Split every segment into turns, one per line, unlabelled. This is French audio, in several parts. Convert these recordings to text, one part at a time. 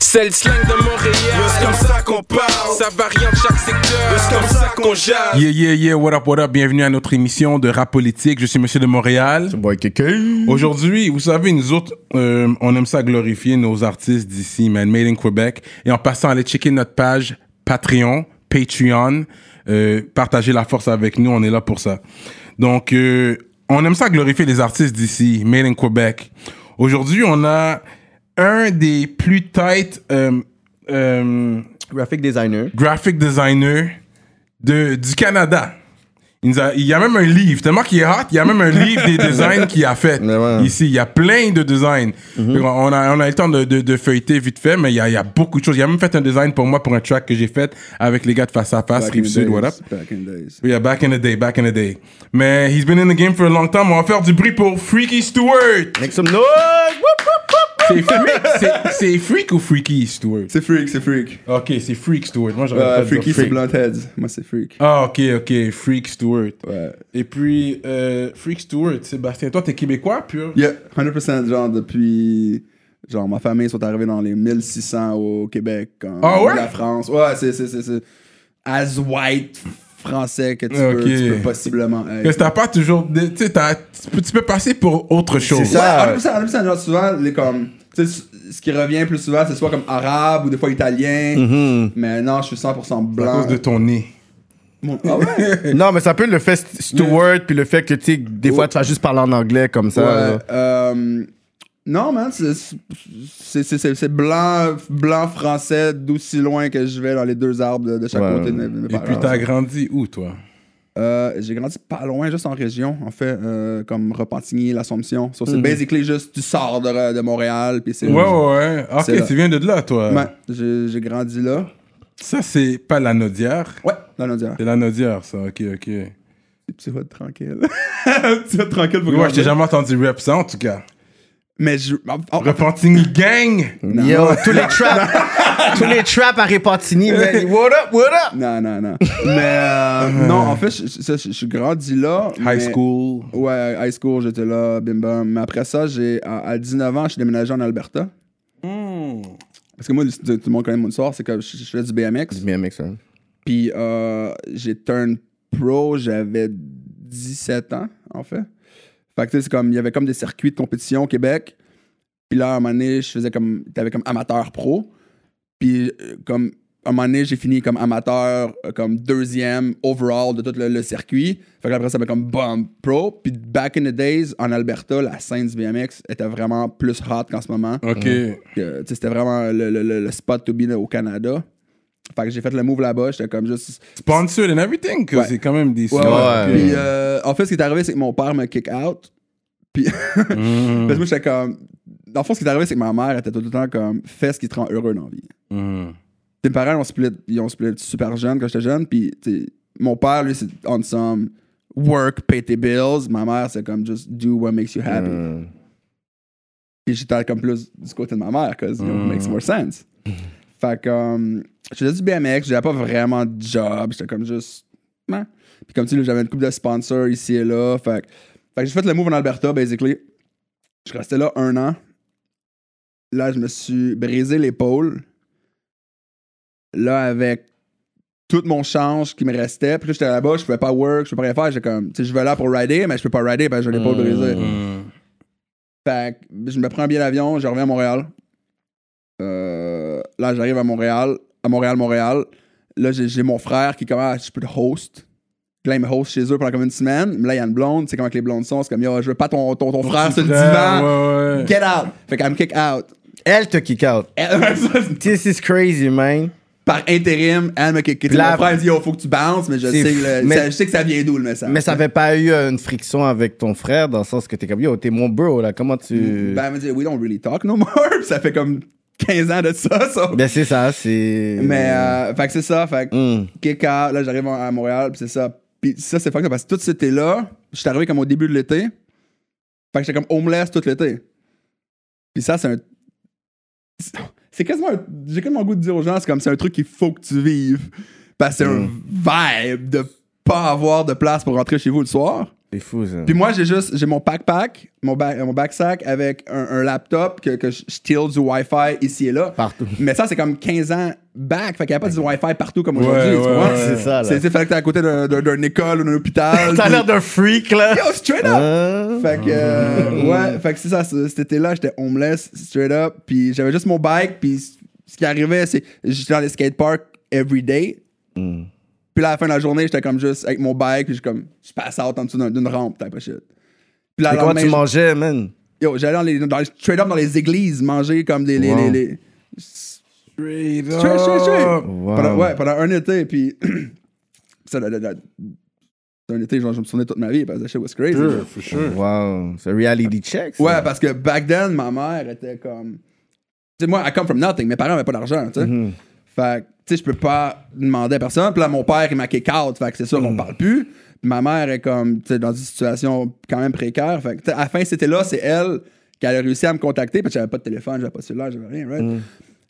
C'est le slang de Montréal.
C'est comme ça qu'on parle.
Ça varie en chaque secteur.
C'est comme ça qu'on jase.
Yeah, yeah, yeah, what up, what up. Bienvenue à notre émission de rap politique. Je suis Monsieur de Montréal.
Boy, KK.
Aujourd'hui, vous savez, nous autres, euh, on aime ça glorifier nos artistes d'ici, man, Made in Quebec. Et en passant, allez checker notre page Patreon, Patreon. Euh, partagez la force avec nous, on est là pour ça. Donc, euh, on aime ça glorifier les artistes d'ici, Made in Quebec. Aujourd'hui, on a un des plus tight euh, euh,
Graphic designer.
graphic designers de, du Canada. Il, nous a- il y a même un livre, tellement qu'il est hot, il y a même un livre des designs qu'il a fait
Mais ouais. Mhm.
ici. Il y a plein de designs. Fait qu'on- on, a, on a eu le temps de, de- de feuilleter vite fait, mais il y, a, il y a beaucoup de choses. Il a même fait un design pour moi, pour un track que j'ai fait avec les gars de Face à Face, Rive-Sud, what up.
Back in days.
Yeah, back in the day, back in the day. Mais he's been in the game for a long time. On va faire du bruit pour Freaky Stewart.
Make some noise! Whoop, whoop, whoop.
C'est freak, c'est- c'est freak ou Freaky Stewart?
C'est freak, c'est freak.
Ok, c'est Freak Stewart. Moi, j'aurais
Euh,
pas dit
freaky, c'est
freak.
Bluntheads. Moi, c'est freak.
Ah, ok, ok, Freak Stewart.
Ouais.
Et puis, euh, Freak Stewart, Sébastien, toi, t'es québécois, pur?
Yeah, 100%. Genre, depuis. Genre, ma famille sont arrivés dans les 1600 au Québec. En
Ah ouais?
La France. Ouais, c'est. c'est, c'est, c'est as white français que tu,
Ok.
peux, tu peux possiblement
Parce
être.
que t'as pas toujours. Tu sais, t'as- tu peux- tu peux passer pour autre chose.
C'est ça. 100%, 100%, genre, souvent, les, comme. Tu sais, ce qui revient plus souvent, c'est soit comme arabe ou des fois italien. Mais non, je suis 100%
À
blanc.
cause de ton nez.
Mon- Ah ouais?
Non, mais ça peut être le fait st- Stewart, puis le fait que, tu sais, des fois, tu vas juste parler en anglais comme ça.
Ouais,
là.
euh, non, man, c'est- c'est c'est- c'est- c'est blanc, blanc français d'aussi loin que je vais dans les deux arbres de, de chaque
Ouais.
côté de mes, mes
Et
parents.
puis, t'as grandi où, toi?
Euh, J'ai grandi pas loin, juste en région, en fait, euh, comme Repentigny, l'Assomption. So, c'est basically juste, tu sors de, Re- de Montréal, puis c'est...
Mhm. Ouais, ouais, ouais. Ah,
C'est
Ok,
là.
tu viens de là, toi.
Ouais, J'ai j'ai grandi là.
Ça, c'est pas la Nodière.
Ouais, dans l'Ontario.
C'est la Nodière, ça. Ok, ok.
Petit hood tranquille. Petit hood tranquille pour
Ouais, je t'ai
grandir.
jamais entendu rap ça, en tout cas.
Mais je... en- en-
Repentigny Gang!
non,
Yo, tous les traps, tous les traps à Repentigny, man. What up, what up?
Non, non, non. mais euh, non, en fait, je- je je- je suis grandi là.
High
mais-
School.
Ouais, high school, j'étais là, bim bam. Mais après ça, j'ai à, à 19 ans, je suis déménagé en Alberta. Parce que moi, le- tout le monde connaît mon histoire, c'est que je, je fais du BMX.
Bien, mec, ça.
Puis euh, j'ai turn pro, j'avais 17 ans, en fait. Fait que tu sais, c'est comme, il y avait comme des circuits de compétition au Québec. Puis là, à un moment donné, je faisais comme, t'avais comme amateur pro. Puis euh, comme, à un moment donné, j'ai fini comme amateur, euh, comme deuxième overall de tout le, le circuit. Fait que après, ça m'a comme bomb pro. Puis back in the days, en Alberta, la scène du BMX était vraiment plus hot qu'en ce moment.
Ok.
Que, tu sais, C'était vraiment le, le- le- le spot to be au Canada. Fait que j'ai fait le move là-bas, j'étais comme juste...
Sponsored and everything, que
Ouais.
c'est quand même des
Ouais,
Ouais.
ouais. Puis, euh, en fait, ce qui est arrivé, c'est que mon père me kick out. Puis, parce que moi, j'étais comme. Dans le fond, ce qui est arrivé, c'est que ma mère était tout le temps comme fais ce qui te rend heureux dans la vie.
Mhm.
Mes parents, ont split, ils ont split super jeune quand j'étais jeune. Puis, tu sais, mon père, lui, c'est on some work, pay tes bills. Ma mère, c'est comme just do what makes you happy. Puis j'étais comme plus du côté de ma mère, cause you know, it makes more sense. fait que um, je faisais du BMX, j'avais pas vraiment de job, j'étais comme juste. hein. Puis comme tu sais, là, j'avais une couple de sponsors ici et là. Fait que, fait que j'ai fait le move en Alberta, basically. Je restais là un an. Là, je me suis brisé l'épaule. Là, avec tout mon change qui me restait. Puis là, j'étais là-bas, je pouvais pas work, je pouvais pas rien faire. J'étais comme, tu sais, je vais là pour rider, mais je peux pas rider parce que j'ai l'épaule brisée.
Mhm.
Fait que je me prends un billet d'avion, je reviens à Montréal. Euh, là, j'arrive à Montréal, à Montréal, Montréal. Là, j'ai j'ai mon frère qui commence, je peux te host. Puis Là, il me host chez eux pendant comme une semaine. Mais Là, il y a une blonde, tu sais comment que les blondes sont. C'est comme, yo, je veux pas ton, ton, ton frère sur le
Frère,
divan.
ouais, ouais.
Get out! Fait qu'elle me kick out.
Elle te kick out.
Elle-
This is crazy, man.
par intérim, elle me kick out.
Puis là,
Mon frère il dit, yo, faut que tu bounces, mais je
c'est
sais,
fou.
le-
Mais-
ça- je sais que ça vient d'où le message.
Mais ça avait pas eu euh, une friction avec ton frère dans le sens que t'es comme yo, t'es mon bro là, comment tu.
Ben, elle me dit, we don't really talk no more. Puis ça fait comme 15 ans de ça, ça.
Ben, c'est ça, c'est.
Mais, euh, fait que c'est ça. Fait que
Hmm.
kick out. Là, j'arrive à Montréal, puis c'est ça. Puis ça, c'est fucked up, parce que tout cet été-là, je suis arrivé comme au début de l'été. Fait que j'étais comme homeless tout l'été. Puis ça, c'est un. C'est quasiment. un- J'ai comme mon goût de dire aux gens, c'est comme c'est un truc qu'il faut que tu vives. Parce que c'est un vibe de pas avoir de place pour rentrer chez vous le soir.
C'est fou, ça.
Puis moi, j'ai juste, j'ai mon pack-pack, mon, ba- mon backsack avec un, un laptop que, que je steal du Wi-Fi ici et là.
Partout.
Mais ça, c'est comme 15 ans back. Fait qu'il n'y a pas du Wi-Fi partout comme aujourd'hui, tu
ouais,
vois.
ouais.
C'est ça, là.
C'est, c'est- fallait que t'es à côté d'un, d'un- d'une école ou d'un hôpital.
T'as l'air d'un freak, là.
Yo, straight up!
Hein?
Fait que, euh, ouais, fait que c'est ça, ce- cet été-là, j'étais homeless, straight up, puis j'avais juste mon bike, puis c- ce qui arrivait, c'est j'étais dans les skateparks every day,
Hmm.
puis là, à la fin de la journée, j'étais comme juste avec mon bike, puis je comme, je passe out en dessous d'un- d'une rampe, type of shit. Puis là, le
Mais comment
lendemain,
tu
je-
mangeais, man?
Yo, j'allais dans les, dans les- straight up dans les églises, manger comme des, les,
Wow.
les, les-
Straight
Straight, straight, straight.
up.
Wow.
Pendant, ouais, pendant un été, puis ça, la- la- la- c'est un été, genre, je me souvenais toute ma vie, parce que that shit was crazy.
Sure, for sure.
Wow. C'est reality check, ça.
Mm. Ouais, parce que back then, ma mère était comme. Tu sais, moi, I come from nothing. Mes parents n'avaient pas d'argent, tu sais. Fait que, tu sais, je peux pas demander à personne. Puis là, mon père, il m'a kick out. Fait que c'est sûr, on parle plus. Puis ma mère est comme, tu sais, dans une situation quand même précaire. Fait que, tu sais, à la fin, c'était là, c'est elle qui a réussi à me contacter. Parce que j'avais pas de téléphone, j'avais pas de cellulaire, j'avais rien, right?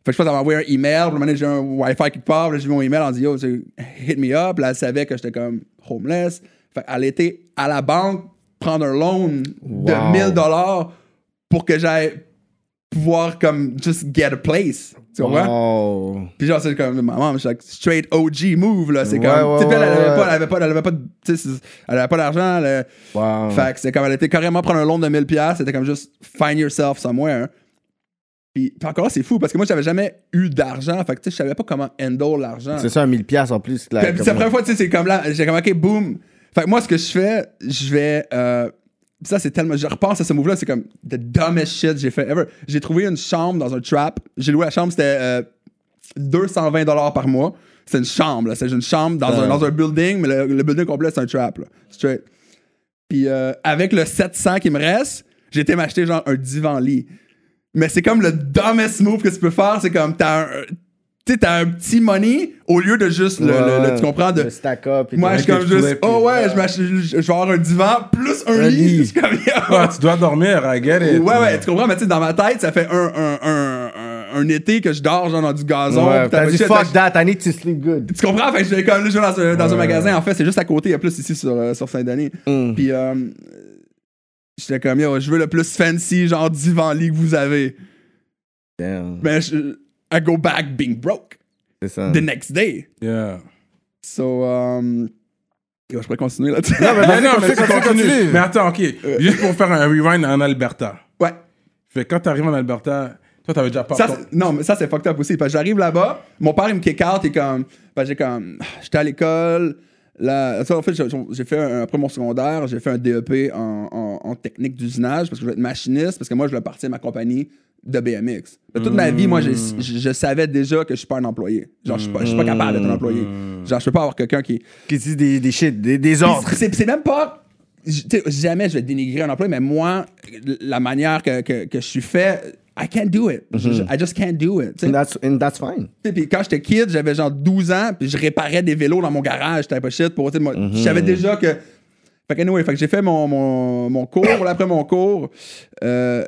Fait que je pense avoir envoyé un email. Puis à un moment donné, j'ai un Wi-Fi qui part. Là, j'ai vu mon email. Elle dit, yo, tu sais, hit me up. Là, elle savait que j'étais comme homeless. Fait qu'elle était à la banque prendre un loan
Wow.
de 1000 dollars pour que j'aille pouvoir comme just get a place. Tu comprends?
Wow.
Puis genre, c'est comme, maman, je suis like, straight OG move, là. C'est
Ouais,
comme,
ouais,
tu sais, elle
ouais,
avait
ouais.
pas, elle avait pas, elle avait pas, de- tu sais, c'est- elle avait pas d'argent. elle, euh,
Wow.
Fait que c'est comme, elle était carrément prendre un loan de 1000 pièces C'était comme juste, find yourself somewhere. hein. Puis, puis encore, c'est fou parce que moi, j'avais jamais eu d'argent. Fait que, tu sais, je savais pas comment handle l'argent.
C'est ça, un 1000 piastres en plus. Là,
Ben, Puis puis c'est la première fois, tu sais, c'est comme là, j'ai comme, ok, boom. Fait que moi, ce que je fais, je vais. euh, ça, c'est tellement. Je repense à ce move-là, c'est comme the dumbest shit j'ai fait ever. J'ai trouvé une chambre dans un trap. J'ai loué la chambre, c'était euh, 220$ par mois. C'est une chambre, là. C'est une chambre dans, un, dans un building, mais le, le building complet, c'est un trap, là. Straight. Puis euh, avec le 700 qui me reste, j'ai été m'acheter genre un divan-lit. Mais c'est comme le dumbest move que tu peux faire. C'est comme t'as un, tu sais, t'as un petit money au lieu de juste le,
Ouais,
le- le-
ouais.
tu comprends de.
Le stack up. et
Moi, je
tout.
suis comme
que tu
juste,
voulais,
oh
puis-
ouais, je, m'ach- je- je vais avoir un divan plus un,
euh, Un
lit.
lit.
Je suis comme, yo.
Ah, tu dois dormir, I get it.
Ouais, ouais, tu comprends, mais tu sais, dans ma tête, ça fait un, un, un, un, un été que je dors genre dans du gazon.
Ouais,
puis t'as
T'as dit
shit,
fuck
fait-
that, I need to sleep good.
tu comprends? Fait que je vais comme là, je vais dans, un, dans un magasin. En fait, c'est juste à côté. Il y a plus ici sur, euh, sur Saint-Denis.
Mm.
Puis, euh, j'étais comme, yo, je veux le plus fancy, genre divan-lit que vous avez.
Damn.
Mais je, I go back being broke
C'est ça.
Ah.
the next day.
Yeah.
So, um, yo, je pourrais continuer là-dessus.
Mais non, mais
continue,
tu
continue.
continues. Mais attends, ok. Juste pour faire un rewind en Alberta.
ouais.
Fait que quand t'arrives en Alberta, toi, t'avais déjà pas.
Ça,
ton-
c'est- non, mais ça, c'est fucked up aussi. Parce que j'arrive là-bas, mon père, il me kick out. Et comme, parce que j'ai comme, ah, j'étais à l'école. Là, ça, en fait, j'ai- j'ai fait, un- après mon secondaire, j'ai fait un DEP en, en- en technique d'usinage parce que je voulais être machiniste, parce que moi, je voulais partir de ma compagnie de BMX. Mais toute ma vie, moi, j'ai-
Mm.
je, je savais déjà que je suis pas un employé. Genre, je suis pas, je suis pas capable d'être un employé.
Mm.
Genre, je peux pas avoir quelqu'un qui.
Qui dit des, des shit, des, des
Puis
ordres.
C'est c'est même pas. j- tu sais, Jamais je vais dénigrer un emploi, mais moi, la manière que, que, que je suis fait, I can't do it. Je- je- I just can't do it. tu sais.
And that's, and that's fine.
Tu sais, Puis quand j'étais kid, j'avais genre 12 ans, puis je réparais des vélos dans mon garage, type of shit. Pour, tu sais, moi, Je savais déjà que. Fait que, anyway, fait que j'ai fait mon, mon, mon cours. Là, après mon cours, euh,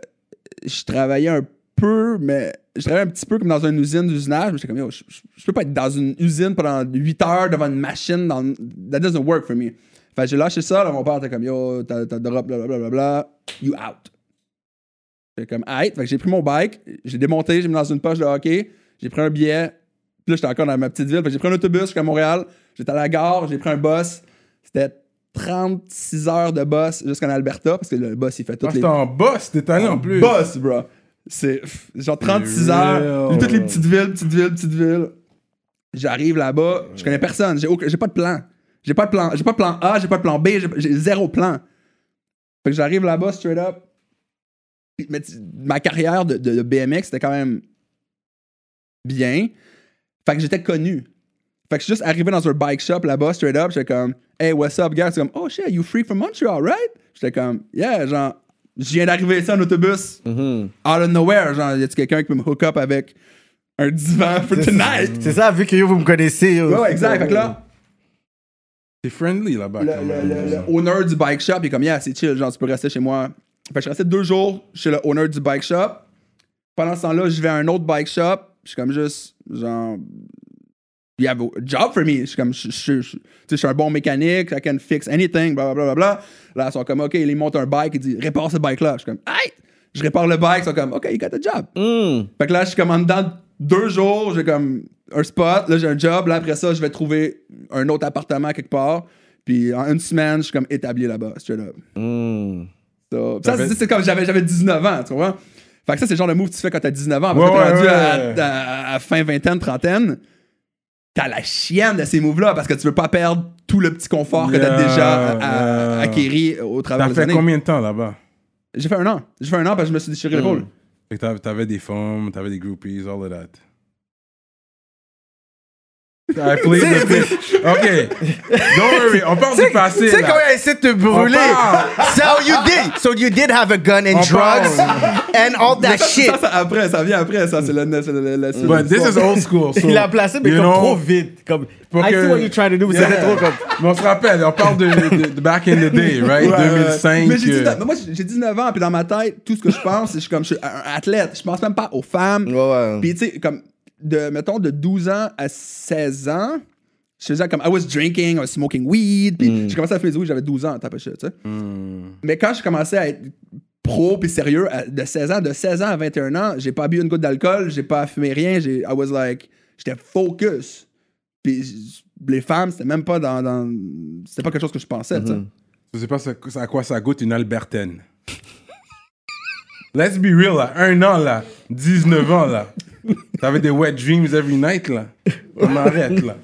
je travaillais un peu, mais je travaillais un petit peu comme dans une usine d'usinage. Mais j'étais comme, yo, je, je- je peux pas être dans une usine pendant 8 heures devant une machine. Dans, that doesn't work for me. Fait que j'ai lâché ça. Là, mon père était comme, yo, t'as t'as drop, blablabla, you out. J'étais comme, aïe. Fait que j'ai pris mon bike, j'ai démonté, j'ai mis dans une poche de hockey, j'ai pris un billet. Puis là, j'étais encore dans ma petite ville. Fait que j'ai pris un autobus jusqu'à Montréal. J'étais à la gare, j'ai pris un bus. C'était 36 heures de bus jusqu'en Alberta, parce que le bus, il fait
Ah,
toutes les
c'était en boss, t'es allé en plus.
boss, bro. C'est pff, genre 36 heures,
real.
toutes les petites villes, petites villes, petites villes. J'arrive là-bas, je connais personne, j'ai aucun- j'ai pas de plan. J'ai pas de plan, j'ai pas de plan A, j'ai pas de plan B, j'ai- j'ai zéro plan. Fait que j'arrive là-bas straight up. Puis, Mais tu- ma carrière de, de- de BMX c'était quand même bien. Fait que j'étais connu. Fait que je suis juste arrivé dans un bike shop là-bas, straight up. J'étais comme, hey, what's up, guys? C'est comme, oh shit, you freak from Montreal, right? J'étais comme, yeah, genre, je viens d'arriver ici en autobus, out of nowhere. Genre, y a-tu quelqu'un qui peut me hook up avec un divan for tonight?
C'est ça, vu que yo, vous me connaissez. Yo,
Ouais, ouais, exact. Fait que là,
T'es friendly là-bas.
le,
quand
le-
même.
le- le owner du bike shop, il est comme, yeah, c'est chill, genre, tu peux rester chez moi. Fait que je restais deux jours chez le owner du bike shop. Pendant ce temps-là, je vais à un autre bike shop. Je suis comme juste, genre, you have a job for me. Je suis comme, je, je- je- je- tu sais, je suis un bon mécanique, I can fix anything, bla bla bla bla. bla. Là, ils sont comme, OK, ils montent un bike, ils disent, répare ce bike-là. Je suis comme, hey! Je répare le bike, ils sont comme, OK, you got the job.
Mm.
Fait que là, je suis comme, en dedans de deux jours, j'ai comme un spot, là, j'ai un job, là, après ça, je vais trouver un autre appartement quelque part. Puis en une semaine, je suis comme établi là-bas, straight up. Mm. So, pis ça, c'est- c'est comme j'avais, j'avais 19 ans, tu vois. Fait que ça, c'est le genre de move que tu fais quand t'as 19 ans. Après
Ouais,
ça, t'es
ouais,
rendu
ouais.
À, à- à fin vingtaine, trentaine. T'as la chienne de ces moves-là parce que tu veux pas perdre tout le petit confort que t'as
Yeah,
déjà à-
yeah.
acquéri au travers
T'as
des
fait
années.
combien de temps là-bas?
J'ai fait un an. J'ai fait un an parce que je me suis déchiré
Mm.
l'épaule.
Fait que t'avais- t'avais des femmes, t'avais des groupies, all of that. I played the thing. OK. Don't worry, on parle du passé.
Tu sais
là.
quand il essaie de te brûler.
On parle.
So you did. So you did have a gun and
On
drugs and all that
Ça,
shit.
ça, ça, après, ça vient après, ça, c'est le, c'est le- la suite. de
But this
l'histoire.
is old school. so,
Il l'a placé, mais
you
comme
know,
trop vite. Comme,
pour
I see
que-
what you're trying to do, mais
Yeah.
c'était trop comme.
Mais on se rappelle, on parle de, de- de back in the day, right?
Ouais, ouais, ouais.
2005.
Mais j'ai
euh,
19 mais moi, j'ai 19 ans, puis dans ma tête, tout ce que je pense, c'est que je suis comme je suis un athlète. Je pense même pas aux femmes.
Ouais, ouais.
Puis tu sais, comme, de, mettons, de 12 ans à 16 ans, je faisais comme, I was drinking, I was smoking weed. Puis j'ai commencé à fumer du weed, j'avais 12 ans, t'as pas shit, tu sais. Mais quand j'ai commencé à être pro puis sérieux, à- de 16 ans, de 16 ans à 21 ans, j'ai pas bu une goutte d'alcool, j'ai pas fumé rien, j'ai, I was like, j'étais focus. Puis j- les femmes, c'était même pas dans, dans- c'était pas quelque chose que je pensais, tu sais.
Je sais pas ça- ça- à quoi ça goûte une Albertaine. Let's be real, là. Un an, là. 19 ans, là. T'avais des wet dreams every night, là. On m'arrête, là.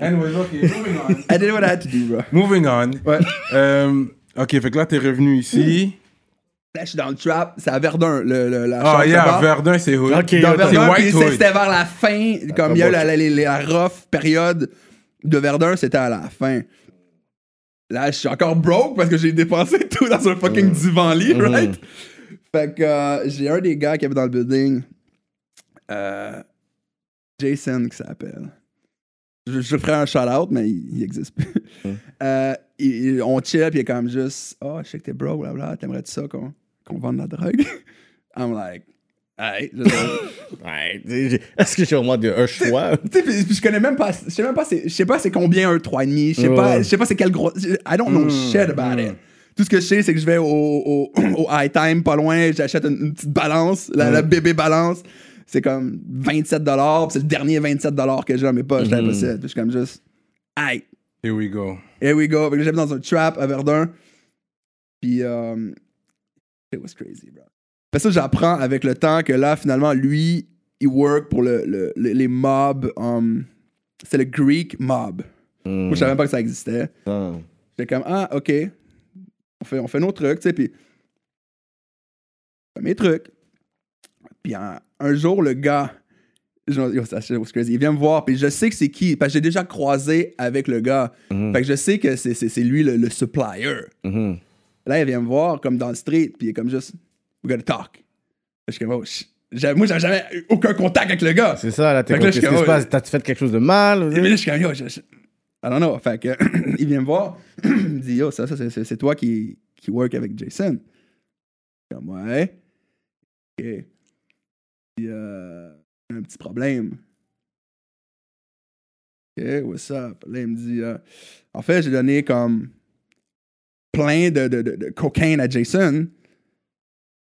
Anyways, OK, moving on.
I did what I had to do, bro.
Moving on.
Ouais. Hmm.
Euh, OK, fait que là, t'es revenu ici.
Là, je suis dans le trap, c'est à Verdun, le, le- la chambre
Ah,
de
yeah,
tabac.
Verdun, c'est hood.
OK,
Dans
Dans
c'est
Verdun, puis
White
c'est-
Hood.
c'était vers la fin, comme il y a eu la, la, la, la rough période de Verdun, c'était à la fin. Là, je suis encore broke parce que j'ai dépensé tout dans un fucking divan-lit, right? Fait que euh, j'ai un des gars qui avait dans le building, euh, Jason qui s'appelle. Je, je ferai un shout-out, mais il n'existe plus. Euh, il- il- on chill, puis il est comme juste « Oh, je sais que t'es broke, blablabla, t'aimerais-tu ça qu'on qu'on vende la drogue? » I'm like « Alright. »
Ouais, tu sais, Est-ce que j'ai au moins de un choix?
Tu sais, puis- puis je connais même pas, je sais même pas c'est, je sais pas c'est combien un 3,5, je sais
Ouais.
pas, je sais pas c'est quel gros, I don't know shit about it. Tout ce que je sais, c'est que je vais au, au, au high time pas loin, j'achète une, une petite balance, la, la bébé balance, c'est comme 27 puis c'est le dernier 27 que j'ai dans mes poches, j'avais pas ça. Puis je suis comme juste, aïe,
Here we go.
here we go. Fait que j'avais dans un trap à Verdun, puis euh, it was crazy, bro. Fait ça, j'apprends avec le temps que là, finalement, lui, il work pour le, le- le- les mobs. um, c'est le Greek mob. Moi, je savais même pas que ça existait.
Putain.
J'étais comme, ah, OK. On fait, on fait nos trucs, tu sais, puis... je fais mes trucs. Puis un, un jour, le gars... genre, yo, ça, c'est- c'est crazy. Il vient me voir, puis je sais que c'est qui, parce que j'ai déjà croisé avec le gars. Fait que je sais que c'est- c'est c'est lui le, le supplier.
mm-hmm.
Mhm.
Là, il vient me voir, comme dans le street, puis il est comme juste, we gotta talk. Je suis comme, oh, sh- j'avais- moi, j'avais jamais eu aucun contact avec le gars.
C'est ça, là, t'es
Fait que
comme,
là,
qu'est-ce qui
je suis
se
comme,
passe? T'as-tu fait quelque chose de mal?
Et mais là, je suis comme, yo, je, je- I don't know. Fait que, il vient me voir, il me dit, yo, ça, ça c'est- c'est c'est toi qui, qui work avec Jason. Je suis comme, ouais. Ok. Puis, euh, un petit problème. Ok, what's up? Là, il me dit, euh, en fait, j'ai donné comme plein de, de, de, de cocaine à Jason,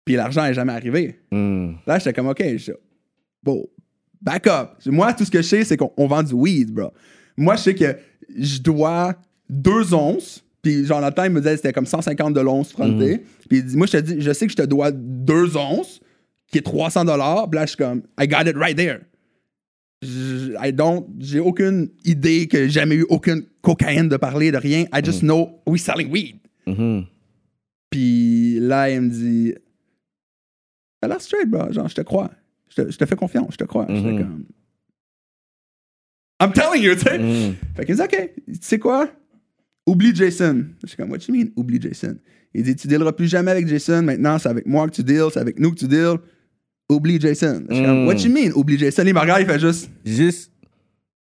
puis l'argent n'est jamais arrivé.
Mhm.
Là, j'étais comme, OK, je... bon, back up. Moi, tout ce que je sais, c'est qu'on on vend du weed, bro. Moi, je sais que je dois deux onces. Puis Jonathan, il me disait c'était comme 150 de l'once fronté. Puis il dit, moi, je te dis, je sais que je te dois deux onces, qui est 300 dollars. Puis là, je suis comme, I got it right there. Je- I don't, j'ai aucune idée que j'ai jamais eu aucune cocaïne de parler, de rien. I just know we selling weed.
Mm-hmm.
Mhm.
Puis là, il me dit, t'as l'air straight, bro. Genre, je te crois. Je te, je te fais confiance, je te crois. J'étais comme, I'm telling you, tu sais. Fait qu'il me dit, OK, tu sais quoi? Oublie Jason. Je suis comme, what you mean, oublie Jason? Il dit, tu dealeras plus jamais avec Jason. Maintenant, c'est avec moi que tu deals, c'est avec nous que tu deals. Oublie Jason. Je suis comme,
Mm.
what you mean, oublie Jason? Il me regarde, il fait juste.
Juste.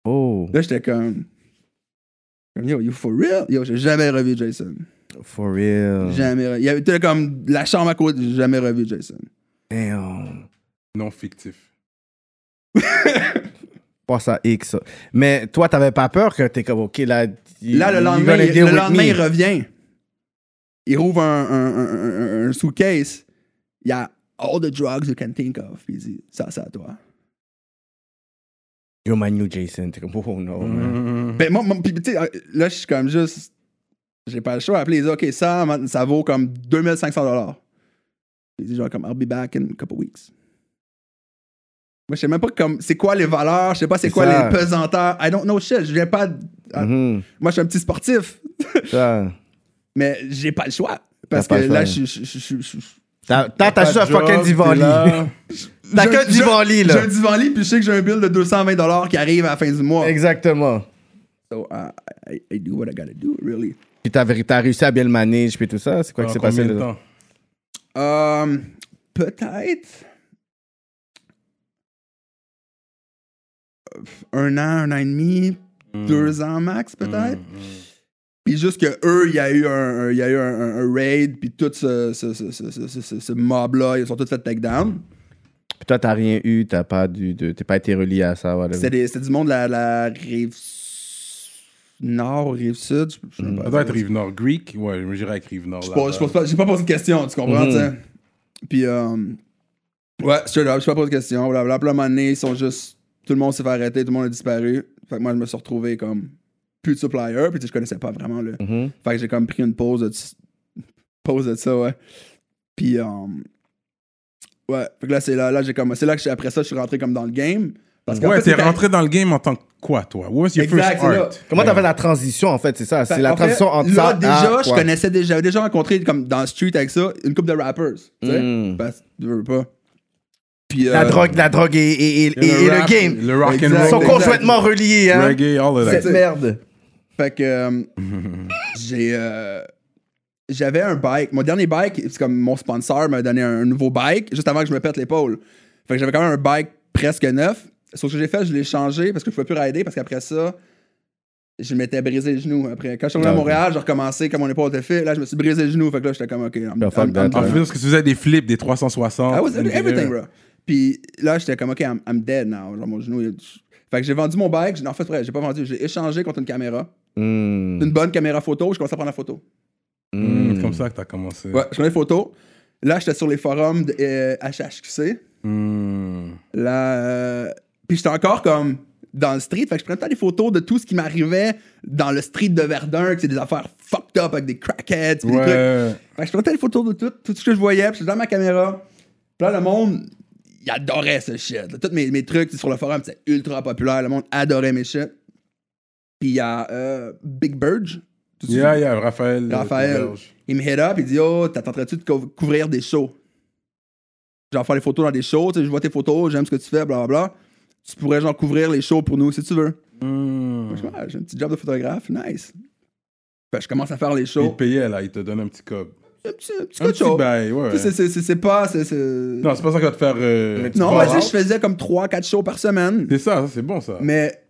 Oh,
Là, j'étais comme, comme, yo, you for real? Yo, j'ai jamais revu Jason.
for
Mm.
real.
Jamais revu. Il y avait t'as comme la chambre à côté, j'ai jamais revu Jason.
Damn.
Non fictif.
passe à X. Mais toi, t'avais pas peur que t'es comme, OK, là... il-
Là, le
il
lendemain,
va
il,
l'aider
le
with
lendemain,
me.
il revient. Il rouvre un, un- un- un- un suitcase. Il y a all the drugs you can think of. Puis il dit, ça, c'est à toi.
You're my new Jason. T'es comme, oh no, man.
Ben, moi, moi, puis, tu sais, là, je suis comme juste. J'ai pas le choix. Puis il dit, OK, ça, man, ça vaut comme 2500$. Il dit, genre, comme, I'll be back in a couple weeks. Moi, je sais même pas comme, c'est quoi les valeurs, je sais pas c'est
C'est
quoi
ça.
les pesanteurs. I don't know shit. Je viens pas. de- ah,
Mhm.
Moi, je suis un petit sportif,
Ça.
mais j'ai pas le choix. Parce que
pas le choix.
là, je suis- je suis. je suis-
T'as t'as attaché à fucking Divali. T'as
je-
que
je-
Divali, là.
J'ai un divan lit, puis je sais que j'ai un bill de 220$ qui arrive à la fin du mois.
Exactement.
So, uh, I, I do what I gotta do, really.
Puis t'as t'as réussi à bien le manage, puis tout ça. C'est quoi qui s'est passé?
de
là?
temps?
Euh, peut-être. Un an, un an et demi, deux ans max, peut-être. Puis juste que eux, il y a eu un, un- il y a eu un, un- un raid, puis tout ce, ce, ce, ce, ce- ce- ce- ce mob-là, ils sont tous fait takedown.
Puis toi, t'as rien eu, t'as pas dû, de- t'es pas été relié à ça, voilà.
C'était, des- c'était du monde de la, la rive s- nord, rive sud. Je, je sais pas.
Ça doit être Rive-Nord. Greek? Ouais, je me dirais avec Rive-Nord.
Je
là-bas.
pose- je pose pas, j'ai pas posé de question, tu comprends,
Mhm.
tu sais. Puis, euh, ouais, straight up, j'ai pas posé de question, blablabla. Puis, à un moment donné, ils sont juste. Tout le monde s'est fait arrêter, tout le monde a disparu. Fait que moi, je me suis retrouvé comme plus de supplier, puis tu sais, je connaissais pas vraiment le.
Mhm.
Fait que j'ai comme pris une pause de, pause de ça, ouais. Puis, euh, ouais, fait que là, c'est là, là j'ai comme. C'est là que j'ai- après ça, je suis rentré comme dans le game. Parce qu'en
Ouais,
fait,
t'es
c'était-
rentré dans le game en tant que quoi, toi? What was your
Exact,
first
c'est là.
art?
Comment t'as fait la transition, en fait, c'est ça? C'est
Fait-
la
Ben, en fait,
transition entre
là,
ça
déjà,
à-
je
ouais.
connaissais déjà, j'avais déjà rencontré comme dans le street avec ça une couple de rappers, tu sais,
Mm.
parce que tu veux pas. Puis
La
euh,
drogue, la drogue et, et- et- et- et le
rap,
game.
Le rock and
Exact.
roll.
Ils sont
Exact.
conjointement reliés, hein?
Reggae, all of that.
Cette merde.
fait que euh, j'ai euh, j'avais un bike, mon dernier bike, c'est comme mon sponsor m'a donné un, un nouveau bike juste avant que je me pète l'épaule. Fait que j'avais quand même un bike presque neuf. Sauf que j'ai fait, je l'ai changé parce que je pouvais plus rider parce qu'après ça, je m'étais brisé le genou après. Quand je suis revenu à
Ah,
Montréal, j'ai recommencé comme mon épaule était fait. Là, je me suis brisé le genou. Fait que là, j'étais comme, OK, I'm,
Yeah, fuck
I'm- I'm
that,
En
Ouais.
fait, parce que tu faisais des flips, des 360.
I was
in the air.
everything, bro. Puis là, j'étais comme, OK, I'm, I'm dead now. Genre, mon genou. il- Fait que j'ai vendu mon bike. j'ai- En fait, c'est vrai, j'ai pas vendu. J'ai échangé contre une caméra.
Mm.
Une bonne caméra photo. Je commençais à prendre la photo.
Mm, C'est comme ça que t'as commencé.
Ouais, je prenais des photos. Là, j'étais sur les forums de euh, HHQC.
Mm.
Là, euh, puis j'étais encore comme dans le street. Fait que je prenais tant des photos de tout ce qui m'arrivait dans le street de Verdun, que c'est des affaires fucked up avec des crackheads. puis des trucs.
Ouais.
Fait que je prenais tant des photos de tout, tout ce que je voyais, puis j'étais dans ma caméra. Puis là, le monde, il adorait ce shit. là. Tous mes, mes trucs sur le forum, c'était ultra populaire. Le monde adorait mes shit. Puis il y a euh, Big Burge. Tout de suite,
Yeah, yeah, Raphaël. euh,
Raphaël.
Auberge.
Il me hit up, il dit Oh, t'attenterais-tu de cou- couvrir des shows Genre faire les photos dans des shows, tu sais, je vois tes photos, j'aime ce que tu fais, blablabla. Tu pourrais genre couvrir les shows pour nous si tu veux.
Mm.
Moi, je dis, Ah, J'ai un petit job de photographe, nice. Fait que je commence à faire les
Il te
shows.
payait, là. Il te donnait un petit cob.
Un petit, un petit
Un
coup de
petit
show.
bail, ouais.
Tu sais, c'est- c'est- C'est pas. c'est- c'est-
Non, c'est pas ça qui va te faire. euh,
Mais tu
Non,
fall
mais
out.
tu sais, je faisais comme 3-4 shows par semaine.
C'est ça, ça, c'est bon, ça.
Mais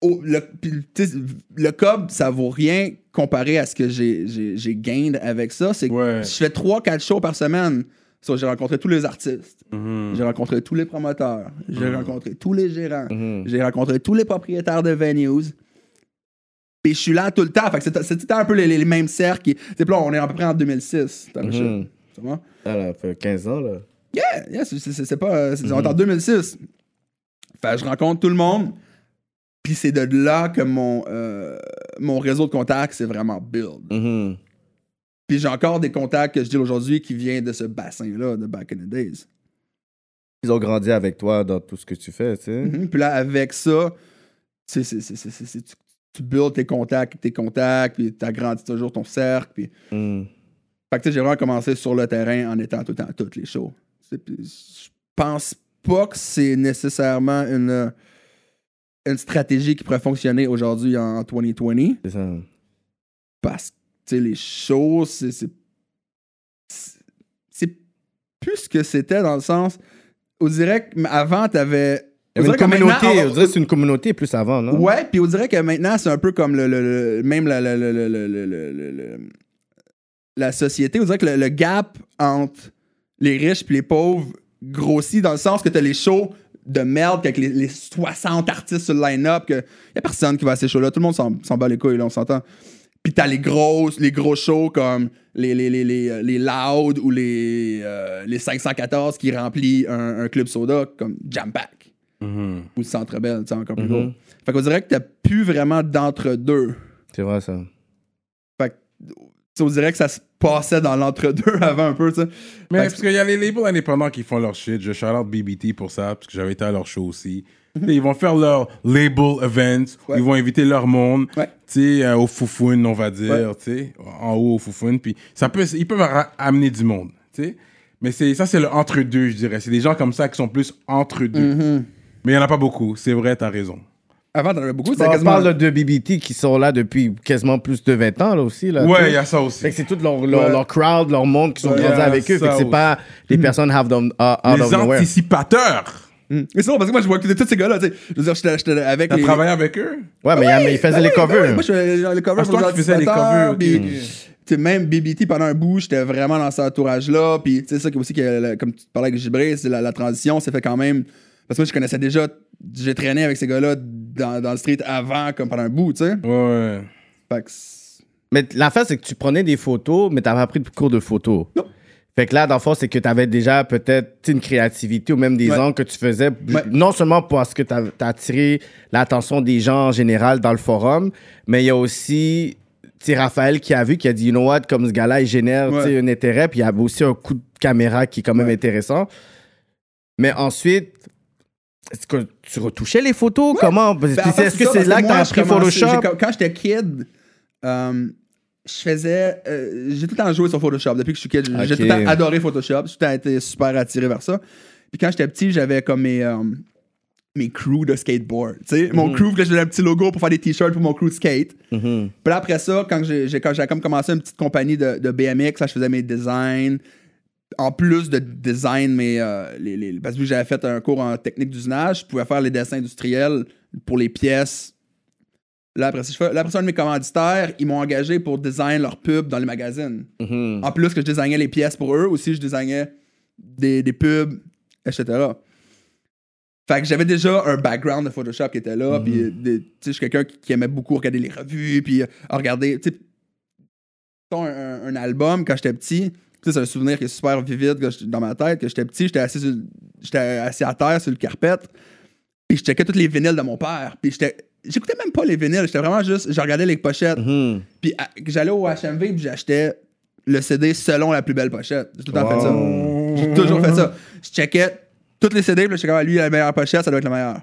au- le, puis, tu sais, le cob, ça vaut rien comparé à ce que j'ai- j'ai j'ai gained avec ça. C'est que
Ouais.
je fais 3-4 shows par semaine. So, j'ai rencontré tous les artistes.
Mm.
J'ai rencontré tous les promoteurs. J'ai rencontré tous les gérants.
Mm.
Hmm.
J'ai rencontré tous les propriétaires de venues. Puis je suis là tout le temps. Fait que c'était- c'était un peu les, les mêmes cercles. qui- Tu sais, puis là, on est à peu près en 2006. T'as
Mm-hmm.
Mhm.
Tu vois?
Ah, là, ça fait 15 ans, là.
Yeah, yeah, c'est- c'est c'est- c'est pas. euh, c'est- On est en 2006. Fait que je rencontre tout le monde. Puis c'est de là que mon, euh, mon réseau de contacts c'est vraiment build.
Mhm.
Puis j'ai encore des contacts que je dis aujourd'hui qui viennent de ce bassin-là, de back in the days.
Ils ont grandi avec toi dans tout ce que tu fais, tu sais.
Mhm. Puis là, avec ça, tu sais, c'est- c'est- c'est- c'est- c'est- tu, tu builds tes contacts, tes contacts, puis tu agrandis toujours ton cercle. Puis...
Mm.
Fait que tu sais, j'ai vraiment commencé sur le terrain en étant tout le temps à toutes les shows. C'est- puis Je pense pas que c'est nécessairement une, euh, une stratégie qui pourrait fonctionner aujourd'hui en 2020
C'est ça.
parce que tu sais, les shows, c'est. c'est- c'est- C'est plus ce que c'était dans le sens. Au direct, mais avant, t'avais. on
Il y avait
dirait
une
que
communauté,
maintenant, on-
on dirait que c'est une communauté plus avant, non?
Ouais, puis on dirait que maintenant, c'est un peu comme le, le- le- même la, la, la- la- la- la- la- la- la- la société. On dirait que le, le gap entre les riches et les pauvres grossit dans le sens que t'as les shows de merde qu'avec les, les 60 artistes sur le line-up, qu'il n'y a personne qui va à ces shows-là. Tout le monde s'en s'en bat les couilles, là, on s'entend. Puis t'as les grosses, les gros shows comme les, les, les, les, euh, les Loud ou les, euh, les 514 qui remplit un, un club soda comme Jam Pack ou le Centre Bell, tu sais, encore plus
Mhm.
gros. Fait qu'on dirait que t'as plus vraiment d'entre-deux.
C'est vrai, ça.
Fait que, tu sais, on dirait que ça se passait dans l'entre-deux avant un peu, tu sais.
Mais
Fait que-
parce qu'il y a les labels indépendants qui font leur shit. Je shout out BBT pour ça, parce que j'avais été à leur show aussi. Tu sais, Ils vont faire leur label events,
Mhm. Ouais.
ils vont inviter leur monde,
Ouais.
tu sais, euh, au foufoune, on va dire,
Ouais.
tu sais, en haut au foufoune. Puis ça peut, ils peuvent ra- amener du monde, tu sais. Mais c'est, ça, c'est le entre-deux, je dirais. C'est des gens comme ça qui sont plus entre-deux.
Mhm.
Mais il n'y en a pas beaucoup, c'est vrai, t'as raison.
Avant, t'en avais beaucoup, c'était
on
quasiment.
parle de BBT qui sont là depuis quasiment plus de 20 ans, là aussi. Là, tu
Ouais,
sais.
il y a ça aussi.
Fait que c'est tout leur, leur,
Ouais.
leur crowd, leur monde qui sont
Ouais,
grandis avec
ça
eux. Fait que c'est
aussi.
pas les personnes have them, uh, out of
Les
nowhere.
anticipateurs.
Mm. Mais c'est drôle, parce que moi, je vois que tous ces gars-là, tu sais. Je veux dire, j'étais- j'étais avec.
T'as
les-
travaillé avec eux?
Ouais, mais, il y a- mais ils faisaient
Ben
les
oui,
covers. hein.
ben oui, Moi, je faisais les
Ah,
covers
c'est
pour
toi
les
qui faisais les
anticipateurs,
covers, ok.
puis,
Mm.
tu sais, même BBT, pendant un bout, j'étais vraiment dans cet entourage-là. Puis, tu sais, ça qui- aussi, que, la- comme tu parlais avec Gibré, c'est la, la transition, c'est fait quand même. Parce que moi, je connaissais déjà. J'ai traîné avec ces gars-là dans, dans le street avant, comme pendant un bout, tu sais.
Ouais.
Fait que. c'est-
Mais l'affaire, c'est que tu prenais des photos, mais t'avais pas pris de cours de photo.
Non.
Fait que là, dans le fond, c'est que t'avais déjà peut-être tu sais, une créativité ou même des
Ouais.
angles que tu faisais,
Ouais.
non seulement parce que t'as t'as attiré l'attention des gens en général dans le forum, mais il y a aussi tu sais, Raphaël qui a vu, qui a dit, you know what, comme ce gars-là, il génère tu sais,
Ouais.
un intérêt, puis il y avait aussi un coup de caméra qui est quand même intéressant. Mais ensuite, est-ce que tu retouchais les photos? Comment? Puis
Ben, en fait,
Est-ce que
ça,
c'est
parce
là que
moi,
t'as
je
appris
commençais-
Photoshop?
j'ai- Quand j'étais kid, euh, je faisais. euh, j'ai tout le temps joué sur Photoshop. Depuis que je suis kid, j'ai j'ai
Ok.
tout le temps adoré Photoshop. J'ai tout le temps été super attiré vers ça. Puis quand j'étais petit, j'avais comme mes. euh, mes crews de skateboard. Tu sais, mon crew, là, j'avais un petit logo pour faire des t-shirts pour mon crew de skate. Puis là, après ça, quand j'ai j'ai- quand j'ai comme commencé une petite compagnie de, de BMX, là, je faisais mes designs. En plus de design, mais les, les- parce que vu que j'avais fait un cours en technique d'usinage, je pouvais faire les dessins industriels pour les pièces. Là, après ça, je fais- là, après ça, un de mes commanditaires, ils m'ont engagé pour design leur pub dans les magazines. En plus que je désignais les pièces pour eux, aussi je désignais des, des pubs, etc. Fait que j'avais déjà un background de Photoshop qui était là, puis euh, des- tu sais, je suis quelqu'un qui, qui aimait beaucoup regarder les revues, puis euh, regarder, tu sais, mettons, un, un- un album quand j'étais petit, tu sais, c'est un souvenir qui est super vivide que je- dans ma tête, que j'étais petit, j'étais assis, sur le- j'étais assis à terre sur le carpet, puis je checkais toutes les vinyles de mon père, puis j'étais... J'écoutais même pas les vinyles, j'étais vraiment juste, je regardais les pochettes,
Mhm.
puis à- j'allais au HMV puis j'achetais le CD selon la plus belle pochette. J'ai tout le temps fait
Wow.
ça. J'ai toujours fait ça. Je checkais toutes les CD puis là, je checkais ah, lui il a la meilleure pochette, ça doit être la meilleure.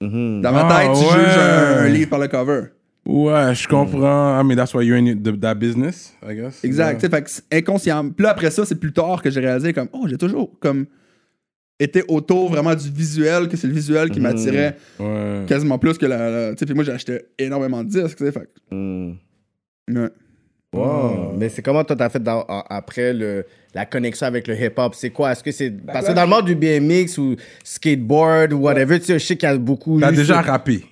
Dans ma
Ah,
tête, tu
ouais.
juges un, un livre par le cover.
Ouais, je comprends. Ah, mais that's why you're in it- the- that business, I guess.
Exact.
Ouais.
tu sais, Fait que c'est inconscient. Puis là, après ça, c'est plus tard que j'ai réalisé comme oh, j'ai toujours comme été autour vraiment du visuel, que c'est le visuel qui m'attirait
Ouais.
quasiment plus que la. la- tu sais, puis moi, j'achetais énormément de disques. tu sais, Fait que-
Mhm.
Ouais.
Hmm.
Wow. Mais c'est comment toi t'as fait dans- en- après le, la connexion avec le hip-hop? C'est quoi? Est-ce que c'est.
Ben
Parce que dans le monde du BMX ou skateboard ou whatever, tu sais, je sais qu'il y a beaucoup.
T'as
eu
déjà
ça.
rappé.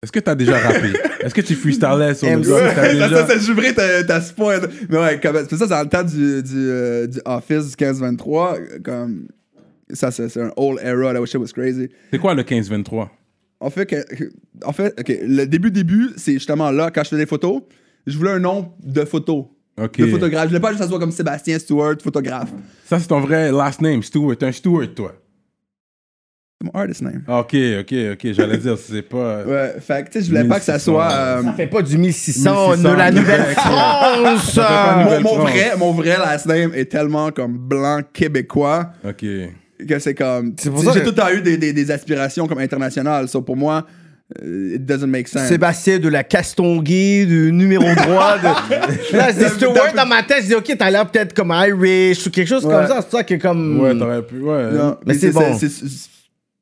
Est-ce que t'as déjà rappé? Est-ce que tu freestylais sur le
M-
drum? T'as
ça,
déjà-
ça, c'est jubré, t'as t'as ce point. Mais ouais, comme, c'est ça, c'est dans le temps du, du, euh, du Office du 15-23. Comme, ça, c'est c'est un old era, là, où shit was crazy.
C'est quoi le 15-23?
En fait, que- en fait ok, le début-début, c'est justement là, quand je faisais des photos, je voulais un nom de photo.
Ok.
De photographe. Je voulais pas juste que ça soit comme Sébastien Stewart, photographe.
Ça, c'est ton vrai last name, Stewart. T'es un Stewart, toi.
C'est mon artist name.
Ah, Ok, ok, ok. J'allais dire, c'est pas.
Ouais, fait que tu sais, je voulais pas que ça
1600.
soit. euh,
Ça fait pas du 1600,
1600,
de la
pas
Nouvelle-France!
mon, mon
Nouvelle-France.
vrai, mon vrai last name est tellement comme blanc québécois.
Ok.
que c'est comme. tu
pour
sais,
ça
J'ai
que-
tout le temps eu des, des- des aspirations comme internationales. So pour moi, euh, it doesn't make sense.
Sébastien de la Castonguay, du numéro 3. De... Là, c'est Stewart dans ma tête. Je dis, OK, t'as l'air peut-être comme Irish ou quelque chose comme
Ouais.
ça. C'est pour ça que comme.
Ouais, t'aurais pu. Ouais.
Non,
Mais
puis
c'est bon.
Euh, c'est-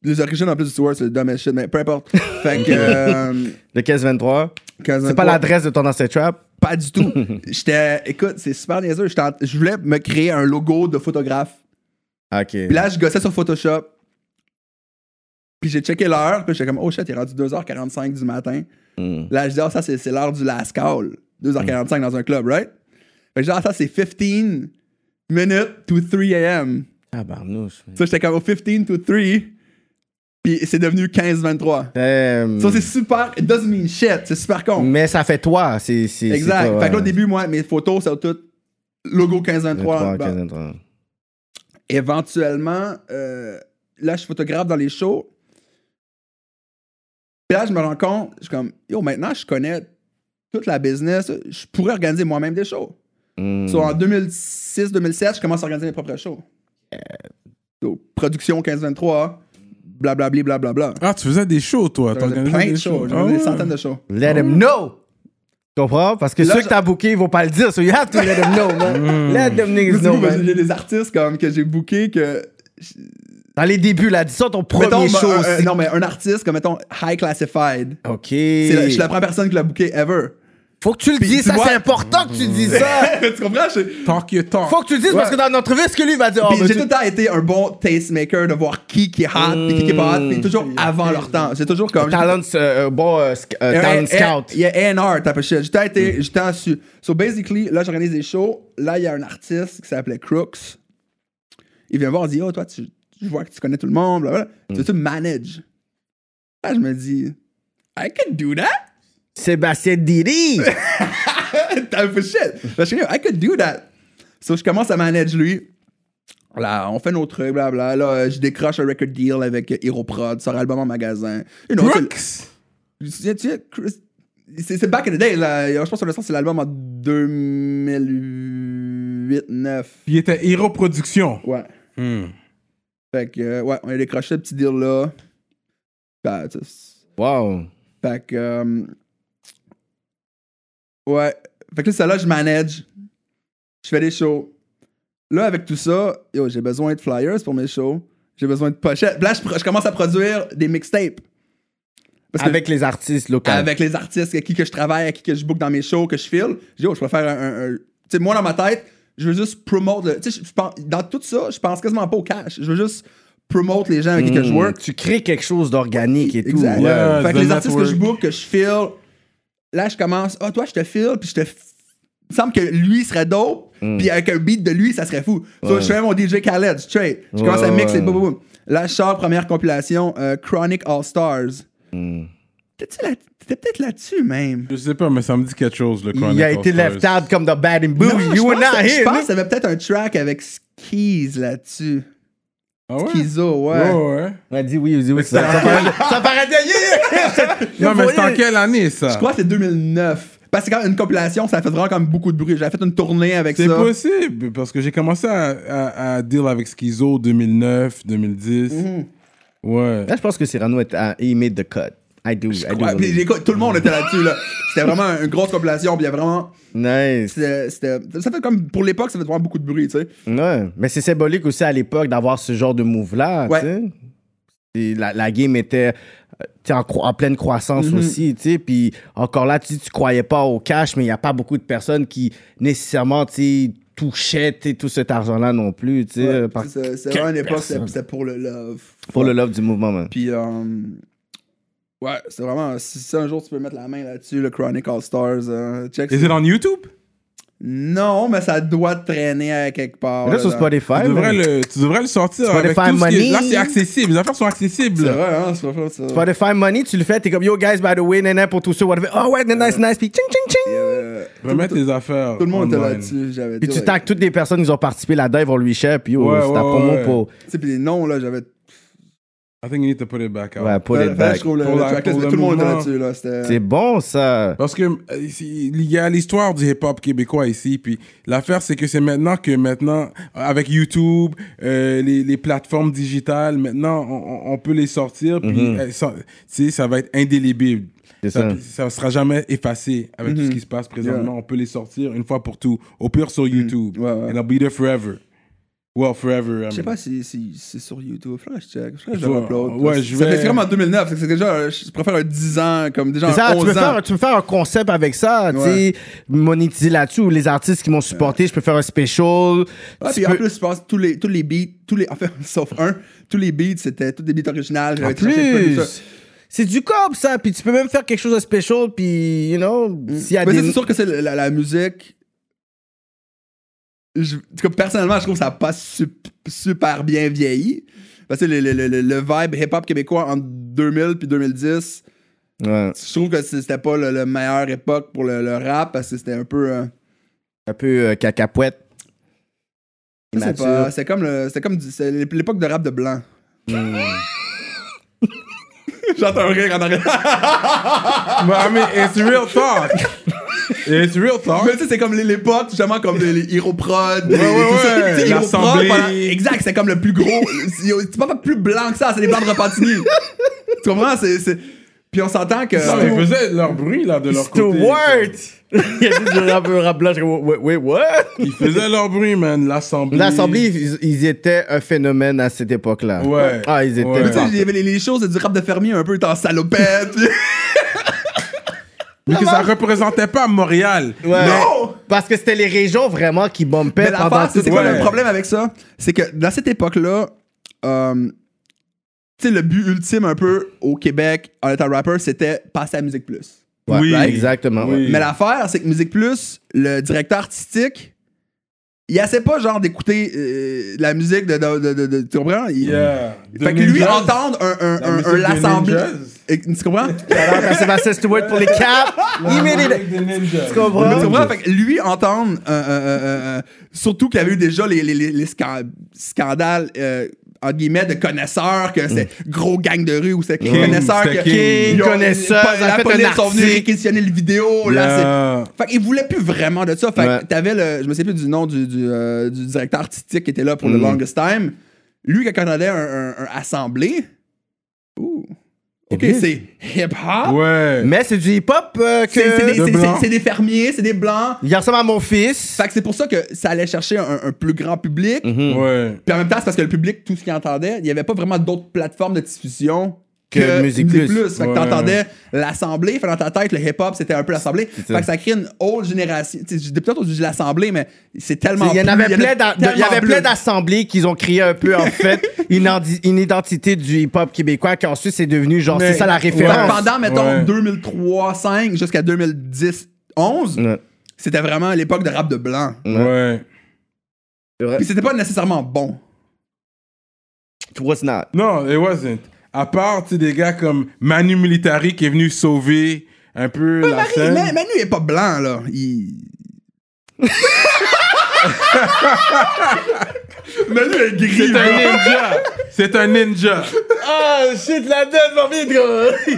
les origines en plus du Stewart, c'est le dumbest shit, mais peu importe. Fait que. euh,
Le 15-23.
quand-
C'est pas l'adresse de ton ancien trap?
Pas du tout. J'étais. Écoute, c'est super niaiseux. J'étais en- Je voulais me créer un logo de photographe.
Ah, OK.
Puis là, je gossais sur Photoshop. Puis j'ai checké l'heure. Puis j'étais comme, oh shit, il est rendu 2h45 du matin. Là, je dis, ah, ça, c'est c'est l'heure du last call. 2h45 dans un club, right? Fait que je dis, ah, ça, c'est 15 minutes to 3 a.m.
Ah, barnouche.
Ça, j'étais comme, oh, 15 to 3. Puis c'est devenu 15-23.
Euh,
Ça, c'est super. It doesn't mean shit. C'est super con.
mais ça fait toi. C'est, c'est, c'est
Oh. exact.
toi, euh,
Fait que là, au
ouais.
début, moi, mes photos, ça tout logo 15-23.
23,
Bon.
15, 23.
éventuellement, euh, là, je suis photographe dans les shows. Puis là, je me rends compte, je suis comme, yo, maintenant, je connais toute la business. Je pourrais organiser moi-même des shows.
Mm.
So, en 2006-2007, je commence à organiser mes propres shows. Donc, production 15-23, blablabli, blablabla.
Ah, tu faisais des shows, toi.
J'en
t'organisais
ai plein de
des
shows,
Ah
j'en ai des
ouais.
centaines de shows.
Let them know. Tu comprends? Parce que
Hmm. Là,
ceux
je-
que t'as bookés, ils vont pas le dire. So you have to let them know, man. Let them niggas know,
Du coup, parce que
man.
J'ai des artistes comme, que j'ai bookés que
Dans les débuts, là, dis ça ton premier
Mettons,
show
un- un-
aussi.
non, mais un artiste comme, mettons, High Classified.
OK.
C'est la- je suis la première personne qui l'a booké ever.
Faut que tu le
tu
dises, ça
vois- Hmm.
c'est important que tu dises ça.
tu comprends? Je-
Talk your talk.
Faut que tu le dises parce que dans notre vie, ce que lui il va dire, oh,
Puis
ben,
j'ai
tu-
tout le temps été un bon tastemaker de voir qui qui est hot puis qui qui est pas hot puis toujours avant leur temps. J'ai toujours comme
talent, euh, euh, bon, euh, sc- euh,
Eh,
talent
eh,
scout. Mm.
Il y a A&R type of shit. J'ai tout le temps été j'étais en su. So basically, là j'organise des shows, là il y a un artiste qui s'appelait Crooks. Il vient me voir, il dit "Oh toi tu je vois que tu connais tout le monde, blablabla.
Mm.
Tu veux-tu manage Là je me dis I can do that.
Sébastien Didi.
type of shit. Là, je suis comme, I could do that. So, je commence à manager lui. Là, on fait nos trucs, blabla. Là, euh, je décroche un record deal avec euh, Hero Prod, sort album en magasin. You know,
Brooks.
c'est- tu sais, Chris- C'est c'est back in the day, là. Je pense que le sens, c'est l'album en 2008-9.
Il était Hero Production.
Ouais.
Hmm.
Fait que, euh, ouais, on a décroché le petit deal là. Bah, tu sais,
Wow.
Fait que. euh, ouais. Fait que là, ça là, je manage. Je fais des shows. Là, avec tout ça, yo, j'ai besoin de flyers pour mes shows. J'ai besoin de pochettes. Puis là, je, pro- je commence à produire des mixtapes. Parce que-
Avec les artistes locaux.
avec les artistes à qui que je travaille, à qui que je book dans mes shows, que je file. Je dis, oh, je préfère un. un- un- Tu sais, moi, dans ma tête, je veux juste promote. le- Tu sais, je- je pense- dans tout ça, je pense quasiment pas au cash. Je veux juste promote les gens avec qui que je work.
Hmm. Tu crées quelque chose d'organique et tout.
Exact.
ouais.
fait que
The
les artistes que je
network.
book, que je file, là, je commence. Ah, toi, je te file, puis je te. f- Il me semble que lui serait dope,
Hmm.
puis avec un beat de lui, ça serait fou. So, je fais mon DJ Khaled, straight. Je commence à
Ouais,
mixer,
ouais.
boum, boum, boum. Là, je sors première compilation, euh, Chronic All Stars.
Hmm.
T'étais-tu là- T'étais peut-être là-dessus, même.
Je sais pas, mais ça me dit quelque chose, le
Il a été left out comme the bad and blue.
Non, je
you were
pense
not
que- Je
here.
pense qu'il y avait peut-être un track avec Skis là-dessus.
Ah ouais?
Kizo, ouais.
Ouais, ouais.
On a dit oui, oui, oui. Ça, ça paraît- ça paraît bien.
Non, mais c'est en
voyez-
quelle année, ça?
Je crois que c'est 2009. Parce que quand une compilation, ça fait vraiment comme beaucoup de bruit. J'avais fait une tournée avec ça.
C'est possible, parce que j'ai commencé à, à, à deal avec Schizo 2009, 2010.
Mhm.
Ouais.
Là, je pense que Cyrano est à he made the cut. I do. I do
Ouais, puis
believe.
écoute, tout le monde était là-dessus. Là. C'était vraiment une grosse compilation. Puis il y a vraiment.
Nice.
c'était- c'était- ça fait comme. Pour l'époque, ça fait vraiment beaucoup de bruit, tu sais.
Ouais. Mais c'est symbolique aussi à l'époque d'avoir ce genre de move-là.
Ouais.
tu sais. Et La, la game était euh, tu sais, en, cro- en pleine croissance aussi. tu sais. Puis encore là, tu dis, tu croyais pas au cash, mais il n'y a pas beaucoup de personnes qui nécessairement tu sais, touchaient tu sais, tout cet argent-là non plus. tu sais,
Ouais,
euh, par-
c'est c'est vraiment une époque,
personne.
c'était c'était pour le love.
Pour le love du mouvement, man.
Puis. euh, ouais, c'est vraiment. Si, si un jour tu peux mettre la main là-dessus, le Chronic All Stars, euh, check.
Is
ça.
it on YouTube?
Non, mais ça doit traîner à quelque part.
Mais Oh là, sur
dans-
Spotify,
Tu devrais,
man,
le, tu devrais le sortir
Spotify
avec tout ce qui est- Là,
Money.
c'est accessible. Les affaires sont accessibles.
C'est vrai, hein, c'est pas ça.
Spotify Money, tu le fais, t'es comme Yo guys, by the way, nana pour tous ceux, whatever. Oh ouais, nana, nice, nice, puis ching, ching, ching.
Euh,
Remettre les affaires.
Tout le monde était
online.
là-dessus, j'avais
Puis
dit,
tu
ouais.
tags toutes les personnes qui ont participé là-dedans, ils vont lui share, puis yo,
Ouais,
c'est ta
ouais,
promo
ouais.
pour.
Tu sais, puis les noms, là, j'avais.
I think you need to put it back out.
Ouais, put
Fallait- fallait
it
que
back.
Je trouve le,
Pour
le
la-
tracklist,
pour
mais
le
tout le monde était
mouvement.
là-dessus, là. C'était.
C'est bon, ça.
Parce que euh, c'est- il y a l'histoire du hip-hop québécois ici, puis l'affaire c'est que c'est maintenant que maintenant avec YouTube, euh, les, les plateformes digitales, maintenant on, on- on peut les sortir, puis
Mhm.
euh, ça- tu sais, ça va être indélébile.
C'est
Ça,
ça.
ça sera jamais effacé avec
Mhm.
tout ce qui se passe présentement. On peut les sortir une fois pour tout, au pire sur YouTube.
Ouais, ouais.
And I'll be there forever. Well, forever. I
Je sais
mean.
pas si, si c'est sur YouTube. Faudrait que je check. Faudrait que je
Faut-
le upload.
ouais,
Ça-
je
ça
vais-
fait vraiment en 2009. c'est que C'est déjà, un- je préfère un 10 ans, comme déjà
C'est ça,
un
tu
11
peux,
ans.
faire, tu peux faire un concept avec ça, tu sais,
Ouais.
monétiser là-dessus, ou les artistes qui m'ont supporté, je peux faire un special.
Ouais,
Tu
Ah, puis en
peux-
plus, je pense tous les, tous les beats, tous les, enfin, sauf un, tous les beats, c'était tous des beats originales.
En
J'avais cherché le
plus,
producer.
c'est du cop, ça, puis tu peux même faire quelque chose de special, puis, you know, s'il y a
Mm. Mais ça,
des.
c'est sûr que c'est la, la musique. Je, en tout cas, personnellement, je trouve que ça n'a pas sup- super bien vieilli. Parce que le, le- le- le- le vibe hip-hop québécois entre 2000 puis 2010,
Ouais.
je trouve que c'est- c'était pas le, la meilleure époque pour le, le rap parce que c'était un peu. euh,
Un peu euh, cacapouette.
je sais
Immature.
pas, C'était comme, le- c'était comme du- c'est l'époque de rap de blanc.
Hmm.
J'entends un rire en arrière.
But I mean, it's real talk. It's real talk.
Mais tu sais, c'est comme les- l'époque, justement, comme les, les Hero Prod. les-
ouais,
tout ça.
ouais,
Tu sais, Hero
l'assemblée.
Prod, pendant- Exact, c'est comme le plus gros. c'est pas plus blanc que ça, c'est les blancs de Repentigny. tu comprends? C'est, c'est- Puis on s'entend que.
Non, mais ils faisaient leur bruit, là, de leur
To
côté.
what? Il y a juste du rap, rap blanc. je comme, Wait, wait, what?
Ils faisaient leur bruit, man. L'assemblée.
L'Assemblée, ils, ils étaient un phénomène à cette époque-là.
Ouais.
Ah, ils étaient.
Ouais.
Tu sais, il y avait les, les shows, c'est du rap de fermier un peu, t'es en salopette. puis-
Mais que ça représentait pas Montréal.
Ouais.
Non!
Parce que c'était les régions vraiment qui bumpaient
Mais
pendant
l'affaire,
tout
c'est quoi
Ouais.
le problème avec ça? C'est que dans cette époque-là, euh, tu sais, le but ultime un peu au Québec, en étant rapper, c'était passer à Musique Plus.
Ouais,
Oui.
Exactement.
Oui.
ouais.
Mais l'affaire, c'est que Musique Plus, le directeur artistique, il essaie pas, genre, d'écouter euh, la musique de. de, de, de- de- tu comprends? Il-
Yeah.
Fait que lui, entendre un, un,
La
un,
musique
un
des
l'assemblée.
Ninjas.
Et- Tu comprends?
Alors, quand Sébastien Stewart pour les caps, il met les.
Tu
Tu comprends?
Tu comprends? Fait que lui entendre, euh, euh, euh, euh, surtout qu'il y avait eu déjà les, les, les, les scan- scandales, euh, entre guillemets, de connaisseurs, que c'est
Mm.
gros gang de rue ou c'est
King,
connaisseurs, que
c'était King.
ils ont-
Connaisseurs,
pas-
ça
la
fait
police
un
sont venus
article.
réquisitionner le vidéo. oh, Là, c'est-
Yeah.
Fait qu'il voulait plus vraiment de ça. Fait
Ouais.
que t'avais le. Je me sais plus du nom du, du, euh, du directeur artistique qui était là pour le
Mm.
longest time. Lui, quand on allait un, un, un assemblée. Ouh. Ok,
bien.
c'est hip-hop.
Ouais.
Mais c'est du hip-hop euh,
C'est- C'est des-
que.
de
c'est- c'est-
blanc.
c'est des fermiers, c'est des blancs.
Il ressemble à mon fils.
Fait que c'est pour ça que ça allait chercher un, un plus grand public.
Mhm.
Ouais.
Puis en même temps, c'est parce que le public, tout ce qu'il entendait, il n'y avait pas vraiment d'autres plateformes de diffusion
Que Musique Plus.
Fait que
Ouais.
t'entendais l'assemblée, fait que dans ta tête, le hip-hop, c'était un peu l'assemblée. Fait que ça crée une autre génération. Tu sais, j'ai peut-être entendu l'assemblée, mais c'est tellement.
Il y en
plus-
avait plein d'a- de- il y
tellement
avait
plus.
plein d'assemblées qu'ils ont créé un peu, en fait, une, indi- une identité du hip-hop québécois qui ensuite c'est devenu genre, c'est ça la
Fait que
référence.
Pendant, mettons,
Ouais.
2003-5 jusqu'à 2010-11,
Ouais.
c'était vraiment l'époque de rap de blanc.
Ouais.
Puis c'était pas nécessairement bon.
It was not.
Non, it wasn't. À part, tu sais, des gars comme Manu Militari qui est venu sauver un peu la
Marie,
scène.
Ma- Manu, il est pas blanc, là. Il... Manu est gris,
C'est un ninja. C'est un ninja.
Ah, shit, la dette, mon vide, gros.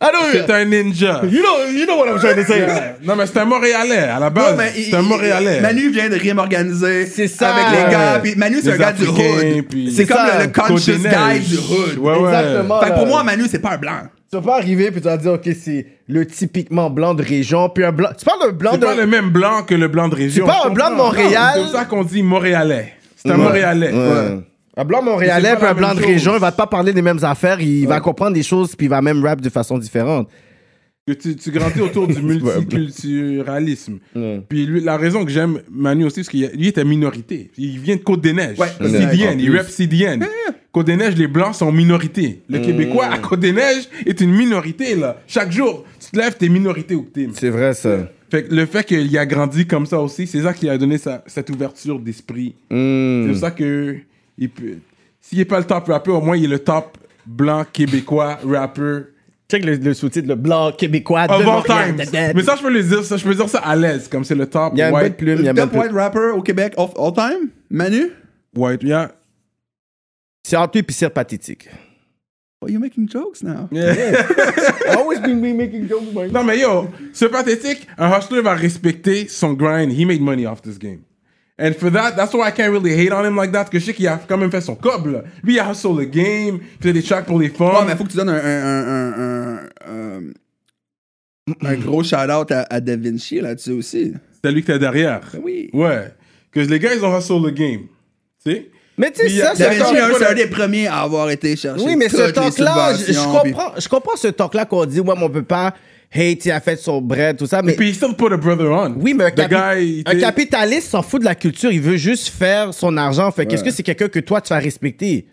Allô?
C'est un ninja.
You know, you know what I'm trying to say.
Non, mais c'est un Montréalais, à la base. C'est un Montréalais.
Manu vient de rime organisé.
C'est ça.
Avec les
Ouais.
gars. Puis Manu, c'est
Les
un gars du
Africains,
hood.
puis-
C'est
C'est
comme
ça,
le, le conscious guy
Côté-Neige.
du hood.
Ouais, ouais.
Exactement.
Fait que pour
là.
moi, Manu, c'est pas un blanc.
Tu vas pas arriver puis tu vas dire, OK, c'est le typiquement blanc de région, puis un blanc. Tu parles d'un blanc
C'est
de.
pas le même blanc que le blanc de région.
C'est pas un blanc de Montréal.
C'est pour ça qu'on dit Montréalais. C'est un
Ouais.
Montréalais.
Ouais. Un blanc
C'est
montréalais
pas
puis
la
un blanc
même
de
chose.
région, il va pas parler des mêmes affaires, il va comprendre des choses puis il va même rap de façon différente.
que tu, tu grandis autour du multiculturalisme. Puis lui, la raison que j'aime Manu aussi, c'est qu'il lui était minorité. Il vient de Côte-des-Neiges.
Ouais,
CDN,
exact.
il rep CDN. Côte-des-Neiges, les Blancs sont minorité.
Mm.
Le Québécois à Côte-des-Neiges est une minorité, là. Chaque jour, tu te lèves, t'es minorité au team.
C'est vrai ça.
Fait que le fait qu'il a grandi comme ça aussi, c'est ça qui lui a donné sa- cette ouverture d'esprit.
Mm. Hmm.
C'est pour ça que il peut- s'il n'est pas le top rapper, au moins il est le top blanc québécois rapper
Check le, le sous-titre, le blanc québécois de
Of all
Montréal.
times. Mais ça, je peux le dire, ça, je peux dire ça à l'aise, comme c'est le top
Il y a un peu de
white,
plume, il y a
Le
un
top
peu de
white rapper au Québec of all time, Manu.
white, yeah.
C'est entre lui puis c'est pathétique.
Are you making jokes now?
Always been me making jokes, man.
Non, mais yo, c'est pathétique. Un hustler va respecter son grind. He made money off this game. And for that, that's why I can't really hate on him like that, parce que je sais qu'il a quand même fait son cob, là. Lui, il a hustle le game, il faisait des tracks pour les
Ouais,
femmes.
mais faut que tu donnes un, un, un, un, un- un gros shout-out à, à Da Vinci là-dessus aussi. Ben
C'était lui qui était derrière.
oui.
Ouais. Que les gars, ils ont hustle le game. Tu sais?
Mais tu
Puis,
sais, ça,
il y
Da
avait
c'est
Vinci,
encore-
un-
pas
c'est
la-
un des premiers à avoir été chercher.
Oui, mais ce
toutes les
talk-là, je, je
subventions, puis-
comprends, je comprends ce talk-là qu'on dit, ouais, mais on peut pas hate, il a fait son bread, tout ça, mais.
Puis il still put a brother on.
Oui, mais un,
The
capi-
guy, il
un
était-
capitaliste s'en fout de la culture, il veut juste faire son argent. Fait qu'est-ce que c'est quelqu'un que toi, tu vas respecter?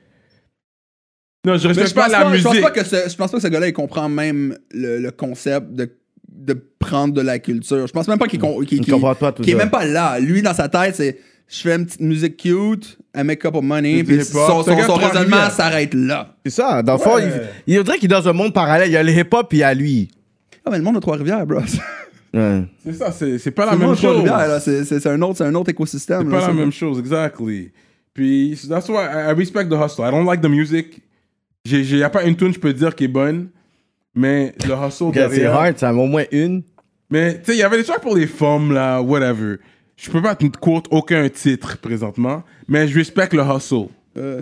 Non, je
Mais
respecte
je
pas
pense
la
pas, je
musique.
pense pas que ce, je pense pas que ce gars-là il comprend même le, le concept de, de prendre de la culture. Je pense même pas qu'il con- qu'il-
Il
qu'il-
comprend pas tout
qu'il est
ça.
même pas là. Lui dans sa tête c'est je fais une petite musique cute, I make a couple money,
Du
puis
hip-hop.
son, son-
T'as
son
qu'à trois
raisonnement
vies,
s'arrête là.
C'est ça, dans le fond, il, il dirait qu'il est dans un monde parallèle. Il y a le hip-hop et il y a lui.
Ah, mais le monde de Trois-Rivières, bro. C'est
C'est ça, c'est c'est pas la
le monde
même
de
chose.
Trois-Rivières, là. C'est c'est- c'est un, autre- c'est un autre écosystème.
C'est
là.
pas la même chose, exactly. Puis, so that's why I, I respect the hustle. I don't like the music. J'ai, j'ai y a pas une tune je peux dire qui est bonne, mais le hustle
Que C'est
derrière.
hard, ça au moins une.
Mais, tu sais, il y avait des tracks pour les femmes, là, whatever. Je peux pas te quote aucun titre présentement, mais je respecte le hustle.
Euh,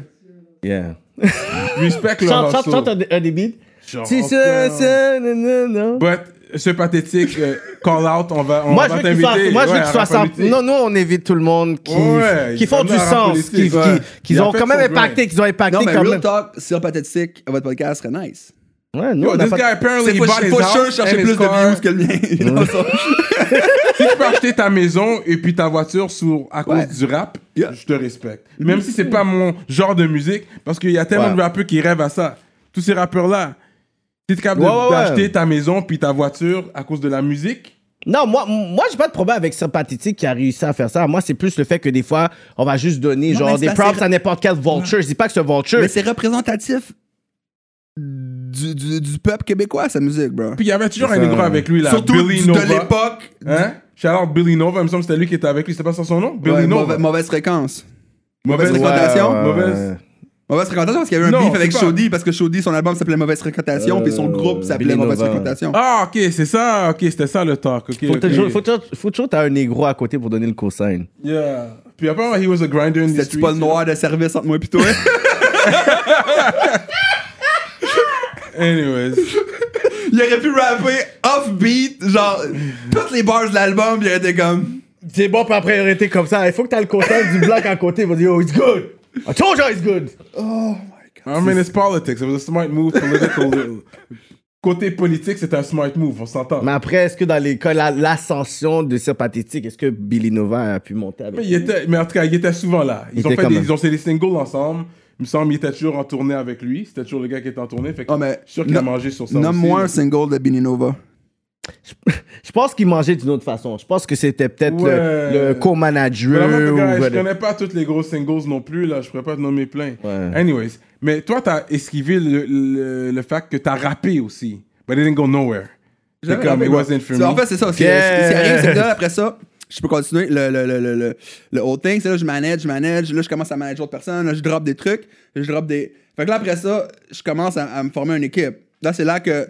Yeah.
Je respecte le
Chante, chante,
hustle.
chante un, un débit.
Genre,
C'est ça,
aucun-
ça, nan, nan, nan.
But, ce pathétique, euh, call out, on va, on
Moi, je
va
veux qu'il
t'inviter.
soit, moi, je veux
Ouais,
qu'il
à
soit
rap
sans-
politique.
Non, nous, on évite tout le monde qui,
Ouais,
qui
il
font
va
du
dans la rap
sens, qui,
politique, ouais.
qui- qu'ils
Il a
ont
fait
quand même
son
impacté, qu'ils ont impacté
non, mais
quand
Real
même.
talk, si un pathétique, votre podcast serait nice.
Ah
Ouais, nous,
Yo,
on a
this
pas-
guy apparently
C'est
he
faut,
bought his
faut
house
sure chercher
and
plus
his car.
de views que le mien. Dans ça.
si tu peux acheter ta maison et puis ta voiture sur, à cause
Ouais.
du rap,
Yeah.
je te respecte. Même si c'est pas mon genre de musique, parce qu'il y a tellement
Ouais.
de rappeurs qui rêvent à ça. Tous ces rappeurs-là, si tu es capable
Ouais,
de-
ouais, ouais.
d'acheter ta maison puis ta voiture à cause de la musique,
Non, moi, moi j'ai pas de problème avec ce pathétique qui a réussi à faire ça. Moi, c'est plus le fait que des fois, on va juste donner
Non, mais
genre
c'est
des
parce
props
que-
à n'importe quel vulture. Je dis pas que ce vulture.
Mais c'est représentatif du, du, du peuple québécois, sa musique, bro.
puis il y avait toujours
C'est
un
ça.
négro avec lui, là,
Surtout
Billy
du- de
Nova.
l'époque.
Hein? Shout-out Billy Nova, il me semble que c'était lui qui était avec lui, c'était pas ça son nom? Billy
Ouais,
Nova.
mauva- mauvaise fréquence.
Mauvaise
mauvaise
fréquence.
fréquentation.
Mauvaise.
Mauvaise fréquentation parce qu'il y avait un
Non,
beef avec
c'est pas-
Shoddy parce que Shoddy, son album s'appelait Mauvaise fréquentation, puis son groupe s'appelait
Euh, Billy
Mauvaise
Nova.
fréquentation.
Ah, ok, c'est ça, ok, c'était ça le talk. ok,
Faut
ok.
toujours- faut toujours- faut toujours t'as un négro à côté pour donner le cosign.
Yeah. Puis apparemment, he was a grinder in the
C'était-tu pas le
streets,
noir de service entre moi et toi?
Anyways.
il aurait pu rapper off-beat, genre, toutes les bars de l'album, puis il aurait été comme.
C'est bon pour la priorité comme ça. Il faut que t'as le cosign du black à côté. Il va dire, oh, it's good. I told you it's good.
I mean, it's politics. It was a smart move, political. Côté politique, c'est un smart move, on s'entend.
Mais après, est-ce que dans les cas, la- l'ascension de ce pathétique, est-ce que Billy Nova a pu monter avec
Mais, il était, mais en tout cas, il était souvent là. Ils
Il
ont
était
fait
quand
des,
même.
ils ont fait des singles ensemble. Il me semble qu'il était toujours en tournée avec lui. C'était toujours le gars qui était en tournée. Fait que
Ah, mais-
je suis sûr qu'il a
no-
mangé sur ça. aussi,
Nomme-moi
là.
un single de Benny Nova.
Je pense qu'il mangeait d'une autre façon. Je pense que c'était peut-être le- le,
Ouais.
co-manager.
Vraiment,
Euh,
les
ou
gars, je
whatever.
connais pas toutes les gros singles non plus. Là, je pourrais pas te nommer plein.
Ouais.
Anyways, mais toi, t'as esquivé le, le, le fait que t'as rappé aussi. But it didn't go nowhere. C'est
J'avais
comme,
rappé,
it
bro.
wasn't for
C'est-
me.
En fait, c'est ça. Ce qui-
Yeah.
ce qui arrive, c'est que là, après ça, je peux continuer le, le, le, le, le, le whole thing. C'est là, je manage, je manage. Là, je commence à manager d'autres personnes. Là, je drop des trucs. Je drop des. Fait que là, après ça, je commence à, à me former une équipe. Là, c'est là que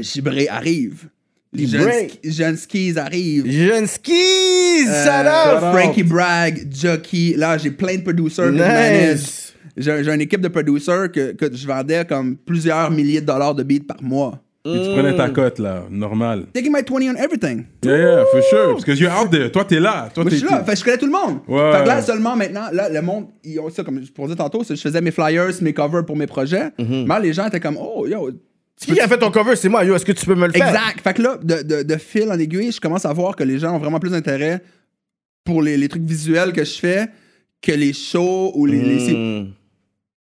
Gibré arrive. Jeune,
Gibré.
Ski- Jeune Skis arrive.
Jeune skis!
Euh,
shout out!
Frankie Bragg, Jockey. Là, j'ai plein de producers que je manage.
Nice!
J'ai j'ai une équipe de producers que, que je vendais comme plusieurs milliers de dollars de beats par mois.
Puis tu prenais
Hmm.
ta cote, là. Normal.
Taking my 20 on everything.
Yeah, yeah, for sure. Parce que you're out there. Toi, t'es là. Toi,
Moi, je
t'es
suis là. Fait que je connais tout le monde.
Ouais.
Fait que là, seulement maintenant, là, le monde, ils ont ça, comme je pour dire tantôt, c'est- je faisais mes flyers, mes covers pour mes projets.
Mm-hmm.
Mais là, les gens étaient comme, oh, yo.
Qui a fait ton cover? C'est moi. Yo, est-ce que tu peux me le faire?
Exact. Fait que là, de, de- de fil en aiguille, je commence à voir que les gens ont vraiment plus d'intérêt pour les, les trucs visuels que je fais que les shows ou les. les-
Mm.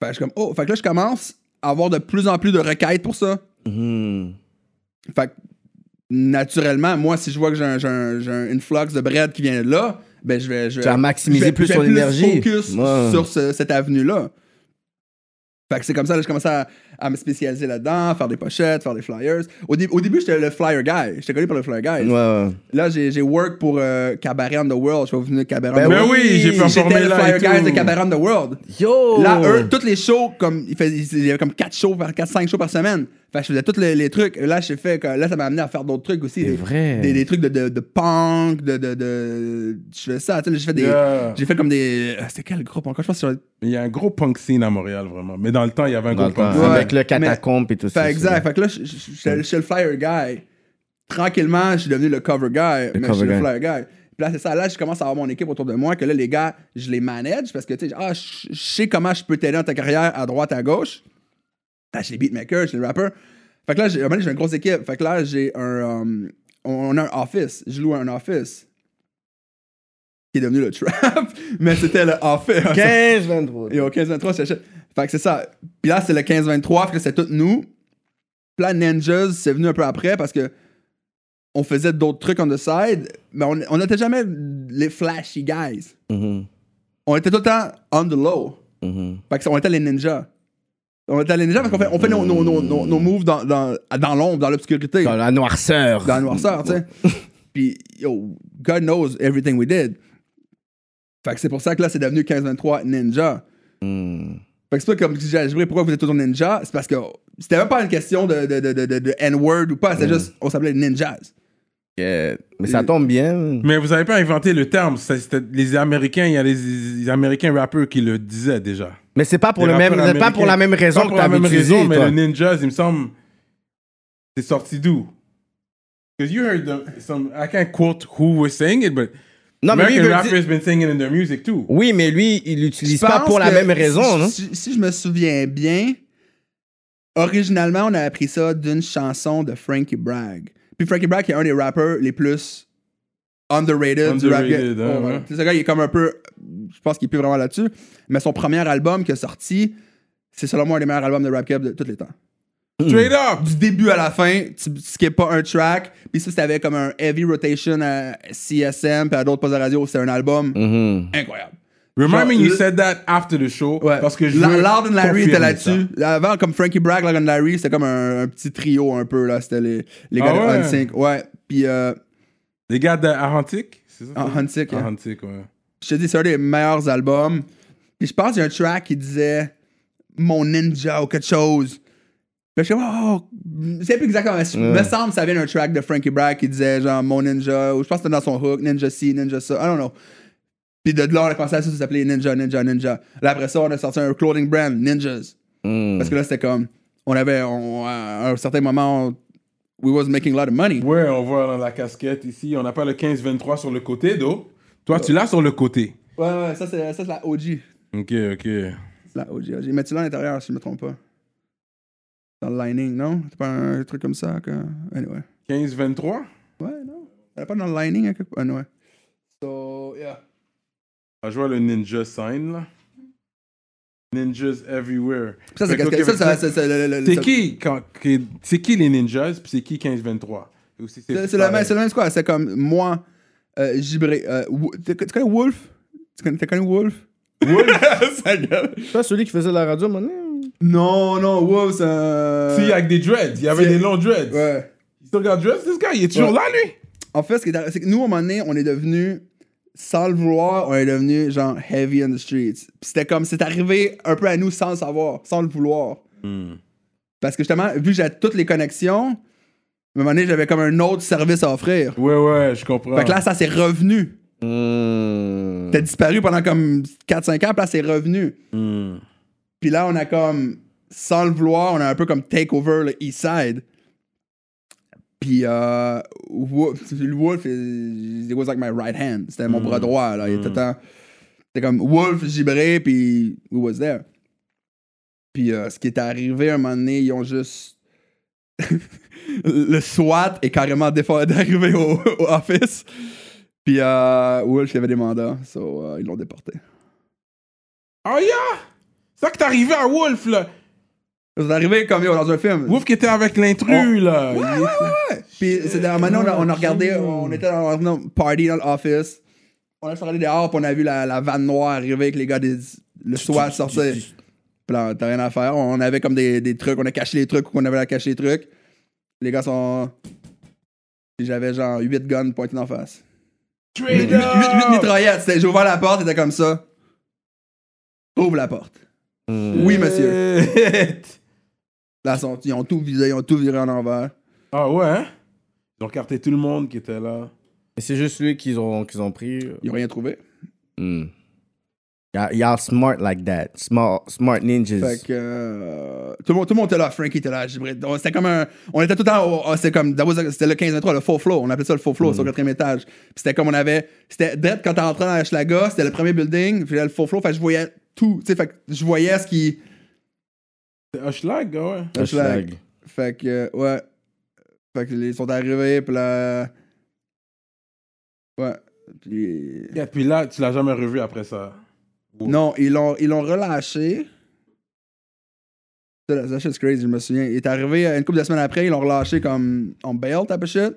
Fait que je suis comme, oh. Fait que là, je commence à avoir de plus en plus de requêtes pour ça.
Mm-hmm.
Mm.
Fait que, naturellement, moi, si je vois que j'ai un, j'ai un- j'ai un influx de bread qui vient de là, ben je vais. Je vais
Tu vas maximiser
je vais-
plus
je vais
ton énergie.
focus
Ouais.
sur ce- cette avenue-là. Fait que c'est comme ça, là, je commençais à, à me spécialiser là-dedans, faire des pochettes, faire des flyers. Au, dé- au début, j'étais le flyer guy. J'étais connu pour le flyer guy.
Mm-hmm. Ouais, ouais.
Là, j'ai j'ai work pour euh, Cabaret on the World. Je vais vous venir Cabaret on the
Ben
World.
oui, j'ai performé
J'étais le
là
flyer
et
guy
tout.
de Cabaret on the World.
Yo!
Là, eux, tous les shows, comme, il, faisaient- il y avait comme 4 shows, 4-5 shows par semaine. Fait que je faisais tous les, les trucs. Là, j'ai fait, que- là, ça m'a amené à faire d'autres trucs aussi. Des,
vrai.
Des, des trucs de, de, de punk, de, de, de- Je fais ça, tu sais, j'ai fait des.
Yeah.
J'ai fait comme des. ah, C'était quel groupe encore? Je pense que c'est-
Il y a un gros punk scene à Montréal, vraiment. Mais dans le temps, il y avait un gros
Dans le temps,
punk
Ouais.
scene.
Avec le catacombe et tout ça.
Fait exact. Fait que là, je- je je- je suis le flyer guy. Tranquillement, je suis devenu le cover guy. mais je suis
cover
le
guy.
flyer guy. Puis là, c'est ça. Là, je commence à avoir mon équipe autour de moi. Que là, les gars, je les manage parce que, tu sais, ah, je je sais comment je peux t'aider dans ta carrière à droite, à gauche. Là, j'ai les beatmakers, j'ai les rappers. Fait que là, j'ai à un moment donné, j'ai une grosse équipe. Fait que là, j'ai un. euh, on on a un office. Je loue un office. Qui est devenu le trap. Mais c'était le office.
15, 23.
Et au 15-23, c'est Fait que c'est ça. Puis là, c'est le 15-23, fait que c'est tout nous. Puis là, Ninjas, c'est venu un peu après parce que on faisait d'autres trucs on the side, mais on- on n'était jamais les flashy guys. On était tout le temps on the low. Fait que ça, on était les ninjas. On était les ninjas parce qu'on fait, on fait nos, nos- nos- nos- nos moves dans, dans, dans l'ombre, dans l'obscurité,
Dans
dans,
la noirceur.
la noirceur, tu sais. Puis, yo, God knows everything we did. Fait que c'est pour ça que là, c'est devenu 15-23 Ninja. Fait que c'est pas comme si j'ai pourquoi vous êtes toujours ninja, c'est parce que c'était même pas une question de, de, de, de, de- de N-word ou pas, c'est juste, on s'appelait les ninjas.
Euh, mais ça tombe bien.
Mais vous avez pas inventé le terme. ça, c'était- les Américains, il y a les, les Américains rappeurs qui le disaient déjà.
Mais c'est pas pour,
Les
le même,
rappeurs
pas pour la même
américains.
raison
Pas
que
pour la
t'avais
même
utilisé,
raison, mais
toi.
le Ninjas, il me semble, c'est sorti d'où? Because you heard the- some, I can't quote who was saying it, but
Non, mais lui, il
American
veut dire-
rappers been singing in their music too.
Oui, mais lui, il
Je
l'utilise pas
pense
pour la
que
même raison,
si,
non?
Si, si je me souviens bien, originalement, on a appris ça d'une chanson de Frankie Bragg. Puis Frankie Bragg est un des rappeurs les plus underrated, du rap.
Underrated, hein,
Ouais, ouais.
ouais.
Tu sais, Ce gars, il est comme un peu. Je pense qu'il est plus vraiment là-dessus. Mais son premier album qui est sorti, c'est selon moi un des meilleurs albums de rap cap de tous les temps. Hmm.
Straight up!
Du début à la fin, tu tu skippes pas un track. Puis ça, c'était comme un heavy rotation à CSM puis à d'autres postes de radio. C'était un album
Mm-hmm.
incroyable.
Remind me you
le-
said that after the show.
Ouais.
Parce que je
La-
veux
Loud and Larry
confirmer
était là-dessus. Avant, comme Frankie Bragg, Loud and Larry, c'était comme un, un petit trio un peu. là C'était les, les gars
Ah ouais?
de Hunsink. Ouais. Puis euh,
ça. Les gars d'Arantic? C'est ça?
Ah, Hantic, hein.
Hantic, ouais.
je te dis, c'est un des meilleurs albums. Puis je pense qu'il y a un track qui disait Mon Ninja ou quelque chose. Puis je sais oh, je sais plus exactement. mais Il me semble que ça vient d'un track de Frankie Bragg qui disait genre Mon Ninja ou je pense que c'était dans son hook, Ninja C, Ninja ça. I don't know. Puis de là, on a commencé à ça s'appelait Ninja, Ninja, Ninja. Là, après ça, on a sorti un clothing brand, Ninjas. Parce que là, c'était comme, on avait, on- à un certain moment, on- we was making a lot of money.
Ouais, on voit dans la casquette ici, on n'a pas le 15-23 sur le côté, d'eau. Toi, tu l'as sur le côté.
Ouais, ouais, ça c'est, ça, c'est la OG.
Ok, ok.
C'est la OG, OG. Mais tu l'as à l'intérieur, si je me trompe pas. Dans le lining, non? T'as pas un truc comme ça? Que... Anyway.
15-23?
Ouais, non. T'as pas dans le lining? à quelque- Anyway. So, yeah.
Ah, je vois le ninja sign, là. Ninjas everywhere.
Ça, c'est
Fait que,
qu'est-ce que-
ok,
ça,
fait
c'est-
que
c'est le- le- le-
C'est
ça-
qui, quand- qui- c'est qui les ninjas, puis c'est qui 15-23? Et aussi,
C'est, c'est le même,
pareil.
c'est le même quoi? C'est comme moi, euh, Gibré. euh, Wo- tu tu connais Wolf? Tu connais, tu connais Wolf? Wolf? Sa gueule.
C'est pas celui qui faisait la radio, mon
Non, non, Wolf, c'est. un-
Si, avec des dreads. Il y avait
Euh, c'est-
des longs dreads.
Ouais.
Il still got dreads, this guy? Il est toujours
Ouais.
là, lui?
En fait, ce qui est arrivé, c'est que nous, à un moment donné, on est devenu, sans le vouloir, on est devenu genre heavy in the streets. Puis c'était comme, c'est arrivé un peu à nous sans le savoir, sans le vouloir. Parce que justement, vu que j'avais toutes les connexions, à un moment donné, j'avais comme un autre service à offrir.
Ouais, ouais, je comprends.
Fait que là, ça s'est revenu.
Mmh.
T'as disparu pendant comme 4-5 ans, puis là, c'est revenu.
Hmm.
Puis là, on a comme, sans le vouloir, on a un peu comme take over le East Side. Puis, euh, Wolf, Wolf, is- it was like my right hand. C'était
Hmm.
mon bras droit, là. Il était temps. C'était comme Wolf, Gibré, puis we was there. Puis, euh, ce qui est arrivé, un moment donné, ils ont juste. le SWAT est carrément défa- d'arriver au, au office. Puis, euh, Wolf, il avait des mandats, so euh, ils l'ont déporté.
Oh, yeah! C'est ça que t'es arrivé à Wolf, là.
C'est arrivé comme yo, dans un film.
Wolf qui était avec l'intrus, là.
Oh. Ouais,
Il-
ouais, ouais, ouais. Puis c'est dans- maintenant, on a, on a regardé, on était dans un party dans l'office. On a regardé dehors, puis on a vu la, la vanne noire arriver avec les gars des, le soir sortir. Puis là, t'as rien à faire. On avait comme des, des trucs, on a caché les trucs, on avait à cacher les trucs. Les gars sont. Puis j'avais genre 8 guns pointés d'en face. 8,
Straight up!
mitraillettes. C'était- J'ai ouvert la porte, c'était comme ça. Ouvre la porte.
Hmm.
Oui, monsieur.
Shit.
Là, ils sont- ils ont tout visé, ils ont tout viré en envers.
Ah, ouais, hein? Ils ont carté tout le monde qui était là.
Mais c'est juste lui qu'ils ont, qu'ils ont pris. euh.
Ils ont rien trouvé.
Mm. Y'all- Y'all smart like that. Smart, smart ninjas.
Fait que euh, tout, le monde, tout le monde était là, Frankie était là, Gibril. On- C'était comme un. On était tout le temps. au- au- C'était comme. that was- C'était le 15-23, le faux flow. On appelait ça le faux flow sur le quatrième étage. Puis c'était comme on avait. C'était direct quand t'es entré dans la Schlaga, c'était le premier building. Puis là, le faux flow. Fait que je voyais tout. Tu sais, fait que je voyais ce qui.
C'est Hushlag, ouais.
le schlag. Fait que, euh, ouais. Fait que ils sont arrivés, puis là. Ouais. Puis.
Et puis là, tu l'as jamais revu après ça.
Non, ils l'ont, ils l'ont relâché. Ça, That shit's crazy, je me souviens. Il est arrivé euh, une couple de semaines après, ils l'ont relâché comme on bail type of shit.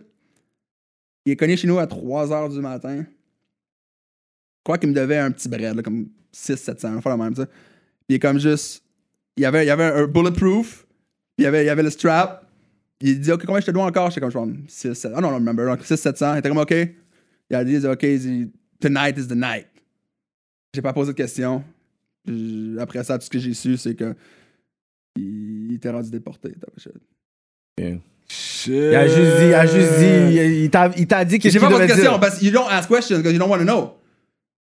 Il est connu chez nous à 3 h du matin. Je crois qu'il me devait un petit bread, là, comme 6-700, on fait la même, ça. Puis il est comme juste. Il y avait, il y avait un bulletproof, puis il y avait, il y avait le strap. Il dit, OK, combien je te dois encore? J'étais comme, je pense, 6 7 Ah non, non, remember, donc 6 700. Il était comme, OK. Il a dit, OK, il dit, tonight is the night. J'ai pas posé de questions. Puis Après ça, tout ce que j'ai su, c'est que. Il il était rendu déporté. t'as pas shit.
Il a juste dit, il a juste dit, il- il t'a- il t'a dit que
J'ai pas posé de questions parce que you don't ask questions because you don't want to know.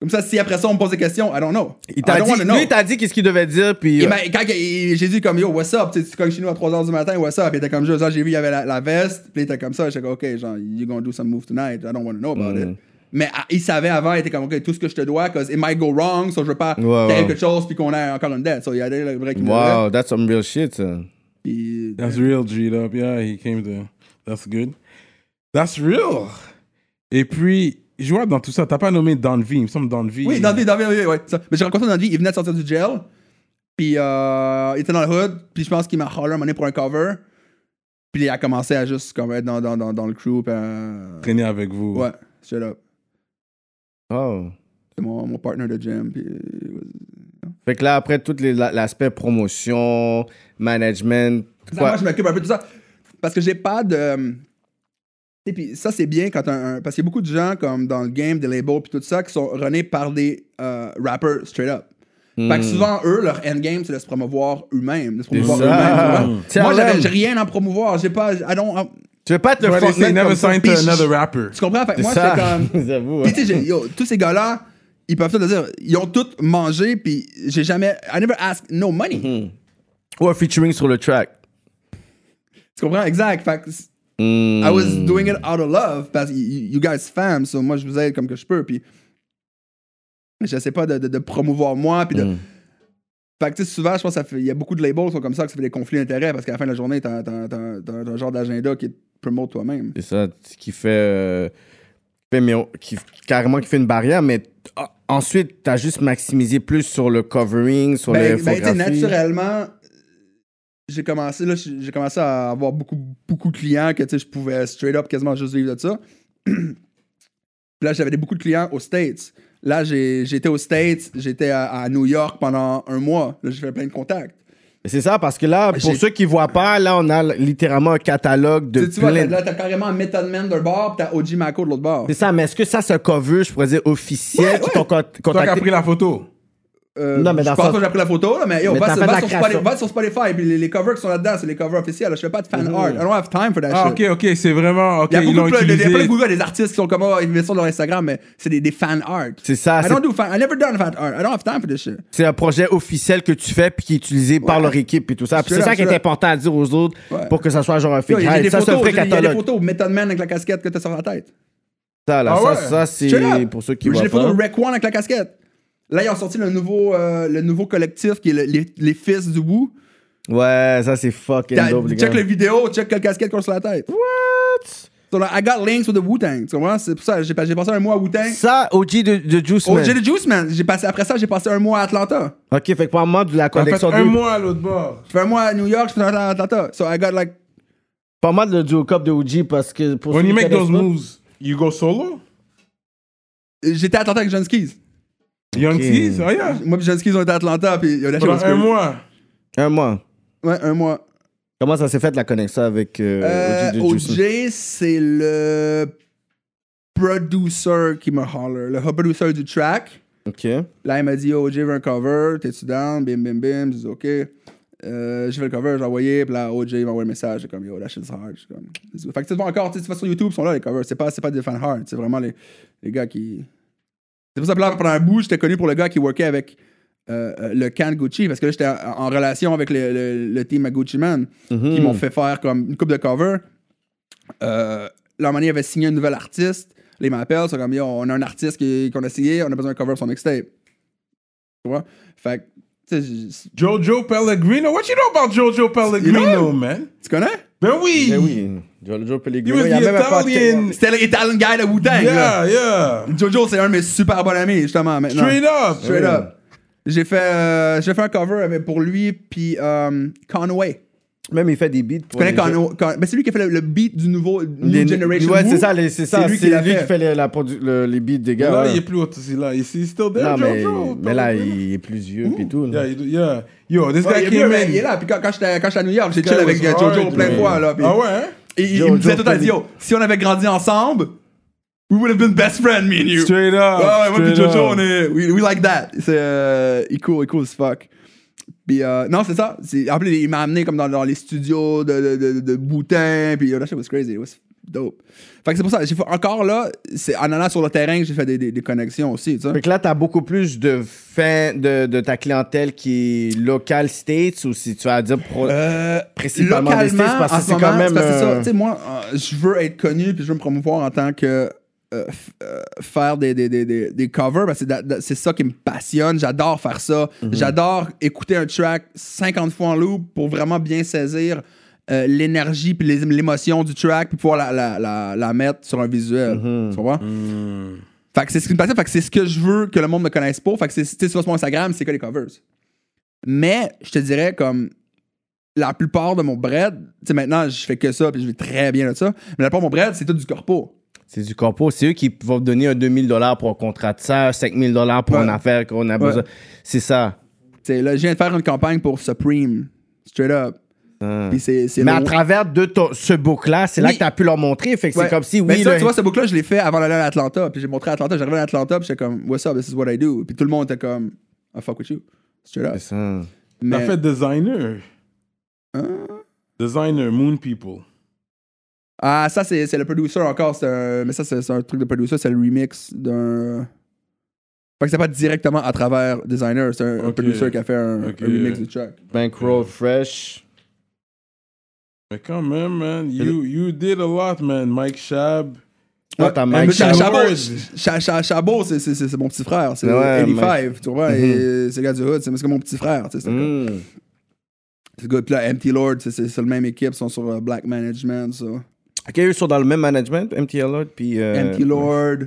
Comme ça, si après ça on me pose des questions, I don't know.
Il t'a
I don't
dit,
wanna know.
lui, il t'a dit qu'est-ce qu'il devait dire, puis. euh,
Il m'a- quand il- j'ai dit comme yo, what's up? Tu sais, tu cognes chez nous à 3h du matin, what's up? Il était comme juste, genre, j'ai vu, il y avait la, la veste, puis il était comme ça. J'étais comme, ok, genre, you gonna do some move tonight, I don't want to know about
Mm.
it. Mais ah, il savait avant, il était comme, ok, tout ce que je te dois, cause it might go wrong, so je veux pas
Ouais,
faire
ouais.
quelque chose, puis qu'on ait encore une dette. So il y a des vrai qui me
Wow, that's some real shit, ça.
Puis,
That's real, G'd up. Yeah, he came to. That's good. That's real. Et puis, je vois dans tout ça, t'as pas nommé Don V. Il me semble Don V.
Oui, dans vie, dans vie, oui, oui, oui. ça. Mais j'ai rencontré dans vie, il venait de sortir du jail. Puis euh, il était dans le hood. Puis je pense qu'il m'a holler un moment donné pour un cover. Puis il a commencé à juste comme, être dans, dans, dans, dans le crew. Puis, euh,
Traîner avec vous.
ouais, straight up.
Oh.
C'est mon, mon partner de gym. Puis euh, it was-
Fait que là, après, tout les- la- l'aspect promotion, management. quoi-
moi, je m'occupe un peu de tout ça. Parce que j'ai pas de. euh, Et puis ça, c'est bien quand un, un- Parce qu'il y a beaucoup de gens, comme dans le game, des labels, puis tout ça, qui sont runnés par des euh, rappers, straight up. Fait
Hmm.
que souvent, eux, leur endgame, c'est de se promouvoir eux-mêmes. De se promouvoir
ça.
eux-mêmes. tu vois.
Tiens,
Moi, j'avais
Alan.
j'ai rien à promouvoir. J'ai pas. I don't- I-
Tu veux pas être le
But they say
frontman
never
comme ça?
sign to another rapper.
tu comprends? Fait que
C'est
moi,
ça.
c'est comme.
J'avoue, hein.
Puis, tu sais, j'ai- yo, tous ces gars-là, ils peuvent tout le dire. Ils ont tous mangé, puis j'ai jamais. I never asked no money.
Mm-hmm. Ou un featuring sur le track.
Tu comprends? Exact. Fait que c- I was doing it out of love parce que you you guys fam, so moi je vous aide comme que je peux. Puis j'essaie pas de, de- de promouvoir moi. Puis de... Fait que tu sais, souvent, je pense qu'il y a beaucoup de labels qui sont comme ça, que ça fait des conflits d'intérêts parce qu'à la fin de la journée, t'as, t'as- t'as- t'as un genre d'agenda qui te promote toi-même.
C'est ça, t- qui fait. euh, fait mais on- qui, carrément qui fait une barrière, mais t- ah, ensuite, t'as juste maximisé plus sur le covering, sur
Ben,
le.
ben, tu sais, naturellement, j'ai commencé, là, j'ai j'ai commencé à avoir beaucoup, beaucoup de clients que tu sais, je pouvais straight up quasiment juste vivre de ça. Puis là, j'avais des- beaucoup de clients aux States. Là, j'ai- j'étais aux States, j'étais à, à New York pendant un mois. Là, j'ai fait plein de contacts.
C'est ça, parce que là, pour
Ben, J'ai-
ceux qui voient pas, là, on a l- littéralement un catalogue de
Tu sais, tu vois,
plein
t'as-
de-
là, t'as carrément Method Man d'un bord, puis t'as OG Mako de l'autre bord.
C'est ça, mais est-ce que ça, c'est un cover, je pourrais dire, officiel, qui t'ont con-
Toi qui as
contacté?
pris la photo.
Euh,
Non, mais
je pense
dans
pas
ça-
que j'ai pris la photo, là, mais yo,
Mais
va,
t'as
sur,
fait de
va
la
sur
création.
Spotify, va sur Spotify, puis les, les covers qui sont là-dedans, c'est les covers officiels. là. Je fais pas de fan art. I don't have time for that
Ah,
shit.
ok, ok, c'est vraiment. Ok,
Il y a
ils l'ont
beaucoup de, il y a
utilisé.
plein de Google, des artistes qui sont comme, oh, ils mettent sur leur Instagram, mais c'est des, des fan art.
C'est ça,
I
c'est-
don't do fan, I never done fan art. I don't have time for this shit.
C'est un projet officiel que tu fais puis qui est utilisé par
Ouais.
leur équipe et tout ça. Puis
Je suis
C'est
là,
ça
je
qui
suis
est
là.
important à dire aux autres
Ouais.
pour que ça soit genre un
Yo,
fake.
Il y a
Hey,
des
ça, c'est un
photos,
vrai
il y a des
catalogue.
photos, Method Man avec la casquette que t'as sur la tête.
Ça,
Ah
là, ça,
ouais.
ça,
Straight
c'est
up.
pour ceux qui
J'ai
voient
des
pas.
photos de Rec One avec la casquette. Là, ils ont sorti le nouveau, euh, le nouveau collectif qui est le- les, les fils du Wu.
Ouais, ça, c'est fucking
T'as-
dope, les gars.
Check la vidéo, check quelle casquette qu'on a sur la tête. What? So, like, I got links with the Wu-Tang. Tu comprends? C'est pour ça, j'ai pas- j'ai passé un mois à Wu-Tang.
Ça, OG de, de Juice
Au
Man.
J. Juice, man. J'ai passé, après ça, j'ai passé un mois à Atlanta.
OK, fait que probablement de la
T'as fait
collection
un
de...
mois à l'autre bord.
Je fais un mois à New York, je fais un mois à Atlanta. So I got like
Probablement de le duo cup de OG parce que... Pour
When
ceux
you
qui
make those
connaissent pas-
moves, you go solo?
J'étais à Atlanta avec John Skis.
Young Tees? Oh yeah.
Moi et John Skis, on était à Atlanta, puis il y a des
Pendant
choses.
un mois.
Un mois.
Ouais, un mois.
Comment ça s'est fait, la connexion avec euh,
Euh,
OG de Juice Man?
OJ, c'est le producer qui me holler, le producer du track.
OK. Eh
Là, il m'a dit, yo, OJ veut un cover, t'es-tu down? Bim, bim, bim. J'ai dit, OK. Euh, j'ai fait le cover, j'ai envoyé, puis là, OJ m'a envoyé un message, j'ai comme, yo, that shit's hard. J'ai Comme, Let's go. fait que tu te vois encore, tu sais, tu vas sur YouTube, ils sont là, les covers. C'est pas, c'est pas des fans hard, c'est vraiment les, les gars qui. C'est pour ça que là, pendant un bout, j'étais connu pour le gars qui workait avec euh, euh, le can Gucci, parce que là, j'étais en, en relation avec le, le- le team à Gucci Man, qui m'ont fait faire comme une coupe de cover. Euh, là, à un moment donné, il avait signé un nouvel artiste. Là, ils m'appellent, ils sont comme, yo, on a un artiste qui- qu'on a signé, on a besoin d'un cover pour son mixtape. Tu vois? Fait que, tu sais, j-
Jojo Pellegrino? What you know about Jojo Pellegrino, man?
tu connais?
Ben oui!
Ben oui. Jojo
He
Pellegrino,
was
il y a
the
même un podcast.
Italian.
C'était le Italian guy de Wu-Tang, là.
Yeah, yeah.
Jojo, c'est un de mes super bons amis, justement, maintenant.
Straight up.
Straight up. J'ai fait, euh, j'ai fait un cover avec- pour lui, puis euh, Conway.
Même il fait des beats.
Tu connais quand, quand- ben, c'est lui qui a fait le, le beat du nouveau New Generation.
Ouais, c'est
Who.
ça, les- c'est ça.
C'est lui qui l'a fait.
les- la produ- le- les beats des
Mais
gars.
là,
ouais.
il est plus haut, c'est là. He's he's still there,
Non, mais,
Jojo.
mais là, il est plus vieux pis tout. là.
Yeah, he do- Oh, yeah. Yo, this
Ouais,
guy
il, est bien,
came
mais
in.
il est là. Puis quand, quand j'étais quand j'étais à New York, j'ai
This guy
chill avec
was
euh, Jojo
hard,
plein de
man.
fois. Là, puis-
Ah ouais? hein?
Et il- il
Jojo
me disait tout à
Freddy.
dire, yo, si on avait grandi ensemble, we would have been best friends, me and you.
Straight up.
Ah ouais, moi pis
Oh, straight
Jojo,
up.
on est. We, we like that. C'est. euh, il est cool, il est cool as fuck. Puis, euh, non, c'est ça. C'est- En plus, il m'a amené comme dans, dans les studios de, de, de, de Boutin. Puis, yo, that shit was crazy. It was dope. Fait que c'est pour ça. j'ai fait- Encore là, c'est en allant sur le terrain que j'ai fait des, des, des connexions aussi, tu sais.
Fait que là, t'as beaucoup plus de fin de, de ta clientèle qui est locale States ou si tu vas dire pro-
Euh,
principalement des
localement,
States, parce
en
que
ce
c'est
moment,
quand même.
parce que c'est ça.
euh,
Tu sais, moi, euh, je veux être connu puis je veux me promouvoir en tant que euh, f- euh, faire des, des, des, des, des covers parce que c'est da- da- c'est ça qui me passionne. J'adore faire ça.
Mhm.
J'adore écouter un track 50 fois en loop pour vraiment bien saisir euh, l'énergie puis les- l'émotion du track puis pouvoir la, la, la, la mettre sur un visuel.
Mhm.
Tu comprends? Fait que c'est ce qui me passionne. Fait que c'est ce que je veux que le monde me connaisse pour. Fait que c'est, tu sais, sur mon Instagram, c'est que les covers. Mais je te dirais comme la plupart de mon bread, tu sais, maintenant je fais que ça puis je vais très bien de ça, mais la plupart de mon bread, c'est tout du corpo.
C'est du corpo. C'est eux qui vont te donner un 2000 pour un contrat de serre, 5000 pour
Ouais.
une affaire qu'on a besoin. C'est ça.
Tu sais, là, je viens de faire une campagne pour Supreme, straight up. Puis c'est, c'est
Ah. Mais à
le-
travers de ton- ce book-là, c'est là
Oui.
que t'as pu leur montrer. Fait que
Ouais.
c'est comme si,
Mais
oui,
ça,
là,
tu vois, ce book-là, je l'ai fait avant d'aller à Atlanta. Puis j'ai montré à Atlanta, j'arrivais à Atlanta, puis j'étais comme, What's up, this is what I do. Puis tout le monde était comme, I fuck with you. Straight up.
ça.
T'as
Mais,
fait designer.
Hein?
Designer, Moon People.
Ah, ça, c'est, c'est le producer encore. C'est un- mais ça, c'est, c'est un truc de producer. C'est le remix d'un. Fait que c'est pas directement à travers designer. C'est un, un
Ok.
producer qui a fait un, un
Ok.
remix du track.
Bankroll Fresh.
Mais quand même, man, you, you did a lot, man. Mike Shab.
Ouais,
Ouais,
Ah, t'as
mais
Mike
Cha-
Chabot.
Chabot, Cha- Cha- Chabot, c'est, c'est, c'est, c'est mon petit frère. C'est
Ouais, Mhm.
85, tu vois. et c'est le gars du hood. C'est, c'est comme mon petit frère. tu sais, C'est, comme-
Mm.
c'est good. Puis là, Empty Lord, c'est, c'est, c'est la même équipe. Ils sont sur euh, Black Management. Ça.
Ok, eux sont dans le même management, MTL, puis. euh,
Empty Lord,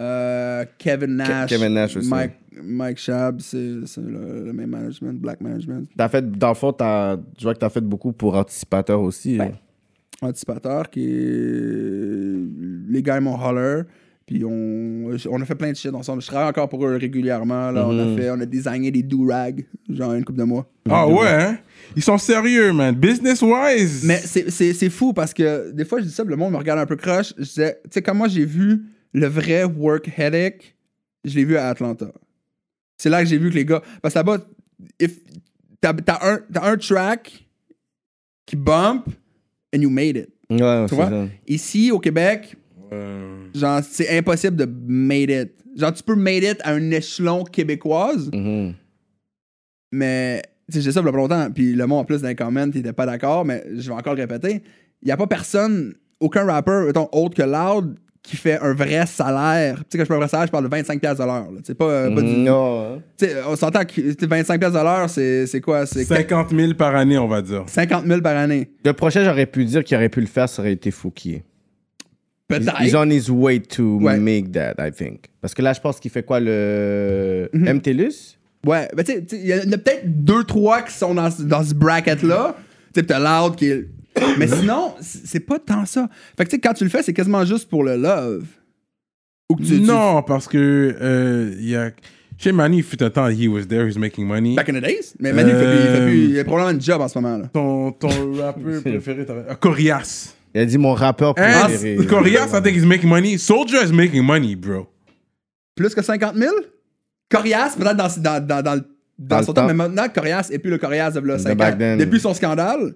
euh, Kevin Nash.
Kevin Nash aussi.
Mike, Mike Shab, c'est, c'est le, le même management, Black Management.
T'as fait, dans le fond, t'as- je vois que t'as fait beaucoup pour Anticipateur aussi. hein.
Anticipateur qui est... Les gars, ils m'ont holler. Puis on... on a fait plein de shit ensemble. Je travaille encore pour eux régulièrement. Là,
Mhm.
on, a fait... on a designé des do-rags, genre une coupe de mois.
Ah ouais, hein? Ils sont sérieux, man. Business-wise.
Mais c'est- c'est c'est fou parce que des fois, je dis ça, puis le monde me regarde un peu crush. Je disais, tu sais, comme moi, j'ai vu le vrai work headache, je l'ai vu à Atlanta. C'est là que j'ai vu que les gars. Parce que là-bas, if- t'as t'as un, t'as un track qui bump and you made it.
Ouais,
Tu
c'est
vois?
ça.
Ici, au Québec,
Euh,
Genre, c'est impossible de made it. Genre, tu peux made it à un échelon québécoise,
Mhm.
mais tu sais, j'ai ça pour longtemps. Puis le monde, en plus, dans les comments, il était pas d'accord, mais je vais encore le répéter. Il y a pas personne, aucun rappeur, mettons, autre que Loud, qui fait un vrai salaire. Tu sais, quand je parle de vrai salaire, je parle de 25$ de l'heure. là. Tu sais, pas, euh, pas du-
Non. hein.
tu sais, on s'entend que tu sais, 25$ de l'heure, c'est c'est quoi? C'est
50 000 par année, on va dire.
50 000 par année.
Le prochain, j'aurais pu dire qu'il aurait pu le faire, ça aurait été Fouquier. He's- He's
Peut-être.
on his way to
Euh, Ouais.
make that, I think. Parce que là, je pense qu'il fait quoi, le
Mm-hmm.
MTLUS?
Ouais, mais tu sais, tu sais, il y en a peut-être deux, trois qui sont dans, ce- dans ce bracket-là. Tu sais, pis t'as Loud qui est. Mais sinon, c'est c'est pas tant ça. Fait que tu sais, quand tu le fais, c'est quasiment juste pour le love. Ou que tu. tu-
non, parce que euh, il y a... chez Manu, il fut un temps, he was there, he was making money.
Bah-
Back in the days. Mais Manu, il, fait plus, il fait plus- il a probablement une job en ce moment. là.
Ton, ton rappeur préféré, t'avais- Ah, Corias.
Il a dit mon rappeur
Hein?
Ah,
préféré.
Corias, I think he's making money. Soldier is making money, bro.
Plus que 50 000 Corias, peut-être dans, dans, dans, dans, le- dans son
Dans le
temps.
temps.
Mais maintenant, Corias est plus le Corias de là, 5
back
ans.
then.
Depuis son scandale,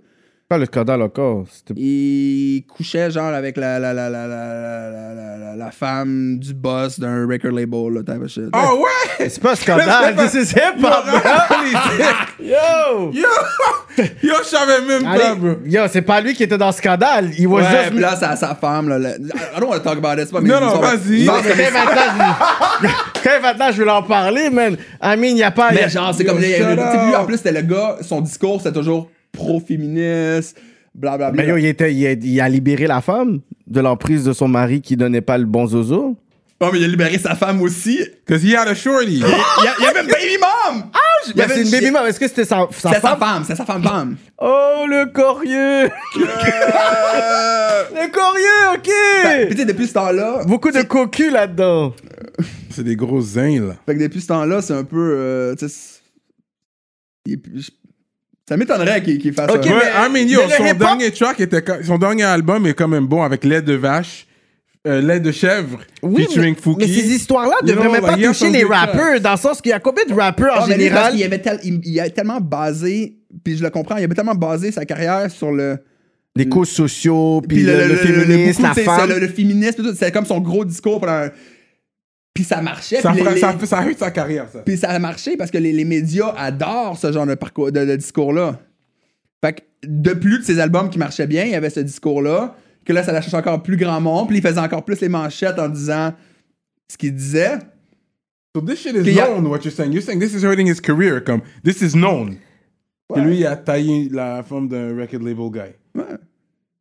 Pas le scandale encore. C'était-
il couchait genre avec la, la, la, la, la, la, la, la- la- la femme du boss d'un record label, là, type of shit.
Ah ouais!
C'est pas un scandale,
Mais
this is hip-hop, yo!
Yo! Yo, je savais même pas, bro.
Allez, Yo, c'est pas lui qui était dans scandale. Il was
Ouais,
just...
puis là, c'est à sa femme. Là, le- I don't want to talk about it, c'est pas mes
Non, non,
histoires.
vas-y.
Non,
Non, mais
mais-
quand maintenant, je... quand maintenant, je veux leur parler, man. I mean, il n'y a pas... y a-
Mais genre, c'est comme.
Yo,
les-
shut
tu sais, lui,
up.
en plus, c'était le gars, son discours, c'était toujours pro-féministe, blablabla.
Mais yo, il, était, il, a, il a libéré la femme de l'emprise de son mari qui donnait pas le bon zozo.
Oh, mais il a libéré sa femme aussi.
Cause he had a shorty.
Il y, a- il y avait une baby mom! Ah, il y
Mais
avait
c'est une baby mom. Est-ce que c'était sa, sa
C'est sa
femme?
femme, c'est sa femme femme.
Oh, le corieux!
Euh,
Le corieux, OK!
fait- puis tu sais, depuis ce temps-là,
Bah, Beaucoup de cocu là-dedans.
C'est des gros zins, là.
fait que depuis ce temps-là, c'est un peu, euh, tu sais, c'est- il est plus- ça m'étonnerait qu'il qu'il fasse.
Ok,
un-
Ouais,
mais-
I mean, yo,
mais le
son
hip-hop-
dernier track était, ca- son dernier album est quand même bon avec lait de vache, euh, lait de chèvre, featuring
mais,
Fouki. bah,
mais ces histoires-là
You
devraient
know,
même pas
like, he has
toucher
some
les
good
rappeurs, dans le sens qu'il y a combien de rappeurs en
Ah, mais lui, parce
général?
qu'il avait tel- il, il a tellement basé, puis je le comprends, il avait tellement basé sa carrière sur le.
Les causes sociaux, puis le, le
beaucoup,
féminisme, la
tu sais,
femme.
c'est Le, le féminisme, puis tout, c'était comme son gros discours pendant. un- Puis ça marchait.
Ça,
puis les-
fera-
les-
ça, ça a eu de sa carrière, ça.
Puis ça a marché parce que les, les médias adorent ce genre de, parcours, de, de discours-là. Fait que de plus de ses albums qui marchaient bien, il y avait ce discours-là, que là, ça lâchait encore plus grand monde, puis il faisait encore plus les manchettes en disant ce qu'il disait.
So this shit is
Puis il y a-
known, what you're saying. You're saying this is hurting his career, comme, this is known. Et lui, il a taillé la femme d'un record label guy.
Ouais.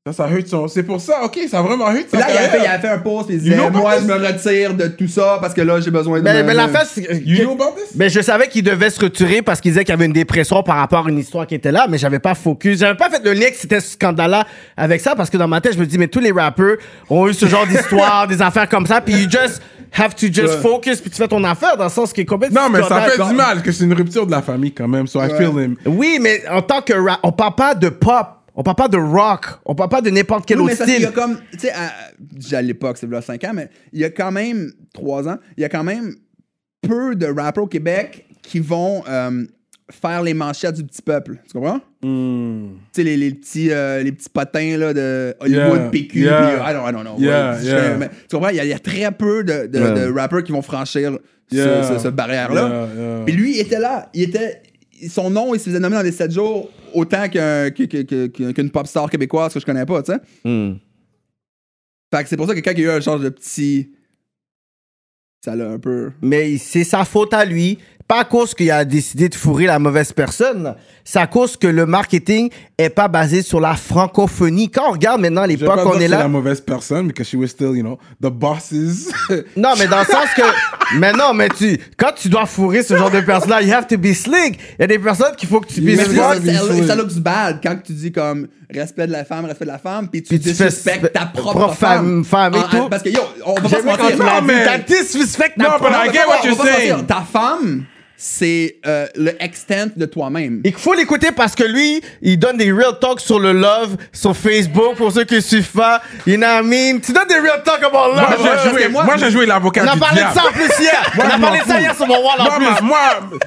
Ça, ça hurt son... C'est pour ça, OK, ça a vraiment hurt sa
Puis là, il a,
carrière.
fait, il a fait un pause, puis il disait
You know
Moi,
about
je me retire de tout ça parce que là, j'ai besoin de.
Ben,
Mais,
me-
mais la face, c'est-
You know about this?
mais je savais qu'il devait se retirer parce qu'il disait qu'il y avait une dépression par rapport à une histoire qui était là, mais j'avais pas focus. J'avais pas fait le lien que c'était ce scandale-là avec ça parce que dans ma tête, je me dis, mais tous les rappeurs ont eu ce genre d'histoire, des affaires comme ça, puis you just have to just focus, puis tu fais ton affaire dans le sens qui est
Non,
complètement.
mais ça fait
scandale.
du mal, que c'est une rupture de la famille, quand même. So I feel him.
Oui, mais en tant que rap, on parle pas de pop, on parle pas de rock, on parle pas de n'importe quel
Oui,
autre
mais parce qu'il y
style.
a comme, tu sais, à, j'ai- à l'époque, c'est là 5 ans, mais il y a quand même 3 ans, il y a quand même peu de rappers au Québec qui vont euh, faire les manchettes du petit peuple. Tu comprends? Tu sais, les, les petits, euh, les petits potins là, de Hollywood,
Yeah,
PQ,
yeah.
puis, euh, I don't, I don't know.
Yeah,
ouais, je-
yeah.
mais tu comprends? Il y, a- il y a très peu de, de,
Ouais.
de rappers qui vont franchir ce-
Yeah.
ce, cette barrière-là.
Yeah, yeah.
Puis lui, il était là. Il était. Son nom, il se faisait nommer dans les 7 jours autant qu'un- que- que- que- que- qu'une pop star québécoise que je connais pas, tu sais. Fait que c'est pour ça que quand il y a eu un genre de petit. Ça l'a un peu.
Mais c'est sa faute à lui. Pas à cause qu'il a décidé de fourrer la mauvaise personne. C'est à cause que le marketing est pas basé sur la francophonie. Quand on regarde maintenant
Je vais pas
l'époque
dire
qu'on
que c'est
est
la
là.
mauvaise personne, because she was still, you know, the bosses.
Non, mais dans le sens que. Mais non, mais tu. Quand tu dois fourrer ce genre de personne-là, you have to be slick. Il y a des personnes qu'il faut que tu
Mais
puisses
c'est
voir.
ça,
ça,
bien sûr.
ça looks bad quand tu dis comme respect de la femme, respect de la femme, puis tu
Puis tu fais
disrespectes ta
spe-
propre,
propre
femme.
femme- femme et
En- en-
tout.
Parce que yo, on va pas se
J'aime quand
mentir.
tu
Non,
l'as dit,
mais-
t'as disrespect ta
Non, but
propre-
I get what
On
you're
va pas se mentir,
saying.
Ta femme, c'est euh, le extent de toi-même.
Il faut l'écouter parce que lui, il donne des real talks sur le love, sur Facebook, pour ceux qui suivent pas. You know what I mean? Tu donnes des real talks about
Moi,
love.
j'ai
ouais.
joué-
moi-
Moi, j'ai joué l'avocat
On
du
a
diable.
parlé de ça en plus hier. On
Moi,
a
je
parlé
m'en
de ça
fous.
hier sur mon wall en
Moi,
plus.
ma, moi,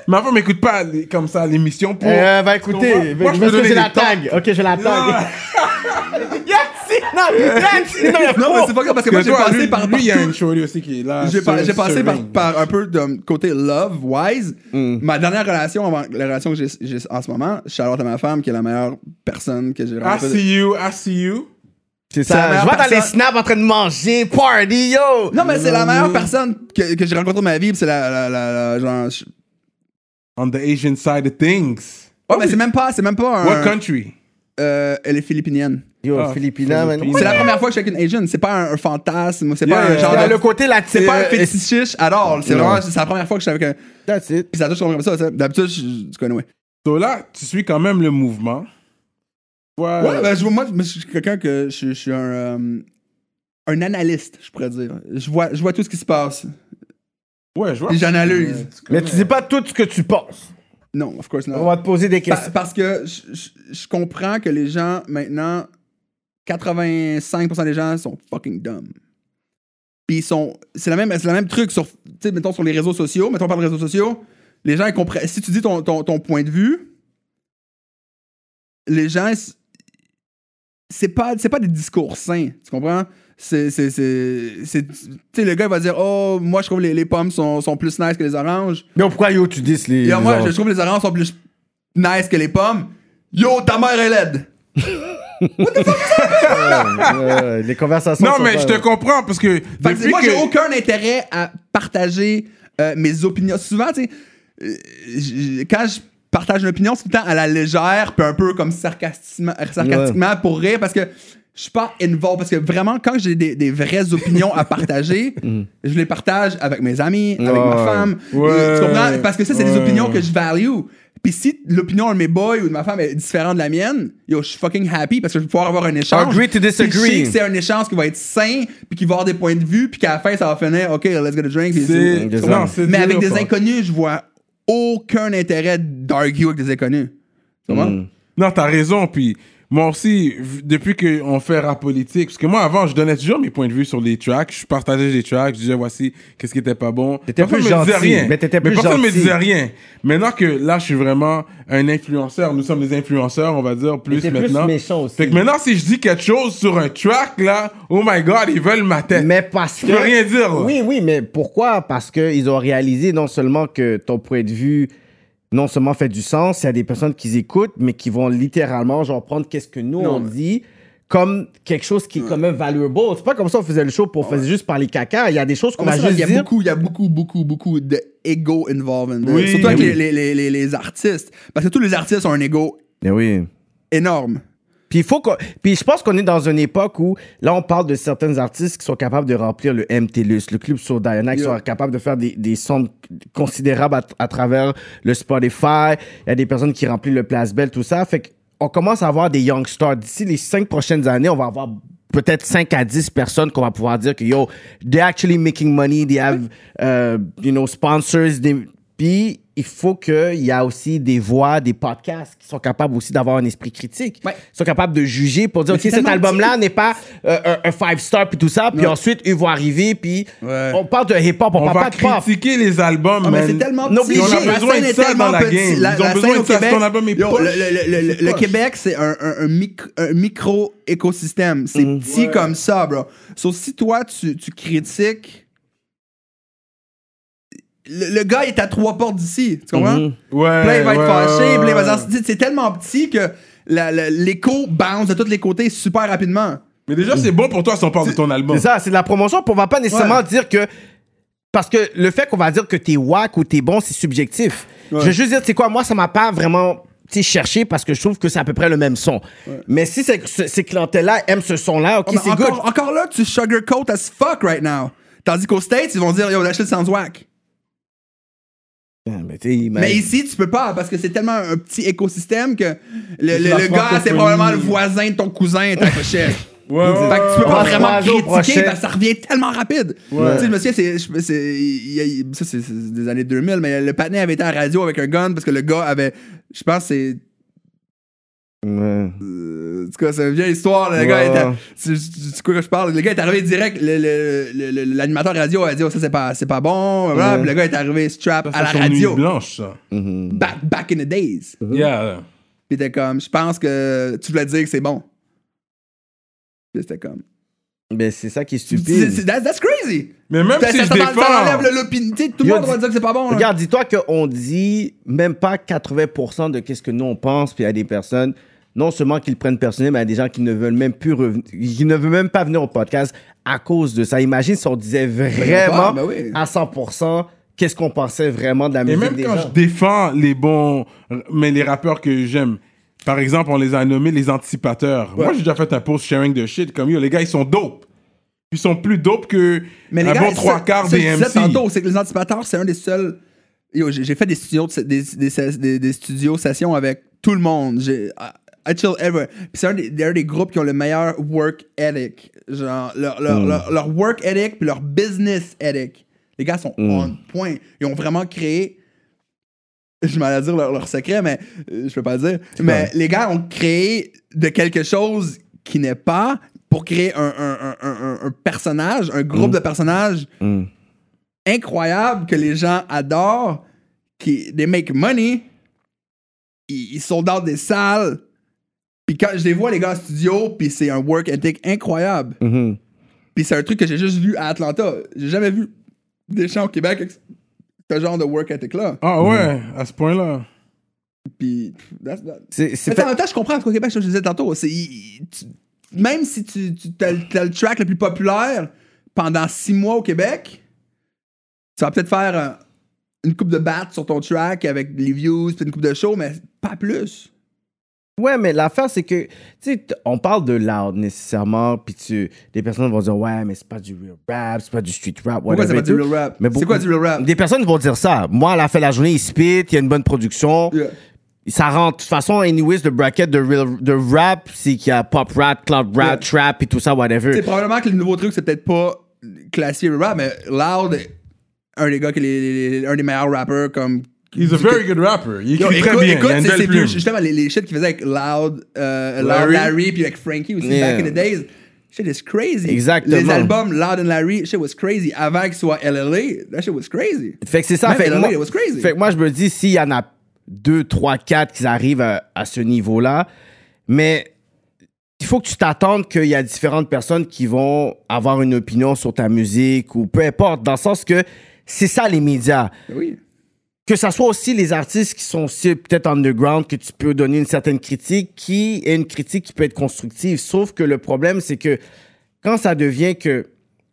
ma femme m'écoute pas les- comme ça à l'émission pour.
Euh, va écouter.
Moi, je peux
parce que
donner
j'ai
des
la tag. Ok, j'ai la tag. Yaxi! Non, Yaxi! Non,
Non, mais c'est pas grave parce que moi j'ai
Oh, toi,
passé
lui,
par
lui, il y a
partout.
une shorty aussi qui est là.
J'ai pas-
sur-
j'ai passé par,
surving.
par un peu de côté love-wise. Ma dernière relation, avant la relation que j'ai j'ai en ce moment, Charlotte à ma femme, qui est la meilleure personne que j'ai
Ah, I
rencontrée.
see you, I see you.
C'est
ça,
ça. Je vois
personne-
dans les snaps en train de manger, party, yo!
Non, mais c'est la meilleure personne que, que j'ai rencontrée de ma vie. puis C'est la, la, la, la- genre. je-
Ah On the Asian side of things.
Oh, mais c'est même pas, c'est même pas un.
What country?
euh, elle est philippinienne.
Yo,
Ah,
Philippina, man.
Philippines.
C'est la première fois que je suis avec une Asian. C'est pas un, un fantasme. C'est pas
Yeah,
un genre.
yeah.
Dans
de-
le côté là,
C'est pas un fétichiste à all. C'est vraiment. C'est la première fois que je suis avec un.
That's it.
Puis ça touche comme ça. ça. D'habitude, je- tu connais, ouais.
So là, tu suis quand même le mouvement. Ouais.
Ouais, ben, je, moi, je suis quelqu'un que je, je suis un, euh, un analyste, je pourrais dire. Je vois, je vois tout ce qui se passe.
ouais, je vois.
Puis j'analyse.
Mais tu dis pas tout ce que tu penses.
Non, of course
On
not.
va te poser des
Pa-
questions.
parce que je, je- je comprends que les gens, maintenant, 85% des gens sont fucking dumb. Puis ils sont. C'est le même, c'est le même truc sur. Tu sais, mettons sur les réseaux sociaux. Mettons, on parle de réseaux sociaux. Les gens, ils comprennent. Si tu dis ton, ton, ton point de vue, les gens. ils- C'est pas, c'est pas des discours sains. Tu comprends? C'est. c'est- c'est- c'est- Tu sais, le gars, il va dire Oh, moi, je trouve les, les pommes sont, sont plus nice que les oranges.
Non, pourquoi yo, tu dis les.
Et
les
moi,
oranges?
je trouve que les oranges sont plus nice que les pommes. Yo, ta mère est laide.
Euh, les conversations.
Non,
sont
mais
pas-
je te comprends parce que.
Fait que
depuis
moi, j'ai
que-
aucun intérêt à partager euh, mes opinions. Souvent, tu sais, euh, j- j- quand je partage une opinion, c'est tout le temps à la légère, puis un peu comme sarcastiquement, sarcastiquement euh, pour rire, parce que je suis pas involved parce que vraiment, quand j'ai des, des vraies opinions à partager, je les partage avec mes amis, avec ma
Ouais.
femme.
Ouais.
Euh, tu comprends? Parce que ça, c'est des
Ouais.
opinions que je value. Puis si l'opinion de mes boys ou de ma femme est différente de la mienne, yo, je suis fucking happy parce que je vais pouvoir avoir un échange.
Agree to
Puis je sais
disagree.
que c'est un échange qui va être sain, puis qui va avoir des points de vue, puis qu'à la fin, ça va finir, OK, let's get a drink. puis
C'est-
Des
non,
hommes.
c'est
mais
dur,
avec des
ça.
inconnus, je vois aucun intérêt d'argue avec des inconnus. Comment?
Non, t'as raison. Puis moi aussi, v- depuis qu'on fait rap politique, parce que moi avant, je donnais toujours mes points de vue sur les tracks. Je partageais les tracks. Je disais voici qu'est-ce qui était pas bon.
T'étais
Personne
plus
me disait
gentil,
rien.
mais t'étais plus
personne me
gentil.
disait rien. Maintenant que là, je suis vraiment un influenceur. Nous sommes des influenceurs, on va dire plus
T'étais plus
maintenant.
méchant aussi.
Fait que maintenant, si je dis quelque chose sur un track là, oh my god, ils veulent ma tête.
Mais parce que.
peux rien dire, là.
Oui, oui, mais pourquoi Parce qu'ils ont réalisé non seulement que ton point de vue, non seulement fait du sens, il y a des personnes qui écoutent, mais qui vont littéralement, genre, prendre qu'est-ce que nous, on dit comme quelque chose qui est quand même valuable. C'est pas comme ça on faisait le show pour on faisait juste parler caca. Il y a des choses qu'on
Ah, Mais
va
ça,
juste
il y a
dire.
beaucoup, il y a beaucoup, beaucoup, beaucoup de ego involved in this.
Oui, Ben
Surtout avec
oui.
les, les- les- les- les artistes. Parce que tous les artistes ont un ego
Mais oui.
énorme.
Puis il faut qu'on- puis je pense qu'on est dans une époque où là on parle de certains artistes qui sont capables de remplir le MTLUS, le club sur Diana, qui
Yeah.
sont capables de faire des, des sons considérables à, à travers le Spotify. Il y a des personnes qui remplissent le Place Belle, tout ça. Fait qu'on commence à avoir des young stars. D'ici les cinq prochaines années, on va avoir peut-être 5 à 10 personnes qu'on va pouvoir dire que yo, they're actually making money, they have, euh, you know, sponsors. They... Puis il faut qu'il y a aussi des voix, des podcasts qui sont capables aussi d'avoir un esprit critique.
Ouais.
Ils sont capables de juger pour dire,
Mais
OK,
c'est
cet
tellement
album-là n'est pas euh, un, un five star puis tout ça. Puis
Non.
ensuite, ils vont arriver puis
Ouais.
on parle de hip-hop, on,
on
parle
va
pas de pop.
critiquer les albums,
Ah, mais
man.
c'est tellement
Non,
petit.
mais
La
on a
besoin
scène
de
est
ça
tellement
dans la
petite.
game. Ils ont
la
besoin
scène au
de ça,
Québec-
ton album est
Yo,
poche.
le- le- le- le- Le
poche.
Québec, c'est un, un- un mic- un micro-écosystème. C'est petit comme ça, bro. Sauf si toi, tu, tu critiques... Le, le gars est à trois portes d'ici, tu comprends?
Ouais,
Puis là, il va être
ouais,
fâché. puis là, il va
ouais,
dire-
ouais.
c'est- C'est tellement petit que la- la- l'écho bounce de tous les côtés super rapidement.
Mais déjà, c'est bon pour toi si on parle de ton album.
C'est ça, c'est de la promotion. Puis on va pas nécessairement
Ouais.
dire que. Parce que le fait qu'on va dire que t'es wack ou t'es bon, c'est subjectif. Je veux juste dire, tu sais quoi, moi, ça m'a pas vraiment tu sais, cherché parce que je trouve que c'est à peu près le même son. Mais si c'est- ce- ces clientèles-là aiment ce son-là, ok,
Ah, Mais
c'est good.
encore, encore là, tu sugarcoat as fuck right now. Tandis qu'aux States, ils vont dire Yo, lâchez le sans whack.
Ah, mais tu sais, il m'a-
Mais ici, tu peux pas parce que c'est tellement un petit écosystème que le,
tu
le- le
vas te faire
gars, c'est
compagnie.
probablement le voisin de ton cousin, ta pochette.
Ouais, ouais,
Fait que tu peux
ouais,
pas
ouais.
vraiment
Oiseau
critiquer
prochain.
parce que ça revient tellement rapide. Tu sais, je me souviens, c'est, je- c'est- il y a- il- ça c'est, c'est des années 2000, mais le patinet avait été à la radio avec un gun parce que le gars avait, je pense, que c'est
Ouais.
En tout cas, c'est une vieille histoire. là, Le
Ouais,
gars était.
ouais.
Tu, tu- tu- tu quoi que je parle? Le gars est arrivé direct. le- le- le- le- L'animateur radio a dit oh, ça, c'est pas, c'est pas bon. blablabla. Puis Le gars est arrivé strap à la
C'est son nuit
radio.
blanche, ça.
Mhm.
Back, back in the days. Puis
Yeah.
il était comme je pense que tu voulais dire que c'est bon. Puis c'était comme.
Mais Ben, c'est ça qui est
C'est-
stupide.
c'est- that's, that's crazy!
Mais même
Ça,
si
ça
je
t'en- ça
défends...
enlève l'opinion. Tu sais, Tout le
Yo,
monde va
dis-
dire que c'est pas bon. là.
Regarde, dis-toi qu'on dit même pas 80% de qu'est-ce que nous on pense, puis il y a des personnes, non seulement qui le prennent personnel, mais il y a des gens qui ne veulent même plus revenir, qui ne veulent même pas venir au podcast à cause de ça. Imagine si on disait vraiment
Ben oui.
à 100% qu'est-ce qu'on pensait vraiment de la
Et
musique
même
des
quand
gens.
je défends les bons, mais les rappeurs que j'aime, par exemple, on les a nommés les anticipateurs. Moi, j'ai déjà fait un post sharing de shit comme yo, les gars, ils sont dope. Ils sont plus dope que
Mais les
un
gars,
bon
ça-
trois quarts
ça,
des
je disais
MC.
tantôt, c'est que les anticipateurs, c'est un des seuls. Yo, j'ai j'ai fait des studios, de- des, des, des- des studios sessions avec tout le monde. J'ai I- I chill ever. Puis c'est un des, des- un des groupes qui ont le meilleur work ethic. Genre, leur, leur, leur, leur work ethic puis leur business ethic. Les gars sont on point. Ils ont vraiment créé. Je m'allais dire leur, leur secret, mais euh, je peux pas le dire. Mais les gars ont créé de quelque chose qui n'est pas pour créer un, un- un- un- un- un personnage, un groupe de personnages
Hum,
incroyable que les gens adorent, qui they make money, ils, ils sont dans des salles. Puis quand je les vois les gars en studio, puis c'est un work ethic incroyable.
Mhm.
Puis c'est un truc que j'ai juste vu à Atlanta. J'ai jamais vu des gens au Québec avec ce genre de work ethic là.
Ah ouais, à ce point-là.
Puis pff, that's not-
C'est c'est
Mais
fait-
en même temps, je comprends parce qu'au Québec, comme je disais tantôt, c'est il- il- tu- même si tu, tu as, le track le plus populaire pendant six mois au Québec, tu vas peut-être faire euh, une coupe de battes sur ton track avec les views, puis une coupe de show, mais pas plus.
Ouais, mais l'affaire, c'est que, tu sais, t- on parle de loud nécessairement, puis tu, des personnes vont dire, ouais, mais c'est pas du real rap, c'est pas du street rap,
Pourquoi
whatever
c'est pas
et
du
tout.
real rap?
Mais
C'est
beaucoup-
quoi du real rap?
Des personnes vont dire ça. Moi, à la fin de la journée, il spit, il y a une bonne production.
Yeah.
Ça rentre. De toute façon, anyways, le bracket de, real- de rap, c'est qu'il y a pop rap, club rap,
Yeah.
trap et tout ça,
C'est
whatever.
probablement que le nouveau truc, c'est peut-être pas classique rap, mais Loud, un des gars qui est les- les- les- un des meilleurs rappeurs comme.
He's a very good rapper. Il
Yo,
écrit très
écoute,
bien.
écoute,
il a une
c'est- c'est
belle
plus
plume.
justement les, les shit qu'il faisait avec Loud, euh, Loud
Larry.
Larry. puis avec Frankie aussi
Yeah.
back in the days. Shit is crazy.
Exactement.
Les albums Loud and Larry, shit was crazy. Avant qu'il soit LLA, that shit was crazy.
Fait que c'est ça.
Même
Fait que,
LLA,
moi,
it was crazy.
fait que moi, je me dis, s'il y en a deux, trois, quatre qui arrivent à, à ce niveau-là, mais il faut que tu t'attendes qu'il y a différentes personnes qui vont avoir une opinion sur ta musique ou peu importe, dans le sens que c'est ça les médias.
Ben Oui.
que ça soit aussi les artistes qui sont aussi peut-être underground, que tu peux donner une certaine critique qui est une critique qui peut être constructive. Sauf que le problème, c'est que quand ça devient que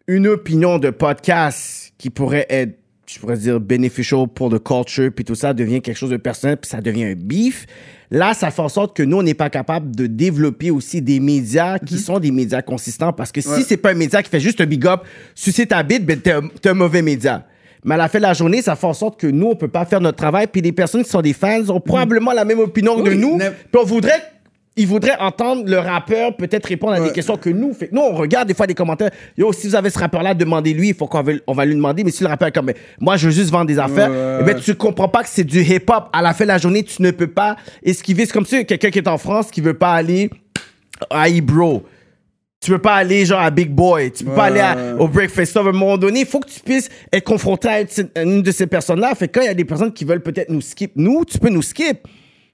une opinion de podcast qui pourrait être, je pourrais dire, beneficial pour the culture, puis tout ça devient quelque chose de personnel, puis ça devient un beef. Là, ça fait en sorte que nous, on n'est pas capable de développer aussi des médias qui
Mhm.
sont des médias consistants. Parce que si c'est pas un média qui fait juste un big up, sucer ta bite, ben t'es un- t'es un mauvais média. Mais à la fin de la journée, ça fait en sorte que nous, on peut pas faire notre travail. Puis les personnes qui sont des fans ont probablement la même opinion
Mhm.
que
Oui,
nous.
mais-
Puis on voudrait, ils voudraient entendre le rappeur peut-être répondre à des
Ouais.
questions que nous. Fait que nous, on regarde des fois des commentaires. Yo, si vous avez ce rappeur-là, demandez-lui. Il faut qu'on va, on va lui demander. Mais si le rappeur est comme, Mais moi, je veux juste vendre des affaires.
Ouais.
eh ben, tu comprends pas que c'est du hip-hop. À la fin de la journée, tu ne peux pas esquiver. C'est comme si quelqu'un qui est en France qui veut pas aller à Ibro. Tu peux pas aller genre à Big Boy, tu peux pas aller à- au Breakfast Club. À un moment donné, il faut que tu puisses être confronté à une de ces- à une de ces personnes-là. Fait que quand il y a des personnes qui veulent peut-être nous skip, nous, tu peux nous skip.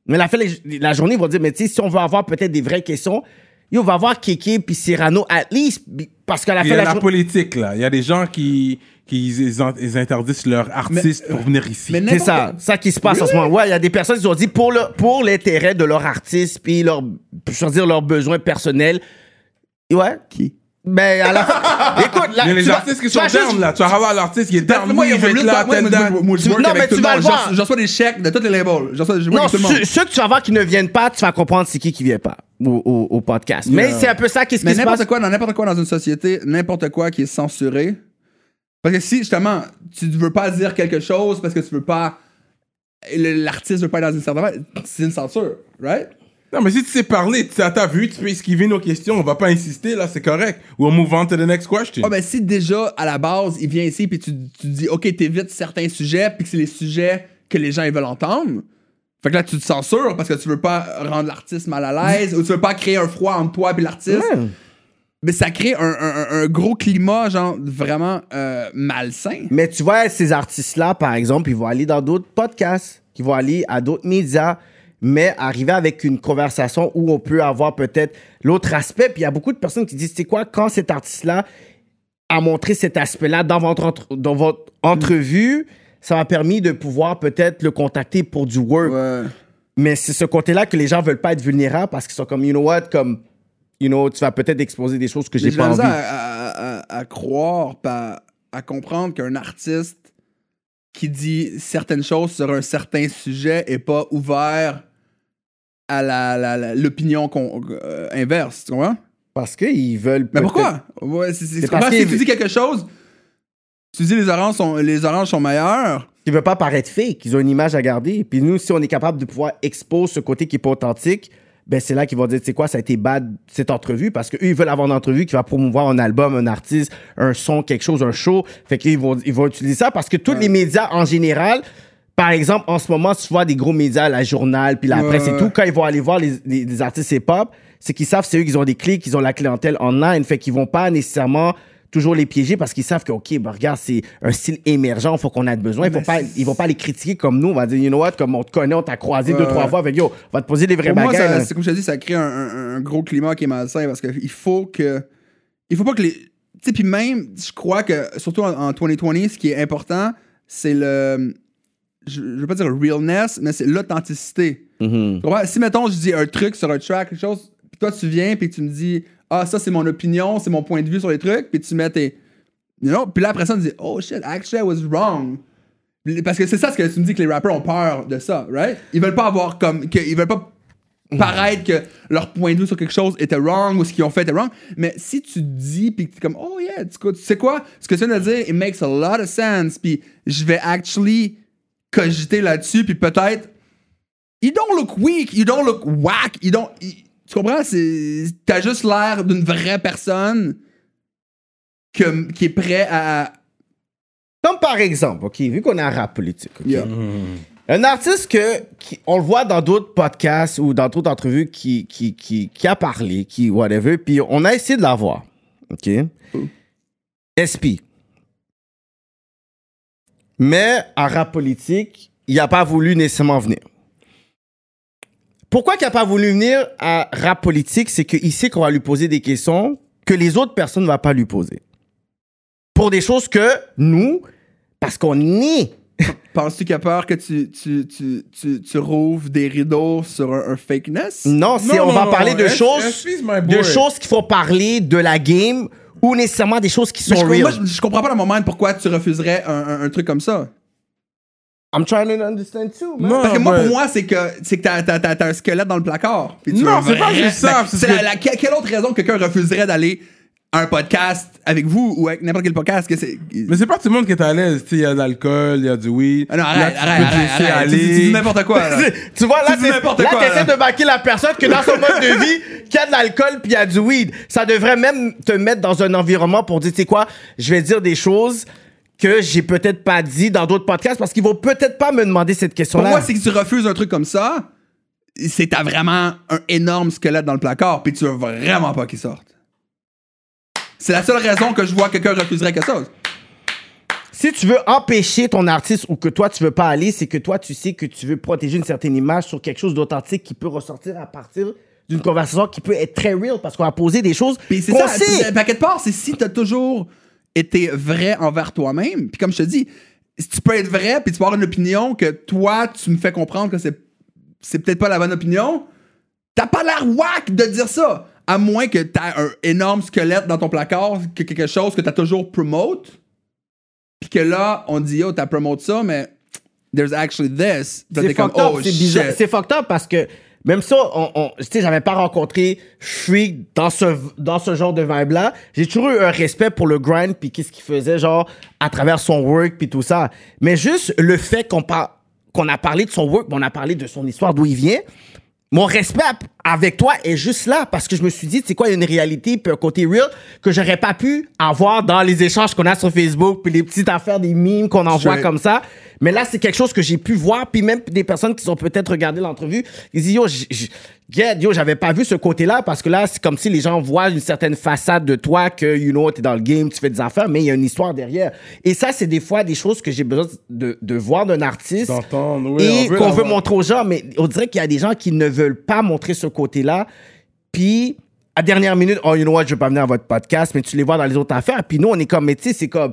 Mais la fin de la journée, ils vont dire, mais tu sais, si on veut avoir peut-être des vraies questions, yo, on va voir Kéké puis Cyrano at least. bi- Parce qu'à la
Il y
fin de
a
la
la
journée.
politique, là. Il y a des gens qui, qui ils, ils interdisent leurs artistes pour venir ici.
mais
C'est
n'importe-
ça, ça qui se passe en ce moment. Ouais, il y a des personnes qui ont dit pour le pour l'intérêt de leur artiste puis leur je veux dire leurs besoins personnels. Ouais. Qui Mais à la fin, écoute, là,
Il y a les
tu vas-
artistes qui
tu
sont
vas juste-
down, là. Tu vas avoir l'artiste qui est down.
Moi,
Oui,
il
je vais être là, telle date.
Tu- non, mais tu vas le voir.
Je reçois des chèques de tous les labels. Je reçois je work
Non,
avec tout le monde.
ceux, ceux que tu vas voir qui ne viennent pas, tu vas comprendre c'est qui qui vient pas au, au- au podcast. Mais c'est un peu ça qu'est-ce
Mais
qui se passe.
n'importe quoi, dans n'importe quoi dans une société, n'importe quoi qui est censuré. Parce que si justement tu ne veux pas dire quelque chose parce que tu veux pas le- l'artiste veut pas être dans une certaine c'est une censure, right?
Non, mais si tu sais parler, tu as t'as vu, tu peux esquiver nos questions. On va pas insister, là. C'est correct. We'll move on to the next question.
Ah ben si déjà à la base il vient ici puis tu, tu dis ok t'évites certains sujets puis que c'est les sujets que les gens ils veulent entendre. Fait que là tu te censures parce que tu veux pas rendre l'artiste mal à l'aise ou tu veux pas créer un froid entre toi et l'artiste.
Ouais.
Mais ça crée un, un- un- un gros climat genre vraiment euh, malsain.
Mais tu vois, ces artistes-là, par exemple, ils vont aller dans d'autres podcasts, ils vont aller à d'autres médias, mais arriver avec une conversation où on peut avoir peut-être l'autre aspect. Puis il y a beaucoup de personnes qui disent, tu sais quoi, quand cet artiste-là a montré cet aspect-là dans votre, entre- dans votre entrevue, ça m'a permis de pouvoir peut-être le contacter pour du work. Mais c'est ce côté-là que les gens veulent pas être vulnérables parce qu'ils sont comme, you know what, comme, you know, tu vas peut-être exposer des choses que j'ai
J'ai de
pas
la
envie.
misère à, à- à- à croire, pas à comprendre qu'un artiste qui dit certaines choses sur un certain sujet est pas ouvert à la- la- la- l'opinion qu'on- euh, inverse, tu comprends?
Parce qu'ils veulent.
Mais
peut-être-
pourquoi? Ouais, c'est- c'est-
C'est
tu comprends?
parce
Si
que-
tu dis quelque chose, tu dis les oranges sont, les oranges sont meilleures,
qui veut pas paraître fake. Ils ont une image à garder. Puis nous, si on est capable de pouvoir exposer ce côté qui est pas authentique, ben c'est là qu'ils vont dire, tu sais quoi, ça a été bad cette entrevue parce qu'eux, ils veulent avoir une entrevue qui va promouvoir un album, un artiste, un son, quelque chose, un show. Fait qu'ils vont, ils vont utiliser ça parce que tous les médias en général, par exemple, en ce moment, tu vois des gros médias, la journal, puis la
Ouais,
presse et
ouais.
tout, quand ils vont aller voir les, les- les artistes hip-hop, c'est qu'ils savent, c'est eux qu'ils ont des clics, qu'ils ont la clientèle online. Fait qu'ils vont pas nécessairement toujours les piéger parce qu'ils savent que, OK, ben regarde, c'est un style émergent, faut qu'on ait besoin. Ils vont,
Mais
pas,
Ah, ben, c'est-
ils vont pas les critiquer comme nous. On va dire, you know what, comme on te connaît, on t'a croisé deux,
Ouais.
trois fois. Fait que, yo, on va te poser des vrais
pour moi,
bagages.
ça-
là.
c'est comme je te dis, ça crée un, un- un gros climat qui est malsain parce qu'il faut que. Il faut pas que les. Tu sais, puis même, je crois que, surtout en, en 2020, ce qui est important, c'est le. Je, je veux pas dire realness, mais c'est l'authenticité. Tu comprends? Si, mettons, je dis un truc sur un track, quelque chose, puis toi, tu viens, puis tu me dis, ah, ça, c'est mon opinion, c'est mon point de vue sur les trucs, puis tu mets tes. You know? Puis là, après ça, on dit, oh shit, actually, I was wrong. Parce que c'est ça ce que tu me dis que les rappers ont peur de ça, right? Ils veulent pas avoir comme. que- ils veulent pas paraître que leur point de vue sur quelque chose était wrong ou ce qu'ils ont fait était wrong. Mais si tu dis puis que tu es comme, oh yeah, tu, tu sais quoi, ce que tu viens de dire, it makes a lot of sense. Puis je vais actually cogiter là-dessus. Puis peut-être, you don't look weak, you don't look whack, you don't. you- tu comprends? C'est- T'as juste l'air d'une vraie personne que- qui est prêt à.
Comme par exemple, OK, vu qu'on est en rap politique, OK. Mm-hmm.
Yeah.
Un artiste que, qui- on le voit dans d'autres podcasts ou dans d'autres entrevues qui, qui, qui, qui a parlé, qui whatever, puis on a essayé de l'avoir. OK? SP. Mais en rap politique, il n'a pas voulu nécessairement venir. Pourquoi qu'il n'a pas voulu venir à rap politique, c'est qu'il sait qu'on va lui poser des questions que les autres personnes ne vont pas lui poser. Pour des choses que nous, parce qu'on est
Penses-tu qu'il y a peur que tu, tu, tu, tu, tu rouvres des rideaux sur un, un fakeness?
Non, c'est
Non,
on
non,
va
non,
parler
non.
de
S-
choses,
S is my boy.
de choses qu'il faut parler de la game ou nécessairement des choses qui
Mais je,
sont
moi,
real.
je, je comprends pas la moment pourquoi tu refuserais un, un- un truc comme ça.
I'm trying to understand too, man.
Non,
Parce que moi,
mais-
pour moi, c'est que c'est que t'as, t'as- t'as- t'as un squelette dans le placard. Puis tu
Non,
veux
c'est pas
vrai-
juste ça,
Ben,
c'est
c'est
que-
la- la- que- quelle autre raison que quelqu'un refuserait d'aller à un podcast avec vous ou avec n'importe quel podcast? Que c'est...
Mais c'est pas tout le monde qui est à l'aise. Tu sais, Il y a de l'alcool, il y a du weed.
Ah non, arrête,
Là, tu
arrête,
peux te
arrête,
laisser
arrête. Tu, tu dis
aller.
n'importe quoi. là.
Tu vois, là,
Tu dis
t'es-
n'importe
là,
quoi,
t'essaies
là.
de baquer la personne que dans son mode de vie, qui a de l'alcool puis il y a du weed. Ça devrait même te mettre dans un environnement pour dire, tu sais quoi, je vais dire des choses que j'ai peut-être pas dit dans d'autres podcasts parce qu'ils vont peut-être pas me demander cette
Pour
question-là.
moi, c'est que tu refuses un truc comme ça, c'est t'as vraiment un énorme squelette dans le placard, puis tu veux vraiment pas qu'il sorte. C'est la seule raison que je vois que quelqu'un refuserait quelque chose.
Si tu veux empêcher ton artiste ou que toi tu veux pas aller, c'est que toi tu sais que tu veux protéger une certaine image sur quelque chose d'authentique qui peut ressortir à partir d'une conversation qui peut être très real parce qu'on a posé des choses
Puis c'est
qu'on
ça,
sait.
le paquet de part, c'est si t'as toujours été vrai envers toi-même, puis comme je te dis, si tu peux être vrai, puis tu peux avoir une opinion que toi, tu me fais comprendre que c'est, c'est peut-être pas la bonne opinion, t'as pas l'air whack de dire ça, à moins que t'as un énorme squelette dans ton placard, que quelque chose que t'as toujours promote, puis que là, on dit, oh, t'as promote ça, mais there's actually this. Là,
C'est
t'es comme,
fucked up,
oh,
c'est bizarre.
shit.
C'est fucked up parce que même ça, on, on- tu sais, j'avais pas rencontré Freak dans ce, dans ce genre de vibe-là. J'ai toujours eu un respect pour le grind puis qu'est-ce qu'il faisait, genre, à travers son work puis tout ça. Mais juste le fait qu'on par- qu'on a parlé de son work, on a parlé de son histoire, d'où il vient, mon respect ap- avec toi est juste là parce que je me suis dit, c'est quoi, il y a une réalité puis un côté real que j'aurais pas pu avoir dans les échanges qu'on a sur Facebook puis les petites affaires des mimes qu'on envoie
Straight.
comme ça. Mais là, c'est quelque chose que j'ai pu voir puis même des personnes qui ont peut-être regardé l'entrevue, ils disent, yo, j- j- Get, yo, j'avais pas vu ce côté-là parce que là, c'est comme si les gens voient une certaine façade de toi que, you know, t'es dans le game, tu fais des affaires, mais il y a une histoire derrière. Et ça, c'est des fois des choses que j'ai besoin de, de voir d'un artiste
D'entendre, oui,
et
on veut
qu'on
l'avoir.
veut montrer aux gens, mais on dirait qu'il y a des gens qui ne veulent pas montrer ce côté-là. Puis, à dernière minute, oh, you know what, je vais pas venir à votre podcast, mais tu les vois dans les autres affaires. Puis nous, on est comme, mais tu sais, c'est comme,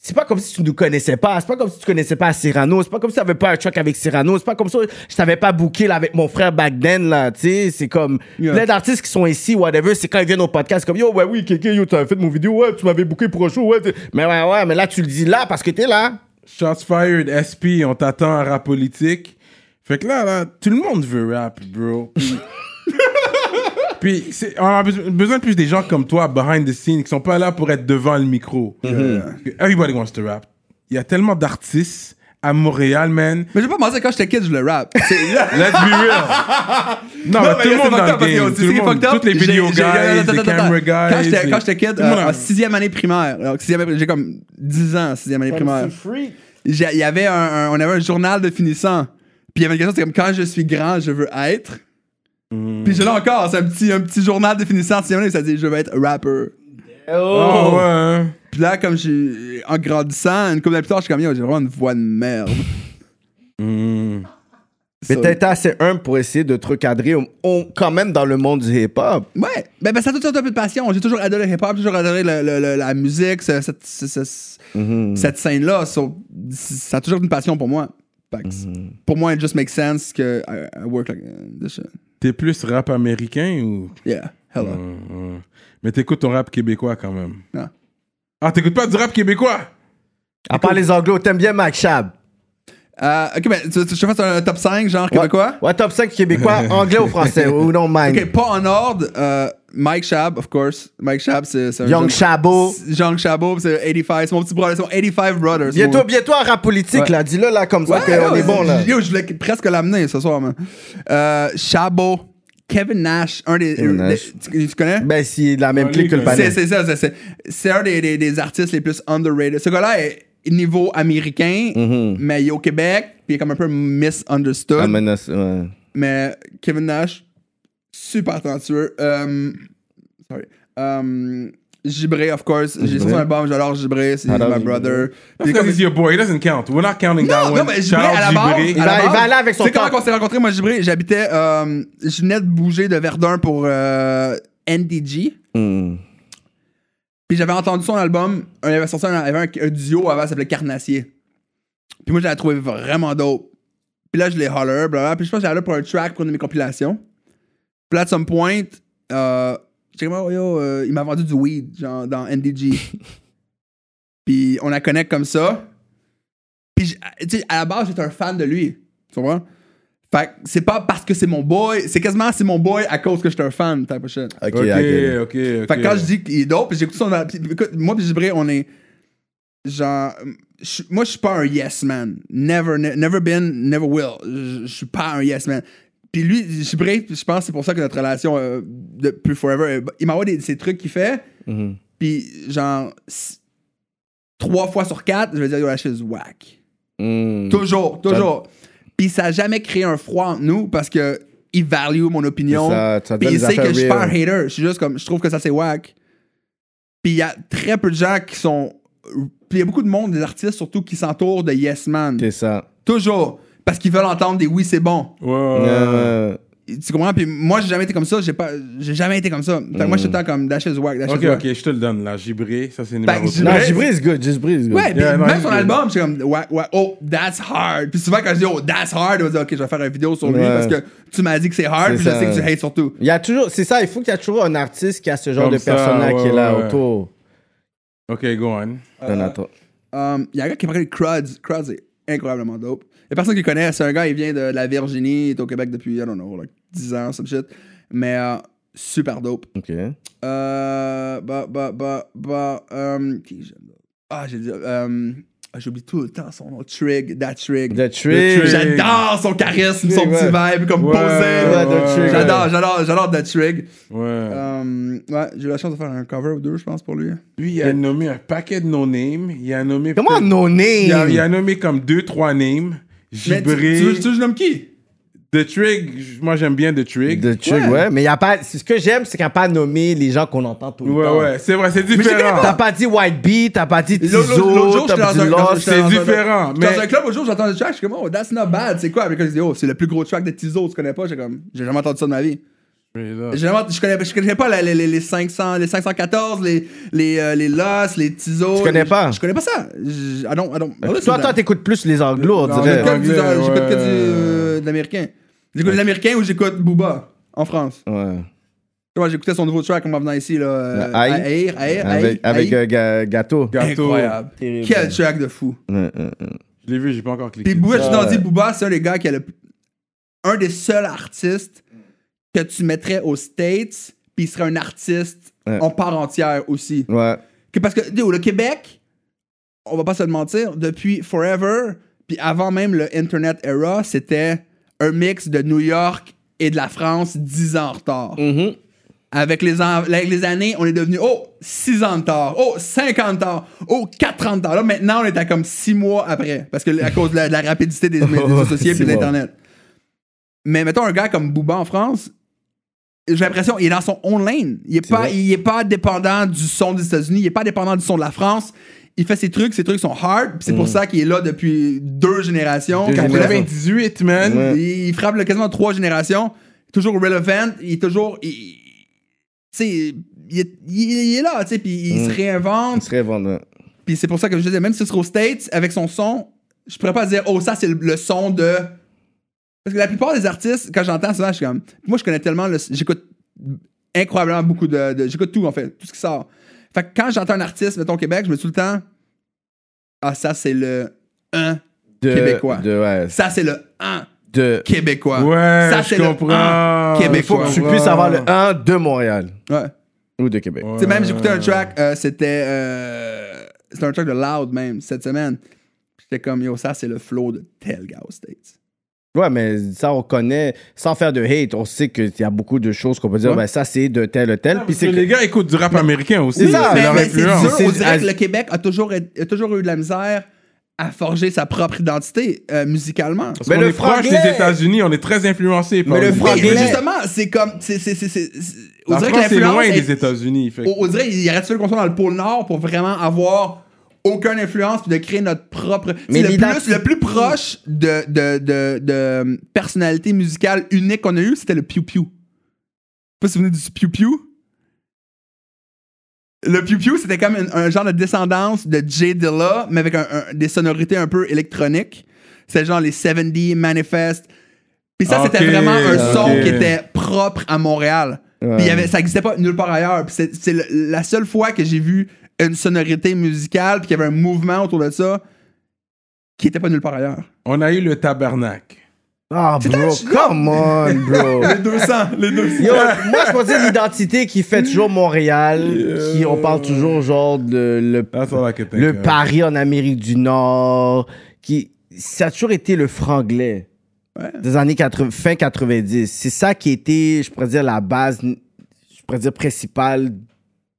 c'est pas comme si tu nous connaissais pas, c'est pas comme si tu connaissais pas Cyrano, c'est pas comme si t'avais pas un truc avec Cyrano, c'est pas comme ça, je t'avais pas booké là, avec mon frère back then, là, tu sais, c'est comme, plein d'artistes qui sont ici, whatever, c'est quand ils viennent au podcast, c'est comme, yo, ouais, oui, Kéké, yo, t'avais fait mon vidéo, ouais, tu m'avais booké pour un show, ouais, t'es- mais ouais, ouais, mais là, tu le dis là parce que t'es là.
Shots fired, SP, on t'attend à rap politique. Fait que là, là, tout le monde veut rap, bro. Puis- Puis, c'est- on a besoin besoin de plus des gens comme toi, behind the scenes, qui sont pas là pour être devant le micro. Everybody wants to rap. Il y a tellement d'artistes à Montréal, man.
Mais j'ai pas pensé quand j'étais kid, je le rap. C'est-
Let's be real. non, mais Ah, tout le monde dans le game. Tout le monde, toutes les vidéo guys, les camera
Quand
guys.
j'étais,
les-
quand j'étais kid,
Tout le monde
euh,
a-
en sixième année primaire, alors, sixième année- j'ai comme 10 ans, sixième année primaire, J'ai- il y avait un, un- on avait un journal de finissant. Puis il y avait une question, c'est comme quand je suis grand, je veux être.
Hmm.
Puis je l'ai encore, c'est un petit, un petit journal de finissant, sixième année, ça dit je veux être rapper.
ah,
Oh, ouais. hein.
Puis là, comme j'ai, en grandissant, une couple d'années plus tard, je suis comme, yo, j'ai vraiment une voix de merde.
Hmm.
Mais
Ça-
t'as été assez humble pour essayer de te recadrer au- au- quand même dans le monde du hip-hop.
Ouais, ben, ben ça a tout sortes un peu de passion. J'ai toujours adoré le hip-hop, j'ai toujours adoré le- le- le- la musique, ce- cette, ce- ce-
Mm-hmm.
cette scène-là. So, ça a toujours été une passion pour moi. Fait que
Mm-hmm.
Pour moi, it just makes sense que I, I work like uh, this shit.
T'es plus rap américain ou.
Yeah, hello.
Mm, mm. Mais t'écoutes ton rap québécois quand même.
Mm-hmm.
Non.
Ah, t'écoutes pas du rap québécois?
À part les anglo, t'aimes bien Mac Chab.
Euh, ok, ben, tu, tu, je te fais un top 5, genre québécois?
Ouais, top 5 québécois, anglais ou français, ou non mind.
Ok, pas en ordre. euh, Mike Shab, of course. Mike Shab, c'est. c'est un
Young
jeune-
Chabot.
c'est- Young Chabot, c'est 85. C'est mon petit brother, c'est mon 85 Brothers. c'est
Bientôt,
mon-
bientôt en rap politique,
Ouais.
là. Dis-le, là, comme ça,
Ouais,
qu'on
ouais,
est bon, là.
Yo, je voulais presque l'amener ce soir, man. Euh, Chabot, Kevin Nash, un des.
Kevin
euh,
Nash.
des- tu, tu connais?
Ben, c'est de la même
Ouais,
clique que le
lui,
c'est,
panel.
c'est ça, c'est, c'est, c'est un des, des- des artistes les plus underrated. Ce gars-là est niveau américain, mais il est au Québec, puis il est comme un peu misunderstood.
Mm-hmm. Ah, menace, ouais.
Mais Kevin Nash, super talentueux. Euh, sorry. Euh, Gibré, of course. J'ai sorti un bomb, j'adore Gibré, c'est
J'adore
my
Gibré.
brother. Puis
Because
comme-
he's your boy, it doesn't count. We're not counting that
Non,
one.
non, mais
Shout
Gibré, à la
out
base.
Gibré.
à
va-
la
Ben, il va
base,
aller avec son
Tu sais comment
top.
on s'est rencontrés, moi, Gibré J'habitais. euh, je venais de bouger de Verdun pour euh, NDG. Puis j'avais entendu son album. Il avait sorti un, il avait un, un duo avant, ça s'appelait Carnassier. Puis moi, je l'avais trouvé vraiment dope. Puis là, je les holler, blablabla. Puis je pense que j'allais là pour un track pour une de mes compilations. Puis là, at some point, euh, j'ai comme, oh, yo, euh, il m'a vendu du weed, genre, dans NDG. Puis on la connecte comme ça. Puis, je- tu sais, à la base, j'étais un fan de lui. Tu comprends? Fait que c'est pas parce que c'est mon boy, c'est quasiment c'est mon boy à cause que j'étais un fan, type of shit.
Ok,
Ok,
ok.
ok, ok.
Fait que quand je dis qu'il est dope, puis j'écoute son. al- puis écoute, moi pis Gibré, on est. Genre. je suis- moi, je suis pas un yes man. Never, ne- never been, never will. Je- Je suis pas un yes man. Puis lui, Gibré, je pense que c'est pour ça que notre relation euh, depuis forever. euh, Il m'envoie des, ces trucs qu'il fait.
Mhm.
Puis genre. s- Trois fois sur quatre, je vais dire, yo, la shit is whack.
Hmm.
Toujours, toujours. Puis ça a jamais créé un froid entre nous parce que il value mon opinion.
C'est ça, ça
Puis
donne
il
des
sait que je suis
affaires
pas un
real.
hater. Je suis juste comme, je trouve que ça c'est whack. Puis il y a très peu de gens qui sont. Puis il y a beaucoup de monde, des artistes surtout, qui s'entourent de Yes Man.
C'est ça.
Toujours. Parce qu'ils veulent entendre des oui, c'est bon.
Euh,
Tu comprends? Puis moi, j'ai jamais été comme ça. J'ai pas, j'ai jamais été comme ça. Fait que moi, je
Hmm.
suis tout le temps comme, dash is whack, dash
Ok,
is whack.
ok, je te le donne là. Gibré, ça c'est numéro
que
deux.
Gibré-
Non, Gibré is good. Gibré is good.
Ouais, puis
Yeah, non,
même
je-
son album, je suis comme, ouais, ouais, oh, that's hard. Puis souvent, quand je dis, oh, that's hard, on va dire, ok, je vais faire une vidéo sur lui
Ouais.
parce que tu m'as dit que c'est hard,
C'est
puis je
ça.
sais que tu hates surtout.
Il y a toujours, c'est ça, il faut qu'il y a toujours un artiste qui a ce genre
Comme
de
ça,
personnage
ouais,
qui est là
ouais, ouais.
autour.
Ok, go on.
Donne à toi.
Um, Il y a un gars qui est parlé de Cruds. Cruds est incroyablement dope. Il y a personne qui le connaît. C'est un gars, il vient de la Virginie, il est au Québec depuis, I don't know, like 10 ans, some shit. Mais euh, super dope.
Ok.
Euh, bah, bah, bah, bah, um, qui j'aime d'autre? Ah, j'ai dit, um, ah, j'oublie tout le temps son nom. Trig, that Trig.
The Tree.
Tree.
J'adore son charisme, son
Trig,
petit
ouais.
vibe, comme
Ouais,
posé.
ouais,
The Tree,
J'adore, j'adore, j'adore that Trig.
Ouais.
Um, ouais, j'ai eu la chance de faire un cover ou deux, je pense, pour lui.
Lui, il a
ben-
nommé un paquet de no-name. Il a nommé.
Comment no name?
il a, il a nommé comme deux, trois names.
Mais tu, tu
Gibré.
veux- tu veux que je nomme qui?
The Trig, j- moi j'aime bien The Trig.
The Tree, ouais. Mais il y a pas, c'est- ce que j'aime, c'est qu'il n'y a pas nommé les gens qu'on entend tout le
Ouais,
temps.
ouais, c'est vrai, c'est
je connais
différent.
T'as pas dit White Bee, t'as pas dit
L'autre l'autre- l'autre
Tizo,
jour,
t'as
j'étais
pas dit
dans un dans un-
Lost.
j'étais dans un-
c'est différent,
j'étais
mais-
Dans un club, l'autre jour, j'entends le track, je suis comme, oh, that's not bad, c'est quoi? Avec eux, ils disent, oh, c'est le plus gros track de Tizo, tu connais pas? J'ai comme, j'ai jamais entendu ça de ma vie. J'ai jamais ent- je, connais, je connais pas la- les, les, les 500, les 514, les, les, euh, les Lost, les Tizo.
Tu connais
les-
pas?
Je connais pas ça. Je- I don't, I don't- I don't listen
Toi,
to
toi,
that.
t'écoutes plus les anglos, on
Non,
dirait.
t'es-
J'écoute du-
Anglais,
J'écoute que du,
ouais.
euh, de l'américain. J'écoute de l'américain ou j'écoute Booba en France.
Ouais.
Tu vois, J'écoutais son nouveau track en venant ici, là. euh,
Le Aïe.
Aïe, Aïe, Aïe,
Avec, avec
Aïe.
euh, Ga- Gâteau.
Gâteau.
Incroyable.
Terrible.
Quel track de fou.
Hum, hum, hum.
Je l'ai vu, j'ai pas encore cliqué.
Puis Booba, je t'en
Ouais.
dis, Booba, c'est un des gars qui a le. Un des seuls artistes que tu mettrais aux States, puis il serait un artiste
Ouais.
en part entière aussi.
Ouais.
Que parce que, yo, le Québec, on va pas se le mentir, depuis Forever, puis avant même le Internet Era, c'était un mix de New York et de la France 10 ans en retard. Avec les, an- avec les années, on est devenu, oh, 6 ans de retard, oh, 5 ans de retard, oh, 4 ans de retard. Là, maintenant, on est à comme 6 mois après, parce que à cause de la, de la rapidité des médias sociaux
six
et de
mois.
l'Internet. Mais mettons un gars comme Booba en France, j'ai l'impression qu'il est dans son own lane. Il est, pas,
vrai.
il est pas dépendant du son des États-Unis, il est pas dépendant du son de la France. Il fait ses trucs, ses trucs sont hard, pis c'est
Mm.
pour ça qu'il est là depuis deux générations.
Deux
Quand il
générations.
frappe-
98, man.
Ouais.
Euh, il frappe le- quasiment trois générations. Toujours relevant, il est toujours. il- il- tu sais, il, est- il- il est là, tu sais, puis il
Mm.
se
On
réinvente.
serait vendeur.
Puis c'est pour ça que je disais, même si ce serait aux States, avec son son, je pourrais pas dire, oh, ça, c'est le, le son de. Parce que la plupart des artistes, quand j'entends souvent, je suis comme. Moi, je connais tellement. le- J'écoute incroyablement beaucoup de. de- J'écoute tout, en fait, tout ce qui sort. Fait que quand j'entends un artiste, mettons au Québec, je me dis tout le temps, ah, ça, c'est le 1
de,
québécois.
De, ouais,
Ça, c'est le 1
de,
québécois.
Ouais,
ça,
je
c'est le Ah,
comprends.
1
Faut
québécois.
que
tu puisses avoir le 1 de Montréal
Ouais.
ou de Québec.
Tu sais, même j'écoutais un track, euh, c'était. euh, c'était un track de Loud même, cette semaine. J'étais comme, yo, ça, c'est le flow de tel gars aux States.
Ouais, mais ça, on connaît, sans faire de hate, on sait qu'il y a beaucoup de choses qu'on peut dire,
Ouais.
ben ça, c'est de tel ou tel. Puis
Ah, Parce que
c'est
les gars écoutent du rap américain aussi.
C'est ça,
c'est leur
Ah, mais hein. mais c'est
influence.
dur. On
C'est-
dirait que
à-
le Québec a toujours, a toujours eu de la misère à forger sa propre identité euh, musicalement.
Parce
Mais
qu'on
le
est proche
franglais-
des États-Unis, on est très influencé par
Mais le
les-
Oui,
franglais-
mais justement, c'est comme. c'est- c'est- c'est- c'est- c'est- On
La
dirait que
France est loin
l'influence.
des
est- Oh.
États-Unis. fait que-
On on dirait qu'il aurait fallu qu'on soit dans le pôle Nord pour vraiment avoir aucune influence puis de créer notre propre.
Mais
C'est le plus,
l'identité-
le plus proche de, de, de, de personnalité musicale unique qu'on a eu, c'était le Pew Pew. Je sais pas si vous vous souvenez du Pew Pew. Le Pew Pew, c'était comme un, un genre de descendance de Jay Dilla, mais avec un- un- des sonorités un peu électroniques. C'était genre les 70 Manifest. Puis ça,
Ok,
c'était vraiment un son
ok.
qui était propre à Montréal. Puis il y avait, ça n'existait pas nulle part ailleurs. Puis c'est, c'est le- la seule fois que j'ai vu une sonorité musicale, puis qu'il y avait un mouvement autour de ça qui n'était pas nulle part ailleurs.
On a eu le tabernacle.
Ah, bro, come on, bro.
Les 200, les 200.
Yo, moi, je pense que c'est l'identité qui fait toujours Montréal, qui, on parle toujours, genre, de le
That's all I could think
le
of.
Paris en Amérique du Nord, qui ça a toujours été le franglais des années 80, fin 90. C'est ça qui était, je pourrais dire, la base, je pourrais dire, principale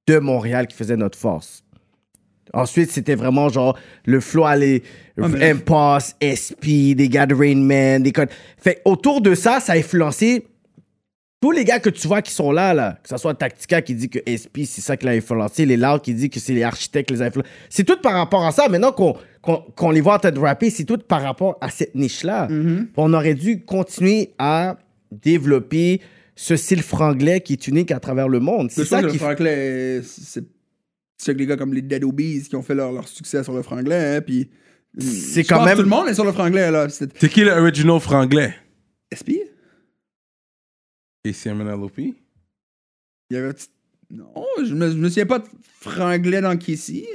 de Montréal qui faisait notre force. Ensuite, c'était vraiment genre le flow allait
mais-
Impasse, SP, des gars de Rain Man, des codes. Fait autour de ça, ça a influencé tous les gars que tu vois qui sont là, là, que ce soit Tactica qui dit que SP, c'est ça qui l'a influencé, les Lars qui dit que c'est les architectes qui les influencés. C'est tout par rapport à ça. Maintenant qu'on qu'on- qu'on les voit en train de rapper, c'est tout par rapport à cette niche-là.
Mm. Mhm.
On aurait dû continuer à développer ce style franglais qui est unique à travers le monde. C'est
C'est
ça
le
qui fait.
franglais, c'est, c'est que les gars comme les Dead Obies qui ont fait leur, leur succès sur le franglais, hein, puis.
C'est
Je
quand
pense
même-
que Tout le monde est sur le franglais, là. C'est
C'est qui l'original franglais?
SP?
Casey Menelope?
Il y avait un petit- Non, je me, je me souviens pas de franglais dans Kissy.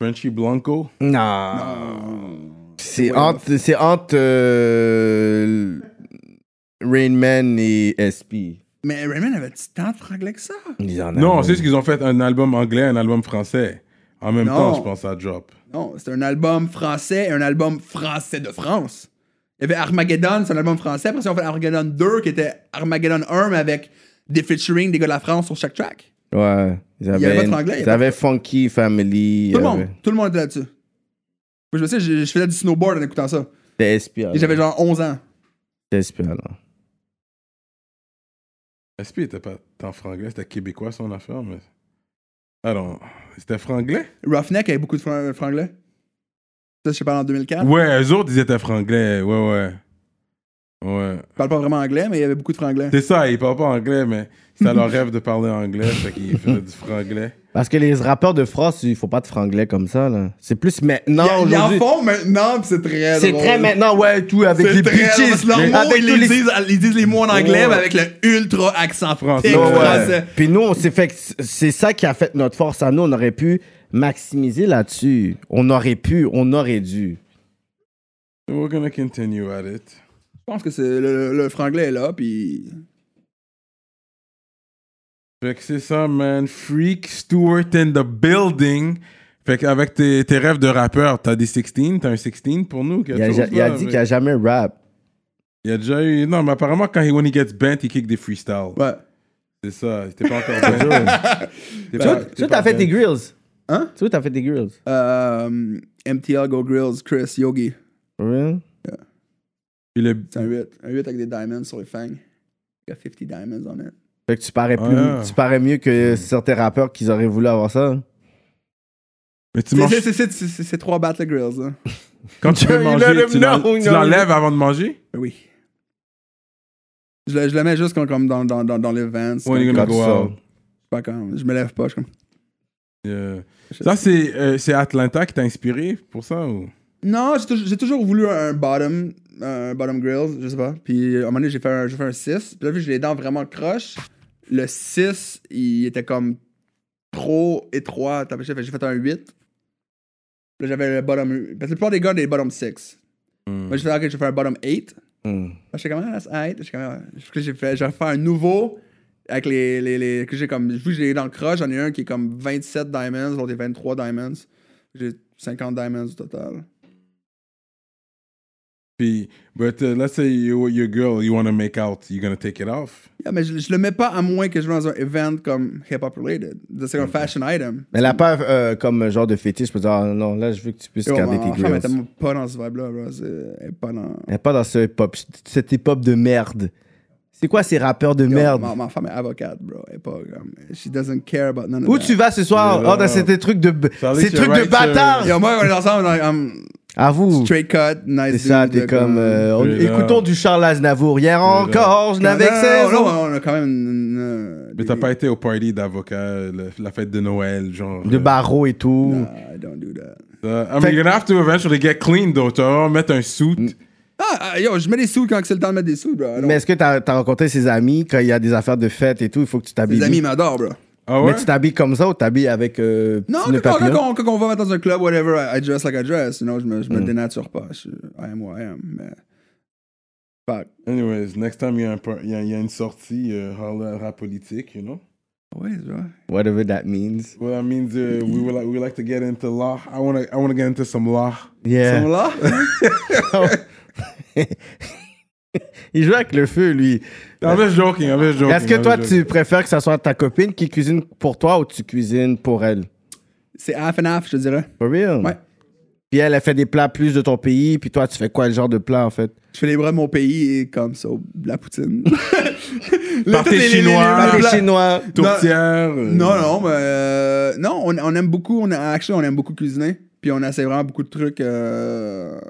Frenchy Blanco?
Non.
Ah.
C'est
Ouais,
entre, c'est entre euh, Rain Man et SP.
Mais Raymond avait tant de franglais que ça.
Ils en
Non,
avaient.
c'est juste qu'ils ont fait un album anglais, un album français. En même
Non.
temps, je pense à Drop.
Non, c'est un album français et un album français de France. Il y avait Armageddon, c'est un album français. Après, ils ont fait Armageddon 2, qui était Armageddon 1, mais avec des featuring des gars de la France sur chaque track.
Ouais. Ils
y avait
avaient,
pas de franglais, il y
ils avaient Funky Family.
Tout le
il y
monde,
avait-
tout le monde était là-dessus. Moi, je me sais, je, je faisais du snowboard en écoutant ça.
C'était SP. alors.
Et j'avais genre 11 ans.
C'était SP, alors.
SP était pas tant franglais, c'était québécois son affaire, mais. Alors, c'était franglais?
Roughneck avait beaucoup de fran- euh, franglais. Ça, je sais pas, en
Ah.
2004.
Ouais, eux autres, ils étaient franglais, ouais, ouais. Ouais.
Je parle pas vraiment anglais, mais il y avait beaucoup de franglais.
C'est ça, ils parlent pas anglais, mais c'était leur rêve de parler anglais, fait qu'ils faisaient du franglais.
Parce que les rappeurs de France, il faut pas de franglais comme ça, là. C'est plus maintenant,
Ils en- ils en
aujourd'hui.
font maintenant, pis c'est très
C'est
drôle.
très maintenant, ouais, tout, avec
C'est
les
très-
bitches.
leurs mots,
avec
ils,
tous
les disent, ils disent les mots en anglais,
Oh, Ouais. Oh,
mais avec le ultra accent
Français.
français.
Ouais,
Ouais.
français.
Puis nous, on s'est fait. que c- C'est ça qui a fait notre force à nous. On aurait pu maximiser là-dessus. On aurait pu, on aurait dû.
We're gonna continue at it.
Je pense que c'est le, le franglais est là, puis
Fait que c'est ça, man. Freak Stewart in the building. Fait qu'avec tes, tes rêves de rappeur, t'as des 16, t'as un 16 pour nous. quelque
Il a,
chose,
ja- il a
là,
dit
mais-
qu'il a jamais rap.
Il a déjà eu. Non, mais apparemment, quand he, when he gets bent, il kick des freestyles.
ouais.
C'est ça, t'es pas encore bent. T'es pas- t'es
Tu
pas
t'as fait
bent.
des grills.
Hein?
Tu t'as fait des grills.
Euh, MTL Go Grills, Chris, Yogi.
Ouais.
Puis le-
C'est un 8. Un 8 avec des diamonds sur les fangs. Il y a 50 diamonds on it.
Fait que tu parais, plus,
Ah.
tu parais mieux que certains rappeurs qu'ils auraient voulu avoir ça.
Mais
C'est-
tu manges.
c'est- c'est- c'est- C'est c'est trois battle grills, hein.
Quand tu veux
Il
manger,
let
tu
him
l'en-
know,
tu
no.
l'enlèves avant de manger?
Ben Oui. Je le, je le mets juste comme, comme dans, dans, dans, dans les vans.
When you
comme-
gonna
Quand
go
tu sors.
out?
pas comme- je me lève pas, je suis comme.
Yeah. Euh, Ça, c'est euh, c'est Atlanta qui t'a inspiré pour ça? Ou...
Non, j'ai toujours- j'ai toujours voulu un bottom, un bottom grill, je sais pas. Puis à un moment donné, j'ai fait un, j'ai fait un 6. Puis là, vu que j'ai les dents vraiment croches, le 6, il était comme trop étroit. T'as fait que j'ai fait un 8. Puis là, j'avais le bottom. Parce que la plupart des gars, ont des bottom 6. Moi, j'ai fait, ok, je vais faire un bottom 8.
Hmm.
Je suis comme, ah, that's alright. J'étais comme, Ah. Fait que j'ai fait, je vais faire un nouveau. Avec les. les, les que j'ai comme. Vu que j'ai dans le crush, j'en ai un qui est comme 27 diamonds, l'autre est 23 diamonds. J'ai 50 diamonds au total.
Puis, but uh, let's say you, your girl, you want to make out, you're going to take it off.
Yeah, mais je, je le mets pas à moins que je vais dans un event comme hip-hop related. C'est comme un fashion item.
Mais la peur euh, comme genre de fétiche, je peux dire, ah, non, là, je veux que tu puisses
Yo,
garder
ma
tes
femme est
grilles.
tellement pas dans ce vibe-là, bro. C'est- Elle est pas dans.
Elle est pas dans ce hip-hop, cet hip-hop de merde. C'est quoi ces rappeurs de
Yo,
merde?
Ma, ma femme est avocate, bro. Elle est pas comme. She doesn't care about none of
Où
that.
tu vas ce soir?
Yeah.
Oh, dans ces trucs de, b-
Ça a l'air
ces
que tu
trucs de
writes, euh,
bâtard!
Yo, moi, on est ensemble, like, I'm
Avoue!
straight cut, nice
C'est ça,
dude,
t'es comme. euh, on-
Yeah.
écoutons du Charles Aznavour. Hier encore, je
Non,
n'avais que
non,
ça.
non, non, on a quand même une- une-
Mais
des-
t'as pas été au party d'avocat, le- la fête de Noël, genre.
De
euh,
barreau et tout.
Ah, I don't do that.
ça. I mean, you're going to have to eventually get clean, though. Tu vas vraiment mettre un suit.
Ah, ah, yo, je mets des sous quand c'est le temps de mettre des sous, bro. I don't-
Mais est-ce que t'as as rencontré ses amis quand il y a des affaires de fête et tout? Il faut que tu t'habilles.
Mes amis m'adorent, bro.
Ah
Mais
ouais?
tu t'habilles comme ça ou t'habilles avec. euh,
Non,
petit nœud
quand,
papillon?
quand, quand on va dans un club, whatever, I, I dress like I dress. You know, je me, je me
Mm.
dénature pas. Je, I am who I am. Mais... Fuck.
Anyways, next time il y, a un par- il y a- il y a une sortie, euh, holler à la politique, you know?
Ouais, c'est vrai.
Whatever that means.
Well, I mean, uh, we would like, we would like to get into law. I want to I want to get into some law.
Yeah.
Sont là? Ah
il joue avec le feu, lui.
Ah, I'm just joking. I'm just joking.
Est-ce que
I'm
toi,
just
tu préfères que ça soit ta copine qui cuisine pour toi ou tu cuisines pour elle?
C'est half and half, je te dirais.
For real?
Ouais.
Puis elle, elle fait des plats plus de ton pays, puis toi, tu fais quoi, le genre de plat, en fait?
Je fais les bras de mon pays et comme ça, la poutine.
Euh.
Les-
Partez
les- les- les-
chinois.
les- les-
Partez
les-
chinois.
joking. Tourtière. euh,
Non, non, mais euh, non, on, on aime beaucoup, on, a- actually, on aime beaucoup cuisiner. Puis on essaie vraiment beaucoup de trucs. euh,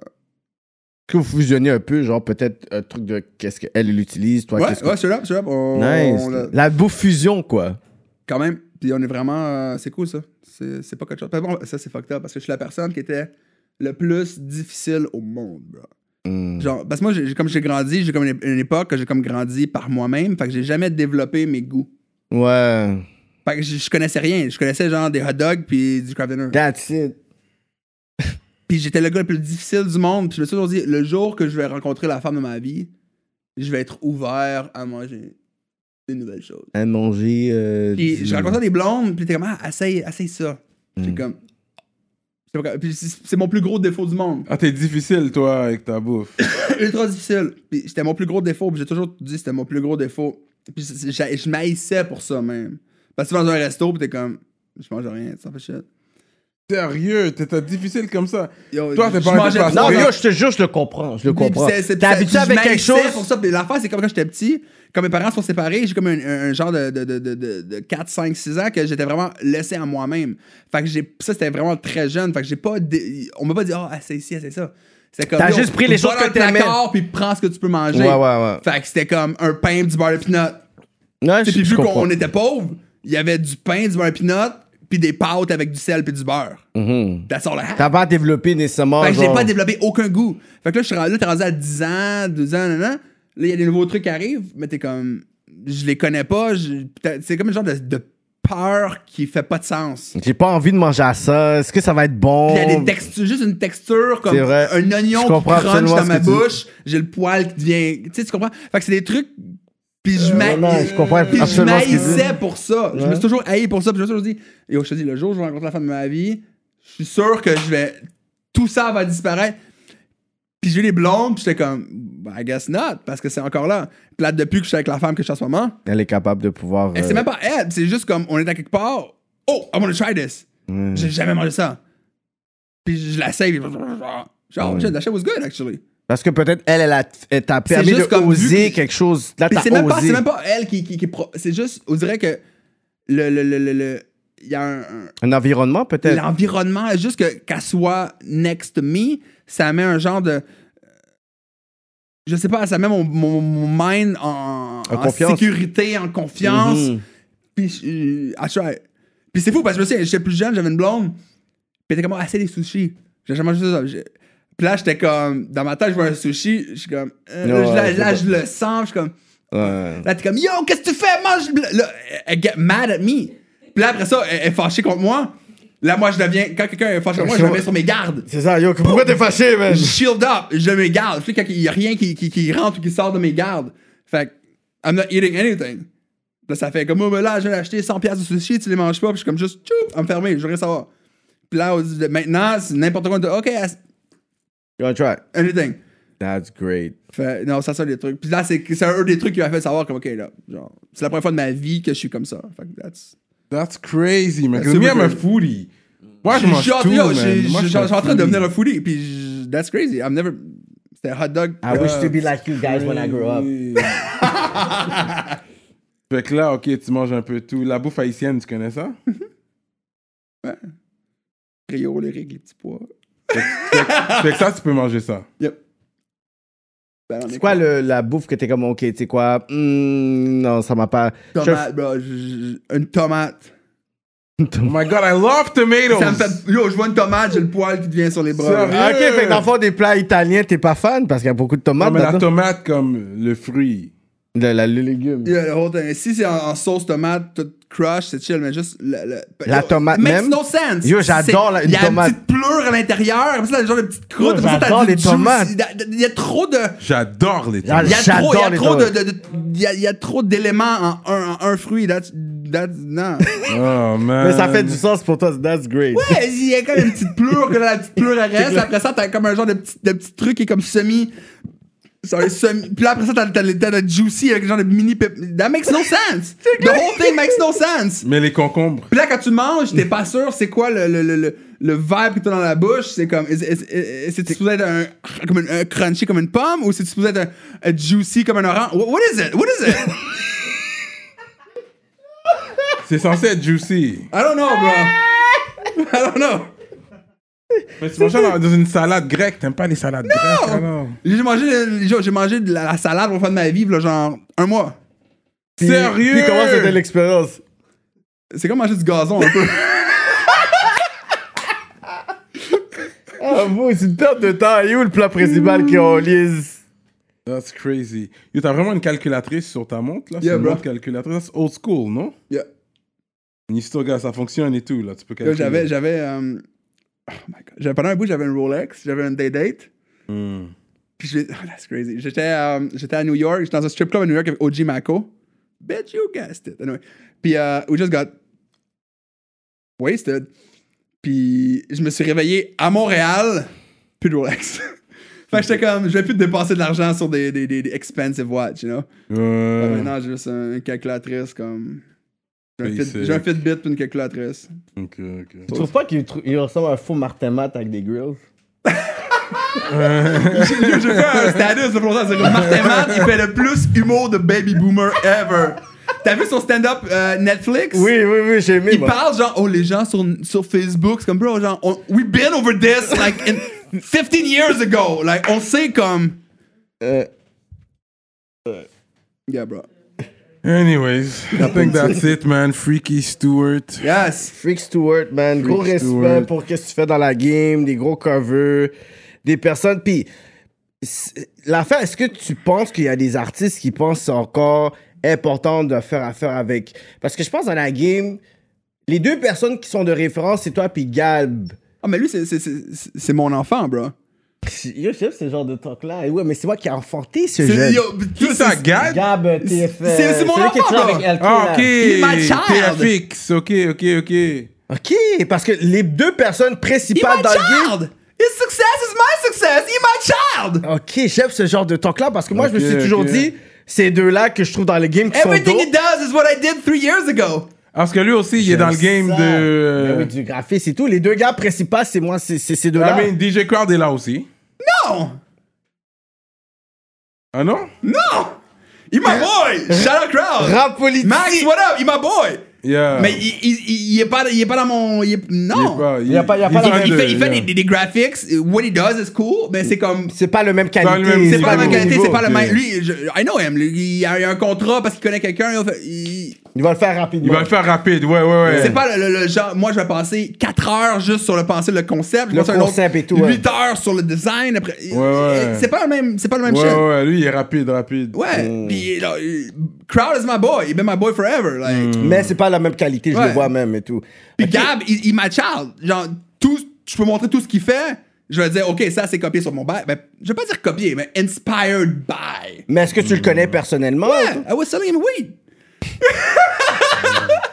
que vous fusionnez un peu, genre peut-être un truc de qu'est-ce qu'elle elle utilise, toi, qu'est-ce
Ouais,
que.
ouais, straight up, straight up. On,
nice.
on l'a-
La bouffe fusion, quoi.
quand même, puis on est vraiment. euh, c'est cool ça. C'est c'est pas quelque chose. Par exemple, ça, c'est fucked up parce que je suis la personne qui était le plus difficile au monde, bro.
Hmm.
Genre, parce que moi, j'ai- j'ai- comme j'ai grandi, j'ai comme une, une époque que j'ai comme grandi par moi-même, fait que j'ai jamais développé mes goûts.
Ouais.
Fait que je, je connaissais rien. Je connaissais genre des hot dogs puis du craft dinner.
That's it.
Puis j'étais le gars le plus difficile du monde. Puis je me suis toujours dit, le jour que je vais rencontrer la femme de ma vie, je vais être ouvert à manger des nouvelles choses.
À manger. euh,
Puis
du-
je rencontrais des blondes, puis t'es comme, ah, essaye, essaye ça. J'ai comme. C'est pas- puis c'est c'est mon plus gros défaut du monde.
Ah, t'es difficile, toi, avec ta bouffe.
Ultra difficile. Puis c'était mon plus gros défaut, puis j'ai toujours dit c'était mon plus gros défaut. Puis c'est- c'est- j'ai- je m'haïssais pour ça même. Parce que tu vas dans un resto, puis t'es comme, je mange rien, ça fait shit.
Sérieux, t'étais difficile comme ça.
Yo,
Toi, t'es
je
pas
mangeais
un peu
Non,
trop.
passionné.
mais yo, je te jure, je le comprends. Je le
Puis
comprends.
c'est- c'est-
T'es
ça-
habitué
je
avec quelque
m'haïssais
chose.
pour ça. Puis l'affaire, c'est comme quand j'étais petit, quand mes parents sont séparés, j'ai comme un, un- un genre de, de, de, de- de- de 4, 5, 6 ans que j'étais vraiment laissé à moi-même. Fait que j'ai ça, c'était vraiment très jeune. Fait que j'ai pas. dé- On m'a pas dit, ah, oh, c'est ici, c'est ça. C'était comme.
T'as
yo,
juste pris les
va
choses
dans
que
le placard,
t'aimais.
Puis prends ce que tu peux manger.
Ouais, ouais, ouais.
Fait que c'était comme un pain, du beurre de peanut.
Non,
Puis
je, je
vu
comprends.
qu'on était pauvres, il y avait du pain, du beurre de peanut, puis des pâtes avec du sel puis du beurre.
Mm. Mhm.
That's all I had.
T'as pas développé nécessairement.
Fait que Ben, j'ai
genre-
pas développé aucun goût. Fait que là, je suis rendu, là, t'es rendu à 10 ans, 12 ans, nan, nan. Là, il y a des nouveaux trucs qui arrivent, mais t'es comme. Je les connais pas. je- peut-être- C'est comme une genre de, de peur qui fait pas de sens.
J'ai pas envie de manger à ça. Est-ce que ça va être bon?
Il y a des textures, juste une texture comme
C'est vrai.
un oignon
Je
qui
comprends
crunch
absolument
dans
ce
ma
que tu dis.
bouche, j'ai le poil qui devient. Tu sais, tu comprends? Fait que c'est des trucs. Puis je m'a-
Euh, non, non, je comprends
puis je
absolument ce que tu dis.
m'haïssais pour ça. Je me suis toujours haï pour ça. Puis je me suis toujours dit, yo, je te dis, le jour où je vais rencontrer la femme de ma vie, je suis sûr que je vais. Tout ça va disparaître. Puis j'ai eu les blondes, puis j'étais comme, "Bah, I guess not, parce que c'est encore là. Puis là, depuis que je suis avec la femme que je suis en ce moment,
Elle est capable de pouvoir.
et
euh,
c'est même pas elle, c'est juste comme on est à quelque part. Oh, I want to try this. J'ai jamais mangé ça. Puis je l'essaye. puis Genre, shit, that shit was good actually.
euh, Parce que peut-être elle, elle, a- elle t'a permis
juste
de
comme vu
oser
que-
quelque chose. Là,
Puis
t'as
c'est même, pas-
osé.
c'est même pas elle qui. qui, qui est pro- c'est juste, on dirait que. Le. le, le, le, le- il y a un. un-
Un environnement, peut-être.
L'environnement, juste que- qu'elle soit next to me, ça met un genre de. Je sais pas, ça met mon, mon, mon mind en,
En
en
confiance.
sécurité, en confiance.
Mhm.
Puis, je- I tried. Puis c'est fou parce que je me souviens, j'étais plus jeune, j'avais une blonde. Puis elle était comme, ah, c'est des sushis. J'ai jamais mangé ça. J'ai- Puis là, j'étais comme, dans ma tête, je vois un sushi. Je suis comme, euh, là,
Ouais,
je- là,
ouais,
là,
je
je le sens. Je suis comme,
Ouais.
là, t'es comme, yo, qu'est-ce que tu fais? Mange. le- Là, elle get mad at me. Puis là, après ça, elle elle est fâchée contre moi. Là, moi, je deviens. Quand quelqu'un est fâché avec moi, je me mets sur mes gardes.
C'est ça, yo, pourquoi t'es fâché, man?
Je shield up, je me garde. Tu sais, quand il n'y a rien qui, qui, qui rentre ou qui sort de mes gardes. Fait que, I'm not eating anything. Là, ça fait comme, oh, ben là, j'ai acheté 100$ piastres de sushi, tu les manges pas, puis je suis comme juste, tchou, à me fermer, je voudrais savoir. Puis là, on dit, maintenant, c'est n'importe quoi, on dit, OK, as-
Yo, try.
anything.
That's great.
Fait, non, ça, c'est des trucs. Puis là, c'est c'est un des trucs qui m'a fait savoir, comme, OK, là, genre, c'est la première fois de ma vie que je suis comme ça. Fait que, that's.
That's crazy, man.
That's
Cause me,
super
I'm a
crazy.
foodie. Moi, je
J'ai-
mange
j'ai-
tout,
yo,
man.
j'ai-
Moi,
j'ai-
je
je suis en
mange
train de
tout.
devenir un foodie, puis je- that's crazy. I'm never. C'était hot dog.
I wish to be like you guys when I grow up.
Fait que là, ok, tu manges un peu tout. La bouffe haïtienne, tu connais ça?
Rio, les règles, les petits pois.
fait que ça, tu peux manger ça.
Yep. Ben, on est
C'est quoi le- la bouffe que t'es comme, ok, tu sais quoi? hmm, non, ça m'a pas.
Tomate, bro. je- je- Une tomate.
Oh my god, I love tomatoes!
Ça me fait- Yo, je vois une tomate, j'ai le poil qui devient sur les bras.
Sérieux?
là.
Ah, Ok, fait que dans le fond, des plats italiens, t'es pas fan parce qu'il y a beaucoup de
Non,
tomates.
mais la
dedans.
tomate comme le fruit.
Le- la- le légume.
Yo, le whole thing. Si c'est en, en sauce tomate, tout crush, c'est chill, mais juste. le- le-
La
Yo,
tomate
makes
même?
no sense.
Yo, j'adore la-
C'est-
une
Il y a
tomate.
une petite pleure à l'intérieur, comme ça, le genre de petite croûte.
Yo,
comme ça, t'as
j'adore
du
les
juice.
tomates.
Il y a- Il y a trop de.
J'adore les
Ah,
tomates.
Il y a
J'adore
trop, il y a
les
trop de,
tomates.
de- de- il y a, il y a trop d'éléments en un, en un fruit. That's, that's, non.
Oh man.
Mais ça fait du sens pour toi, that's great.
Ouais, il y a quand même une petite pleure, que la petite pleure elle reste. Après ça, t'as comme un genre de petit, de petit truc qui est comme semi. Sorry, semi. Puis là, après ça, t'as, t'as, le- t'as le juicy avec genre de mini pep. That makes no sense! The whole thing makes no sense!
Mais les concombres.
Puis là, quand tu manges, t'es pas sûr c'est quoi le, le, le, le, le vibe que t'as dans la bouche. C'est comme. is- is- is- C'est supposé être un, comme une- un crunchy comme une pomme ou c'est supposé être un, un juicy comme un orange? Wha- What is it? What is it?
C'est censé être juicy.
I don't know, bro. I don't know.
Mais tu manges ça dans- dans une salade grecque. T'aimes pas les salades grecques? alors?
J'ai mangé, le- j'ai- j'ai mangé de la, la salade au fond de ma vie, là, genre un mois.
Puis-
Sérieux?
Puis comment c'était l'expérience?
C'est comme manger du gazon un peu.
Ah, vous, c'est une perte de temps. Et où le plat principal qui ont lise?
That's crazy. Yo, t'as vraiment une calculatrice sur ta montre, là?
Yeah,
C'est une
bro.
montre calculatrice. That's old school, non?
Yeah.
Une histoire, gars, ça fonctionne et tout, là. Tu peux
Là,
calculer.
J'avais, j'avais, euh, oh my god, j'avais pendant un bout, j'avais une Rolex, j'avais une Day Date.
Hmm.
Puis je, oh, that's crazy. J'étais, euh, j'étais à New York, j'étais dans un strip club à New York avec OG Mako. Bet you guessed it. Anyway. Puis euh, we just got wasted. Puis je me suis réveillé à Montréal, plus de Rolex. fait que j'étais comme, je vais plus dépenser de l'argent sur des, des, des, des expensive watch, you know.
Euh,
Maintenant, j'ai juste un- une calculatrice comme. J'ai un,
Basic.
fit- j'ai un Fitbit puis une calculatrice.
ok, ok.
Tu trouves pas qu'il tr- il ressemble à un faux Martin Matt avec des grills?
j'ai j'ai fait un status là, pour ça. C'est comme Martin Matt, il fait le plus humour de baby boomer ever. T'as vu son stand-up euh, Netflix?
Oui, oui, oui, j'ai aimé.
Il
moi.
parle genre, oh, les gens sur, sur Facebook, c'est comme, bro, genre, on- we've been over this like in 15 years ago. Like, on sait comme.
Euh,
Yeah, bro.
Anyways, I think that's it, man. Freaky Stewart.
Yes.
Freak Stewart, man. gros
Freak
respect
Stewart.
pour ce que tu fais dans la game, des gros covers, des personnes. Puis, c'est- l'affaire, est-ce que tu penses qu'il y a des artistes qui pensent que c'est encore important de faire affaire avec. Parce que je pense dans la game, les deux personnes qui sont de référence, c'est toi puis Galb.
Ah, mais lui, c'est- c'est- c'est c'est mon enfant, bro.
Yo, je sais ce genre de talk-là. Et Ouais, mais c'est moi qui ai enfanté
C'est-
ce jeune. euh,
yo,
Qui ça,
c'est-
Gad?
Gab, TF.
c'est- c'est mon
celui qui est
enfant,
toujours
là.
avec LK,
Ah,
là.
ok.
He's my child.
TFX. Ok, ok, ok.
OK, parce que les deux personnes
He
principales
my
dans le game...
child! His success is my success! He my child!
OK, j'aime ce genre de talk-là parce que moi, je me
Ok,
suis toujours
ok.
dit, ces deux-là que je trouve dans le game qui
Everything
sont
he
dope.
does is what I did three years ago.
Parce que lui aussi, il est dans le game
Ça.
de. euh,
Ben oui, du Ah! graphisme et tout. Les deux gars principaux, c'est moi, c'est c'est ces deux-là.
I mean, DJ Crowd est là aussi.
Non!
Ah non?
Non! He my boy! Shout out crowd!
Rap politique.
Max, what up? He my boy!
Yeah.
Mais il, il- il- il est pas, il est pas dans mon... il est- non!
Il
y a pas- il y a
il est
pas la
dans
il,
le-
fait, il fait
yeah.
des, des- des graphics. What he does is cool, mais c'est comme...
C'est pas le même
pas
qualité.
le même-
C'est pas la même
niveau,
qualité, c'est pas le
ok.
même... Lui, je- I know him. Lui, il, a, il a un contrat parce qu'il connaît quelqu'un. il a fait- il-
Il va le faire rapidement.
Il va le faire rapide, ouais, ouais, ouais.
C'est pas le, le- le genre... Moi, je vais passer 4 heures juste sur le penser, le concept. Je
Le
vais passer un autre
concept et tout,
8
ouais.
heures sur le design. Après,
ouais.
C'est pas le même, c'est pas le même shit.
Ouais, Mm. ouais, lui, il est rapide, rapide.
Ouais, pis là, euh, Crowd is my boy, he been my boy forever. Like,
Mm.
Mais c'est pas la même qualité, je
Ouais.
le vois même et tout.
Puis
Ok.
Gab, il, il m'acharde. Genre, tout, je peux montrer tout ce qu'il fait. Je vais dire, OK, ça, c'est copié sur mon bail. Ben, je vais pas dire copié, mais inspired by.
Mais est-ce que tu le
Mm.
connais personnellement?
Yeah, I was selling him weed.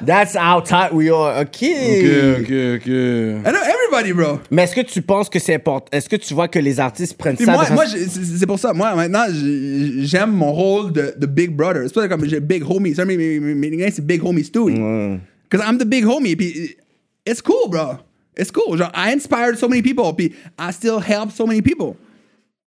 That's how tight we are. OK.
ok, ok.
I know everybody, bro.
Mais est-ce que tu penses que c'est important? Est-ce que tu vois que les artistes prennent
Puis
ça
moi,
de
moi, j'ai- c'est c'est pour ça. Moi, maintenant, j'ai- j'aime mon rôle de, de big brother. C'est pas comme j'ai big homie. C'est un de mes- mes mes- mes gars, c'est big homie Stewie. Because I'm the big homie. Puis, it's cool, bro. It's cool. Genre, I inspired so many people. Puis, I still help so many people.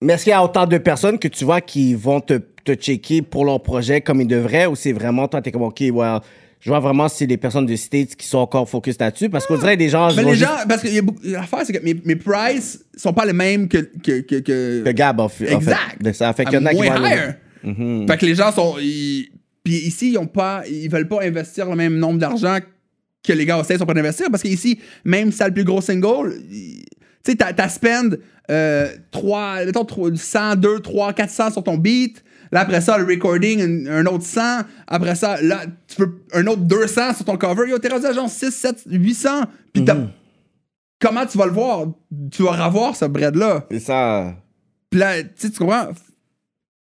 Mais est-ce qu'il y a autant de personnes que tu vois qui vont te, te checker pour leur projet comme ils devraient ou c'est vraiment toi, t'es comme, OK, well, je vois vraiment si c'est les personnes de States qui sont encore focus là-dessus parce qu'on dirait des gens.
Ah. Mais
ils vont
les
juste-
gens, parce que y a beaucoup- l'affaire, c'est que mes, mes prices sont pas les mêmes que. que, que, que-
Que Gab a fait. a fait.
exact.
De ça fait qu'il y en a
I'm way
qui vont aller- Mm-hmm.
higher. Fait que les gens sont. ils- Puis ici, ils ont pas. Ils veulent pas investir le même nombre d'argent que les gars au States sont prêts d'investir. Parce qu'ici, même si t'as le plus gros single, ils- tu sais, t'as t'as spend euh, 3, mettons, 3, 100, 2, 3, 400 sur ton beat. Là, après ça, le recording, un, un autre 100. Après ça, là, tu peux un autre 200 sur ton cover. Yo, t'es rendu à genre 6, 7, 800. Puis t'as-
Mm-hmm.
comment tu vas le voir? Tu vas revoir ce bread-là.
C'est ça.
Puis là, tu sais, tu comprends?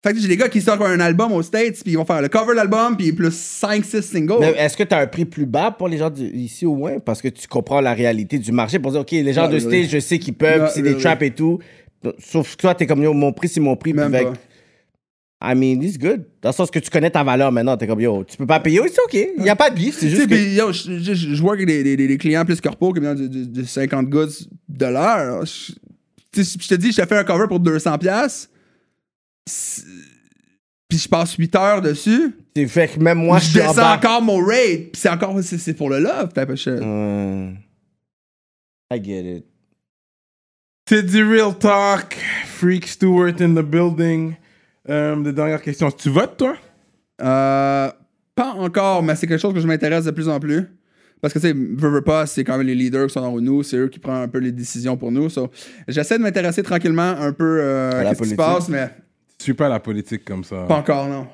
Fait que j'ai des gars qui sortent un album aux States, puis ils vont faire le cover de l'album, puis plus 5-6 singles.
Mais euh, est-ce que tu as un prix plus bas pour les gens d'ici ici au moins? Parce que tu comprends la réalité du marché pour dire, OK, les
Ouais,
gens de
Ah, oui.
stage, je sais qu'ils peuvent,
Ouais,
c'est
oui,
des
oui.
traps et tout. Sauf que toi, t'es comme, yo, mon prix, c'est mon prix. puis
Même
fait-
pas.
I mean, it's good. Dans le sens que tu connais ta valeur maintenant, t'es comme, yo, tu peux pas payer, c'est OK. Il n'y a pas de bif, c'est
Tu sais,
juste que...
puis yo, je je- je- je vois que des, des, des- des clients plus corpo qui viennent de, de- de 50 goods de l'heure. Je tu sais, je te dis, je te fais un cover pour 200$, piastres, c'est- puis je passe 8 heures dessus.
C'est fait que même moi, Ah, je
je
suis en
descends
bas.
encore mon rate, puis c'est encore c'est c'est pour le love, type of shit.
Hmm. I get it.
C'est du real talk. Freak Stewart in the building. Euh, de dernière question. Tu votes, toi?
Euh, pas encore, mais c'est quelque chose que je m'intéresse de plus en plus. Parce que, tu sais, veux, veux pas, c'est quand même les leaders qui sont dans nous, c'est eux qui prennent un peu les décisions pour nous. So, J'essaie de m'intéresser tranquillement un peu euh,
À la
à ce qui se
politique.
passe, mais
Tu suis pas la politique comme ça.
pas encore, non.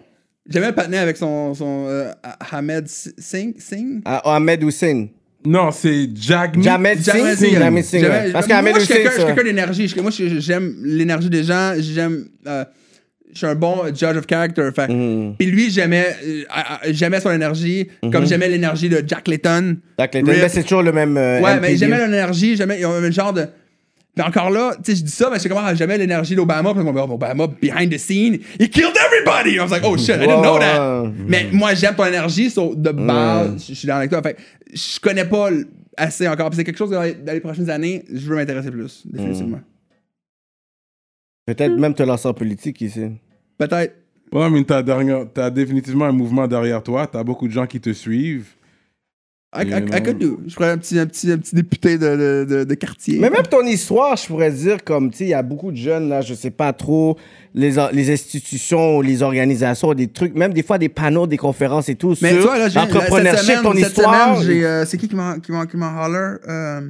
J'avais le patiné avec son, son euh, Hamed Singh. Singh?
Ah, Ahmed Hussein.
Non, c'est Jagmeet.
Jamais Singh.
Jamais Singh.
Jamais Singh.
J'avais-
ouais. Parce
moi,
qu'Ahmed
je suis
Hussein,
quelqu'un- je suis
ça-
quelqu'un d'énergie. Je- Moi, je- j'aime l'énergie des gens. J'aime. euh, je suis un bon judge of character. Fait.
Mm.
Puis lui, j'aimais, euh, à- à- j'aimais son énergie, comme j'aimais l'énergie de Jack Layton.
Mm-hmm. Jack Layton.
Rip.
Mais c'est toujours le même. euh,
Ouais,
MPD.
mais j'aimais l'énergie, j'aimais. Ils ont le genre de. Mais encore là, tu sais, je dis ça, mais je sais comment j'aimais l'énergie d'Obama. Puis on Obama, behind the scene, he killed everybody! I was like, oh shit, I didn't know that!
Ouais. Mm.
Mais moi, j'aime ton énergie, so, de base, je suis dans avec toi. Fait que je connais pas l- assez encore. Puis c'est quelque chose que dans les, dans les prochaines années, je veux m'intéresser plus,
Mm.
définitivement.
Peut-être même te lancer en politique ici.
Peut-être.
Ouais, mais t'as, dernière- t'as définitivement un mouvement derrière toi. T'as beaucoup de gens qui te suivent.
I, I-
You know.
I could do. Je ferais un petit, un petit, un petit député de, de- de- de quartier.
Mais même ton histoire, je pourrais dire, comme, tu sais, il y a beaucoup de jeunes, là, je sais pas trop, les, or- les institutions, les organisations, des trucs, même des fois des panneaux, des conférences et tout,
Mais tu
sur
vois, là, j'ai- là, cette
l'entrepreneurship,
semaine,
ton
cette
histoire.
semaine, j'ai, euh, c'est qui qui m'en, qui m'en, qui m'en holler? Euh,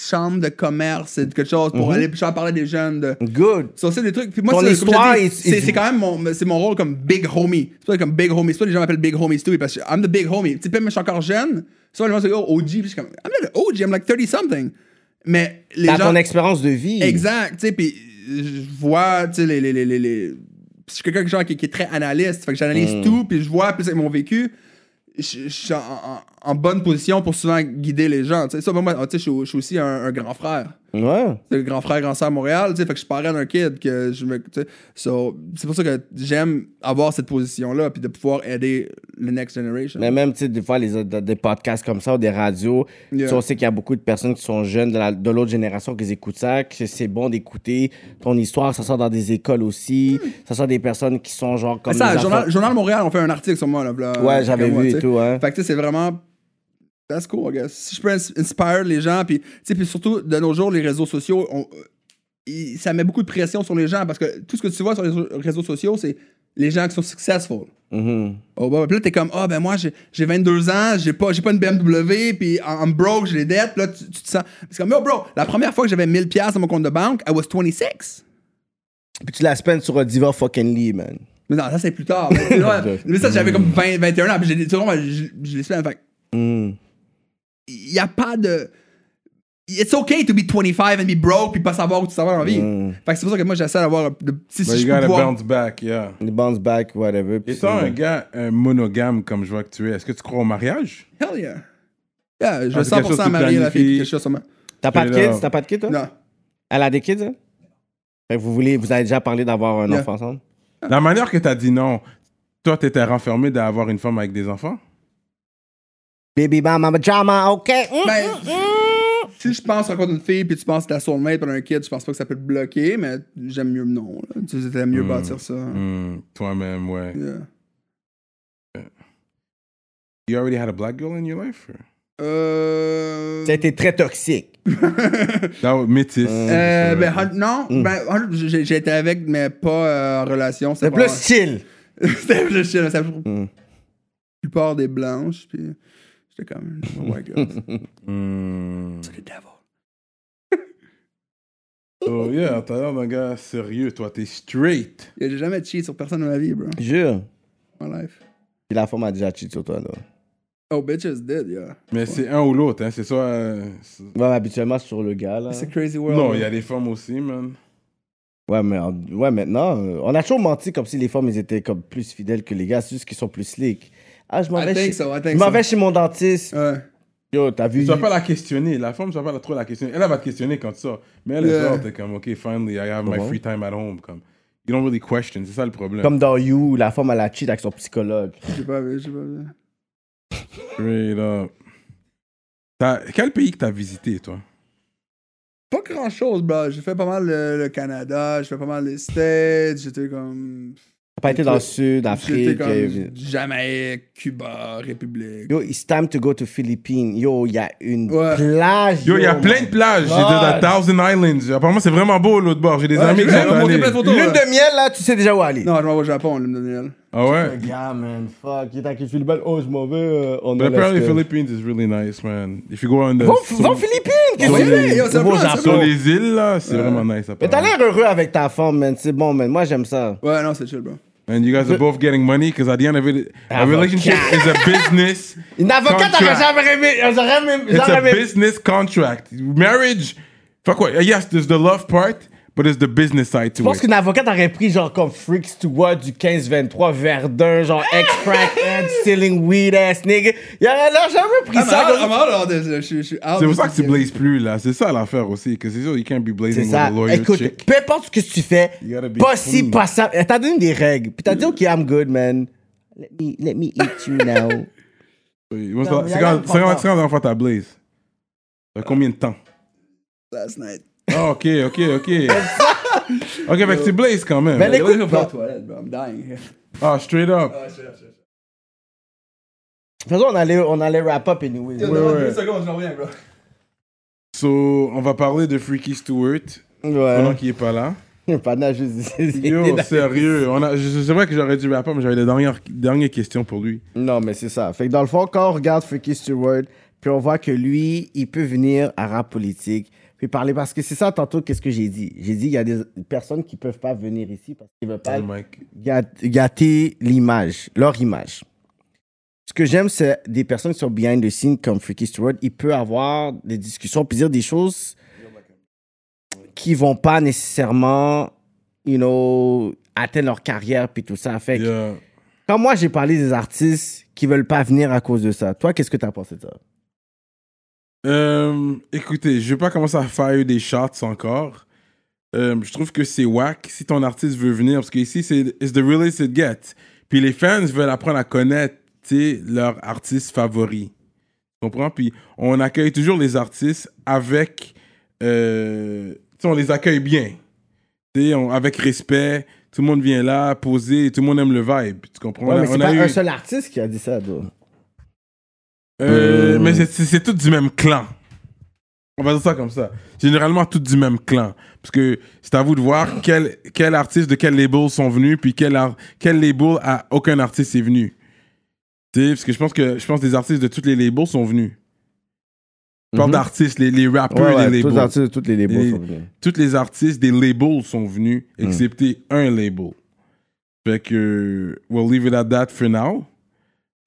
chambre de commerce, c'est quelque chose pour aller j'en parler des jeunes. De...
Good.
Ça, c'est des trucs. Puis moi,
Mhm. Ton
c'est, comme je te
histoire
dis,
est-
c'est,
est-
c'est quand même mon, c'est mon rôle comme big homie. C'est pas comme big homie. C'est pas les gens m'appellent big homie, c'est tout. Parce que I'm the big homie. Tu sais, même si je suis encore jeune, souvent les gens disent, oh, OG. Puis je suis comme, I'm not an OG, I'm like 30 something. Mais les
Dans
gens.
ton expérience de vie.
Exact, tu sais, puis je vois, tu sais, les... les, les, les, les- puis Je suis quelqu'un genre qui, qui est très analyste, fait que j'analyse
Mm.
tout, puis je vois, plus avec mon vécu, je je suis en, en- en bonne position pour souvent guider les gens, tu sais. Ça, moi, moi, tu sais, je suis- je suis aussi un, un grand frère.
Ouais.
C'est le grand frère, grand sœur à Montréal, tu sais, fait que je parraine un kid que je me... tu sais. So, c'est pour ça que j'aime avoir cette position-là, puis de pouvoir aider le next generation.
Mais même, tu sais, des fois, les, autres- des podcasts comme ça ou des radios,
Yeah.
tu sais, on sait qu'il y a beaucoup de personnes qui sont jeunes de la- de l'autre génération qui écoutent ça, que c'est bon d'écouter ton histoire. Ça sort dans des écoles aussi. Ça sort des personnes qui sont genre comme.
Mais Hmm. ça,
les
journal,
enfants-
journal Montréal, on fait un article sur moi, là. là
Ouais, j'avais
quelques mois,
vu
tu
et
sais.
tout, hein.
Fait que tu sais, c'est vraiment. That's cool, I guess. Si je peux ins- inspire les gens, puis tu sais, puis surtout, de nos jours, les réseaux sociaux, on- il- ça met beaucoup de pression sur les gens parce que tout ce que tu vois sur les so- réseaux sociaux, c'est les gens qui sont successful.
Mhm.
Oh, bah, puis là, t'es comme, ah, ben moi, j'ai j'ai 22 ans, j'ai pas, j'ai pas une BMW, puis I'm I'm broke, j'ai des dettes, puis là, tu, tu te sens. C'est comme, yo, bro, la première fois que j'avais 1000$ dans mon compte de banque, I was 26.
Puis tu la spends sur un diva fucking Lee, man.
Mais non, ça c'est plus tard. Mais, ouais, mais ça, j'avais comme 20, 21 ans. Puis j'ai des- tu vois, moi, je, je l'ai fait. Fait que
Mm.
il n'y a pas de. It's okay to be 25 and be broke puis pas savoir où tu t'en vas dans la vie. Fait que c'est pour ça que moi, j'essaie d'avoir de si, si
Mm. But you
je peux
gotta
pouvoir-
bounce back, yeah.
Les bounce back, whatever. Mm. puis
Étant
c'est-
un gars euh, monogame comme je vois que tu es, est-ce que tu crois au mariage?
Hell yeah. Yeah, je
Ah,
veux
c'est quelque chose
100%
qui
marier la
planifie.
fille. Quelque chose sûrement.
T'as pas de
Straight
kids?
up.
T'as pas de kids, toi?
Non.
Elle a des kids, elle? Fait que vous voulez, vous avez déjà parlé d'avoir un
Yeah.
enfant ensemble?
La manière que t'as dit non, toi, t'étais renfermé d'avoir une femme avec des enfants?
Baby mama drama, ok? Mm,
Ben,
mm, mm.
Si je pense rencontrer une fille puis tu penses que ta soulmate pendant un kid, je pense pas que ça peut te bloquer, mais j'aime mieux non. là. Tu sais, t'aimes mieux
Mm.
bâtir ça.
Hmm, Toi-même, ouais.
Yeah.
You already had a black girl in your life? or-
Euh.
Ça a été très toxique.
That was- métis.
Euh, ben,
Ouais.
hun- non,
Mm.
ben, hun- j'ai j'ai été avec, mais pas euh, en relation.
C'est plus chill.
C'était plus chill. C'était plus. plupart des blanches, puis j'étais comme. Oh my god.
Hmm.
C'est le devil.
So, Oh, yeah, t'as l'air d'un gars sérieux, toi, t'es straight.
Yeah, J'ai jamais cheat sur personne dans ma vie, bro.
Jure.
My life.
Puis la femme a déjà cheat sur toi, là.
Oh, bitches did, yeah.
Mais c'est un ou l'autre, hein, c'est soit. euh, c'est-
Ouais, habituellement c'est sur le gars, là.
It's a crazy world.
Non,
man.
il y a des femmes aussi, man.
Ouais, mais en- ouais, maintenant, euh, on a toujours menti comme si les femmes, ils étaient comme plus fidèles que les gars, c'est juste qu'ils sont plus slick. Ah, je m'en
I
vais,
think
chez...
so, I think
je m'en
so.
vais chez mon dentiste.
Ouais.
Yo, t'as vu?
Tu vas pas la questionner, la femme, tu vas pas la- trop la questionner. Elle, elle va te questionner quand tu sors. Mais elle, elle
Yeah.
sort, t'es comme, OK, finally, I have my
Ouais.
free time at home. Comme, you don't really question, c'est ça le problème.
Comme dans You, la femme, elle a cheat avec son psychologue.
J'ai pas vu, j'ai pas vu.
Straight up. T'as- Quel pays que t'as visité, toi
Pas grand chose, bro. J'ai fait pas mal le, le Canada, j'ai fait pas mal les States, j'étais comme.
T'as pas été dans le sud,
J'étais
Afrique. euh,
comme. Jamaïque, Cuba, République.
Yo, it's time to go to Philippines. Yo, il y a une
Ouais.
plage.
Yo, il y a
man.
plein de plages. J'ai de la Thousand Islands. Apparemment, c'est vraiment beau l'autre bord. J'ai des
Ouais,
amis
j'ai
qui sont
montré plein de
allés.
photos.
Lune
ouais.
de miel, là, tu sais déjà où aller.
Non, je m'en vais au Japon, l'une de miel.
Ah ouais?
gars, man, fuck. Il est à Philippines. Oh, je m'en vais. euh, en
But apparently
Alaska.
Philippines is really nice, man. If you go on the...
Va
sur-
va aux Philippines, qu'est-ce
Ouais,
que tu
ouais,
fais?
yo, c'est
Va au
vrai, c'est
Japon.
Sur les îles, là, c'est vraiment nice.
Mais t'as
apparemment.
l'air heureux avec ta femme, man. C'est bon, man. Moi, j'aime ça.
Ouais, non, c'est chill, bro.
And you guys are both getting money because at the end of it, a relationship is a business.
Une avocate aurait
contract.
jamais aimé. J'aurais aimé.
It's
j'aurais
a
aimé-
business contract. Marriage, fuck what? Yes, there's the love part, but there's the business side
Je
to
pense
it.
qu'une avocate aurait pris genre comme Freaks to What du 15-23 Verdun, genre ex-crack head, stealing weed ass nigga. Il aurait elle aurait jamais pris
Ah,
I'm
ça.
out,
comme-
I'm out, all this. Je suis- je suis out.
C'est pour ça que tu
Yeah.
blazes plus, là. C'est ça l'affaire aussi. Que c'est sûr, you can't be blazing
C'est
with a
ça.
ah, lawyer
Écoute,
chick.
peu importe ce que tu fais,
You gotta be
pas si
clean.
passable. Elle t'a donné des règles. Puis t'as dit, OK, I'm good, man. Let me, let me eat you now.
Oui, moi, ça-
Non, mais
C'est
y a
quand
l'air
c'est quand-
content.
c'est quand la dernière fois t'as blaze. T'as combien de temps?
Last night.
Ah, ok, ok, ok. Ok, fait que tu blazes quand même.
Mais Ben, les-
Écoute,
Écoute,
je vais faire
bro.
la toilette, bro. I'm dying.
Ah, straight up.
De toute façon, on allait, on allait wrap up anyway.
Yo,
ouais.
demande deux secondes, je reviens, bro.
So, on va parler de Freaky Stewart pendant
Ouais.
qu'il est pas là.
Pendant juste
Yo, sérieux. On a, je- c'est vrai que j'aurais dû rapper, mais j'avais les dernières, dernières questions pour lui.
Non, mais c'est ça. Fait que dans le fond, quand on regarde Freaky Stewart, puis on voit que lui, il peut venir à rap politique, puis parler. Parce que c'est ça, tantôt, qu'est-ce que j'ai dit? J'ai dit, il y a des personnes qui peuvent pas venir ici parce qu'ils veulent pas
Oh, Mike.
gâ- gâter l'image, leur image. Ce que j'aime, c'est des personnes qui sont behind the scenes comme Freaky Stewart. Il peut avoir des discussions, puis dire des choses qui vont pas nécessairement, you know, atteindre leur carrière, puis tout ça. Fait que
Yeah.
quand moi, j'ai parlé des artistes qui veulent pas venir à cause de ça, toi, qu'est-ce que t'as pensé de ça?
Euh, écoutez, je vais pas commencer à faire des shots encore. Euh, je trouve que c'est whack si ton artiste veut venir, parce qu'ici, c'est it's the realest it gets. Puis les fans veulent apprendre à connaître tu sais, leur artiste favori. Tu comprends? Puis on accueille toujours les artistes avec. euh, tu sais, on les accueille bien. Tu sais, on- avec respect. Tout le monde vient là, poser, tout le monde aime le vibe. Tu comprends?
Ouais,
On a-
mais c'est
on a
pas
eu-
un seul artiste qui a dit ça, toi.
euh, mais c'est- c'est c'est tout du même clan. On va dire ça comme ça. Généralement, tout du même clan. Parce que c'est à vous de voir quel, quel artiste de quel label sont venus, puis quel, ar- quel label à aucun artiste est venu. Tu sais, parce que je pense que je pense que les artistes de tous les labels sont venus. Je parle
Mhm.
d'artistes, les, les rappeurs,
Ouais, ouais,
les
tous les
labels.
artistes, toutes les labels
Les-
sont venus.
Tous les artistes des labels sont venus, excepté un label. Fait que, we'll leave it at that for now.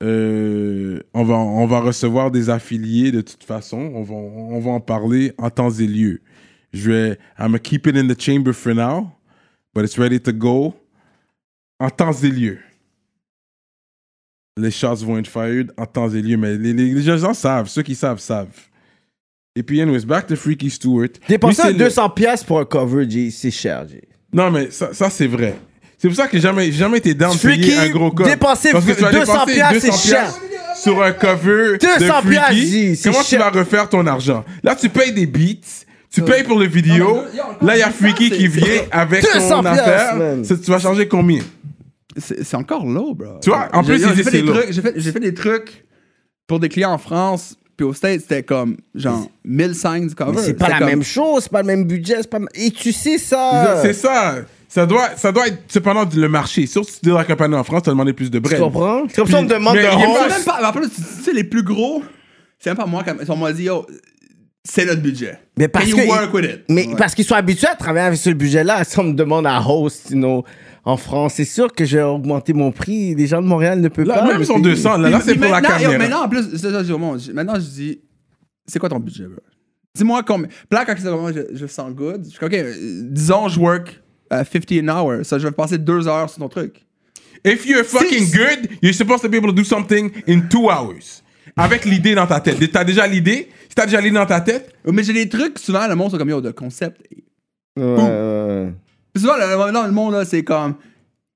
Euh, on, va, on va recevoir des affiliés de toute façon. On va, on va en parler en temps et lieu. Je vais. I'm gonna keep it in the chamber for now, but it's ready to go. En temps et lieu. Les shots vont être fired en temps et lieu, mais les, les- les gens savent. Ceux qui savent, savent. Et puis, anyways, back to Freaky Stewart. Lui,
Dépenser
c'est le-
200 pièces pour un cover, Jay, c'est cher, Jay.
Non, mais ça, ça, c'est vrai. C'est pour ça que j'ai jamais, j'ai jamais été down de
Freaky,
payer un gros cover.
dépenser
Parce que tu vas
200
dépenser
piastres,
200
c'est cher.
piastres Sur un cover
200
de
piastres,
Freaky,
dis, c'est
comment tu vas
cher.
refaire ton argent? Là, tu payes des beats, tu payes pour le vidéo. Là, il y a Freaky qui vient avec
200
son
piastres,
affaire.
man.
C'est- Tu vas changer combien?
C'est c'est encore low, bro.
Tu vois, en
J'ai-
plus,
j'ai
ils disent
fait
c'est
des
low.
trucs- J'ai fait, j'ai fait des trucs pour des clients en France, puis au States, c'était comme genre 1005 du cover.
Mais c'est pas la
comme-
même chose, c'est pas le même budget, c'est pas. Et tu sais ça.
C'est ça. Ça doit, ça doit être cependant le marché. Surtout si tu es dans la campagne en France, tu as demandé plus de bread.
Tu comprends? C'est comme ça, on me demande
mais
de
il est
C'est
rendre.
même pas. En plus, tu tu sais, les plus gros, c'est même pas moi. Quand, ils m'ont dit, yo, c'est notre budget.
Mais parce
Can
que-
you work with it?
Mais
Ouais.
parce qu'ils sont habitués à travailler avec ce budget-là, si on me demande à host, you know, en France, c'est sûr que j'ai augmenté mon prix. Les gens de Montréal ne peuvent
Là,
pas.
même
mais
son
c'est-
200, là, là,
Puis
c'est pour la
maintenant- yo,
caméra.
Maintenant, en plus, c'est ça, je dis au monde, je- Maintenant, je dis, c'est quoi ton budget, bro? Dis-moi combien. Puis là, quand c'est vraiment, je, je sens good. Je suis comme, OK, euh, disons, je work à 50 an hour. Ça, je vais passer deux heures sur ton truc.
If you're fucking good, you're supposed to be able to do something in two hours. Avec l'idée dans ta tête. T'as déjà l'idée? Si t'as déjà l'idée dans ta tête,
Oh, Mais j'ai des trucs, souvent, le monde, c'est comme, yo, de concept.
Ouais, ouais, ouais.
Puis souvent, le, le- non, le monde, là, c'est comme.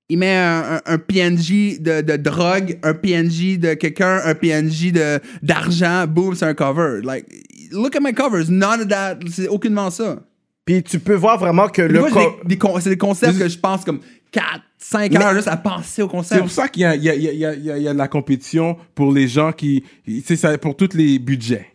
Il met un, un- un PNJ de, de drogue, un PNJ de quelqu'un, un PNJ de- d'argent, boom, c'est un cover. Like, look at my covers, none of that, c'est aucunement ça.
Puis tu peux voir vraiment que
Des
le.
fois, j'ai
co-
des- des con- c'est des concepts que je pense comme 4, 5 heures juste à penser au
c'est
concept.
pour ça qu'il y a, il y, a, il y, a, il y, a, il y a de la compétition pour les gens qui. C'est ça, pour tous les budgets.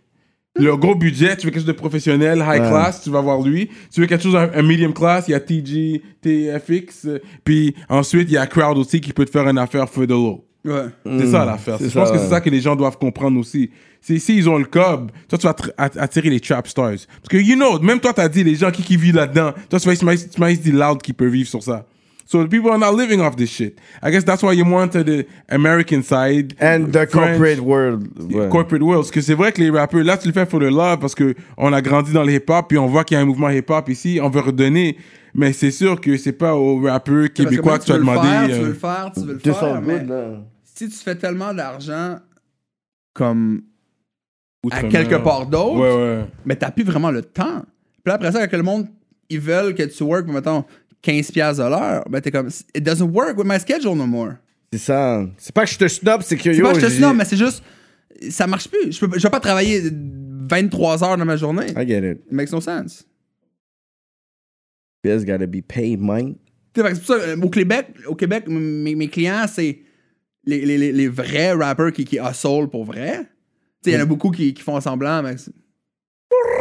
Le gros budget, tu veux quelque chose de professionnel, high class, tu vas voir lui. Tu veux quelque chose, un, un medium class, il y a TG, TFX. euh, Puis ensuite, il y a Crowd aussi qui peut te faire une affaire for the low.
Ouais.
C'est
Hmm.
ça l'affaire. Je pense que c'est ça que les gens doivent comprendre aussi. C'est si ils ont le cob, toi tu vas attr- att- attirer les trap stars. Parce que you know, même toi t'as dit les gens qui qui vivent là-dedans. Toi tu m'as- tu m'as tu m'as dit loud qui peut vivre sur ça. So the people are not living off this shit. I guess that's why you want the American side
And the
French,
corporate world. ouais.
corporate world. Parce que c'est vrai que les rappeurs là tu le fais for the love parce que on a grandi dans le hip hop puis on voit qu'il y a un mouvement hip hop ici, on veut redonner. Mais c'est sûr que c'est pas aux rappeurs québécois que tu as
veux le
demandé.
faire, Tu veux
euh,
le faire, tu veux le
200
faire, mais
good, là.
si tu fais tellement d'argent comme à
outre-mer.
quelque part d'autre,
Ouais ouais.
mais t'as plus vraiment le temps. Puis là, après ça, quand le monde, ils veulent que tu work, mettons, 15$ piastres à l'heure, ben t'es comme, it doesn't work with my schedule no more.
C'est ça. C'est pas que je te snob, c'est que
C'est
yo.
pas que je te
j'ai-
snob, mais c'est juste, ça marche plus. Je, peux, je vais pas travailler 23 heures dans ma journée.
I get it.
It makes no sense.
Bills gotta be paid, man.
Tu sais, fait que c'est pour ça, euh, au Québec, au Québec m- mes, mes clients, c'est les, les, les, les vrais rappers qui, qui hustle pour vrai. Tu sais, il y en a beaucoup qui, qui font semblant, mais. c'est-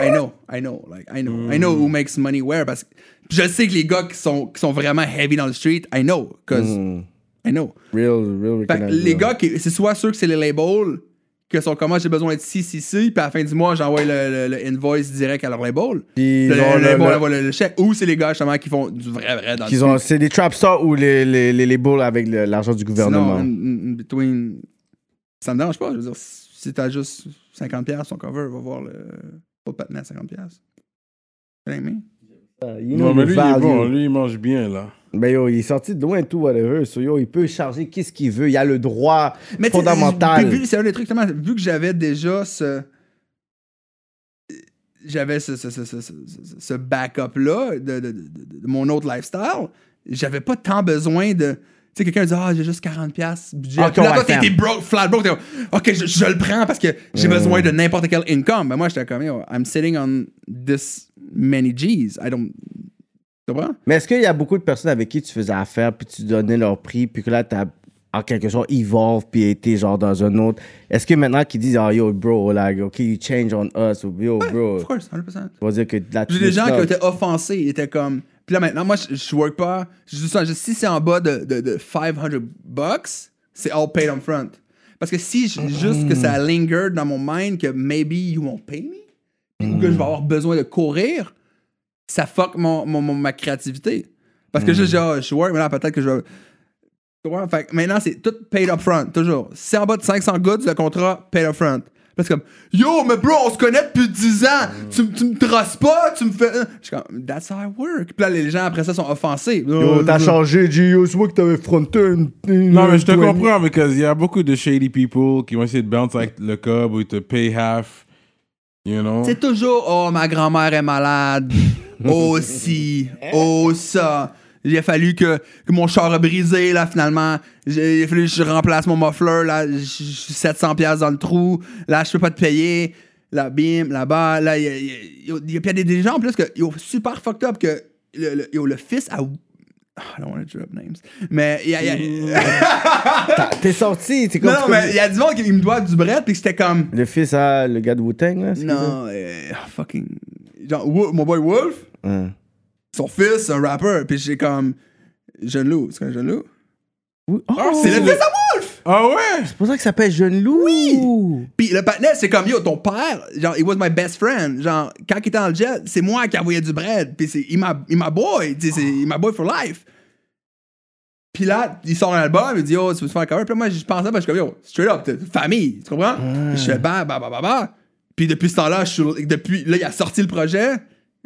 I know, I know, like, I know. I
Mm.
know who makes money where. Parce que je sais que les gars qui sont, qui sont vraiment heavy dans le street, I know, cause
Mm.
I know.
Real, real.
Fait que
recognizable.
les gars, qui- c'est soit sûr que c'est les labels, que sont comment j'ai besoin de ci, ci, ci, puis à la fin du mois, j'envoie le, le- le invoice direct à leur label.
Puis
Le,
ils
le
ont le-
label
le-
envoie le, le chèque. Ou c'est les gars, justement, qui font du vrai, vrai dans le
Qu'ils ont- C'est des trap stars ou les, les, les, les bulls avec le- l'argent du
Sinon,
gouvernement.
in, in- in between. Ça me dérange pas. Je veux dire, si t'as juste 50$ son cover, va voir le. Pas de patiné à 50$. You know what I mean?
Ah, You
Non,
know
mais
the
lui, il est
value.
bon. Lui, il mange bien, là.
Ben yo, il est sorti de loin et tout, whatever. So yo, il peut charger qu'est-ce qu'il veut. Il y a le droit
Mais tu sais,
fondamental.
puis- puis C'est un des trucs, tellement- vu que j'avais déjà ce. J'avais ce, ce, ce, ce, ce- ce- ce backup-là de, de- de- de- de mon autre lifestyle, j'avais pas tant besoin de. Tu sais, quelqu'un dit Ah, j'ai juste 40$ budget.
Ok,
Puis
on
là,
va
toi,
le faire.
t'es t'es broke, flat broke. t'es comme, Ok, je, je le prends parce que
Mm.
j'ai besoin de n'importe quel income. Mais moi, j'étais comme Yo, I'm sitting on this many G's. I don't. Tu comprends?
Mais est-ce qu'il y a beaucoup de personnes avec qui tu faisais affaire, puis tu donnais leur prix, puis que là, t'as en quelque sorte evolve, puis été genre dans un autre. Est-ce que maintenant qu'ils disent, oh yo, bro, like, ok, you change on us, ou yo, bro.
Of course, 100%.
Tu vas dire que là, tu
J'ai des gens qui
snob.
étaient offensés, ils étaient comme. Puis là maintenant, moi, je, je work pas. Je dis ça, je- si c'est en bas de, de, de 500 bucks, c'est all paid on front. Parce que si je- juste que ça linger dans mon mind que maybe you won't pay me, puis ou que je vais avoir besoin de courir,
Hmm.
ça fuck mon, mon- mon- ma créativité. Parce que juste, genre, je work, mais là, peut-être que je vais. Tu comprends? Fait que maintenant, c'est tout paid up front, toujours. Si c'est en bas de 500 goods, le contrat, paid up front. Là, c'est comme, yo, mais bro, on se connaît depuis 10 ans.
Hmm.
Tu, m- tu me traces pas, tu me fais. euh. Je suis comme, that's how I work. Puis là, les gens après ça sont offensés.
Yo, t'as changé, G. Yo, c'est moi que t'avais fronté une. une-
Non, mais je te
une-
comprends, parce qu'il y a beaucoup de shady people qui vont essayer de bounce avec le cob ou ils te pay half. You know?
C'est toujours Oh, ma grand-mère est malade. oh, si. Oh, ça. Il a fallu que, que mon char a brisé, là, finalement. J'ai- Il a fallu que je remplace mon muffler, là. Je suis 700$ piastres dans le trou. Là, je peux pas te payer. Là, bim, là-bas. Là, il y a- il y a- il y a- il y a, puis il y a des gens, en plus, que, yo, super fucked up, que le, le- yo, le fils a. I don't want to drop names. Mais il y a- il y a.
T'es sorti, t'es comme.
Mm. non, non, mais il y a du monde qui me doit du bret, puis que c'était comme.
Le fils à le gars de Wu-Tang, là. c'est ça?
Non, euh, ah, fucking. Genre, Wo- mon boy Wolf,
Hein.
son fils, un rapper. Puis j'ai comme. Jeune Loup, c'est quoi Jeune Loup?
Oui. Oh,
Ah, C'est
c'est
le fils à Wolf!
Ah ouais?
pour ça qu'il s'appelle Jeune Loup. Oui.
Puis le patinet, c'est comme yo, ton père, genre, it was my best friend. Genre, quand il était dans le jet, c'est moi qui envoyais du bread. Puis c'est, il m'a il m'a boy, tu sais, c'est, il m'a boy for life. Puis là, il sort un album, il dit, yo, tu veux te faire un cover? Puis là, moi, je pensais, parce que je suis comme, yo, straight up, t'es- famille, tu comprends? Puis Je fais, bah, bah, bah, bah, bah. Puis depuis ce temps-là, je suis, depuis, là, il a sorti le projet.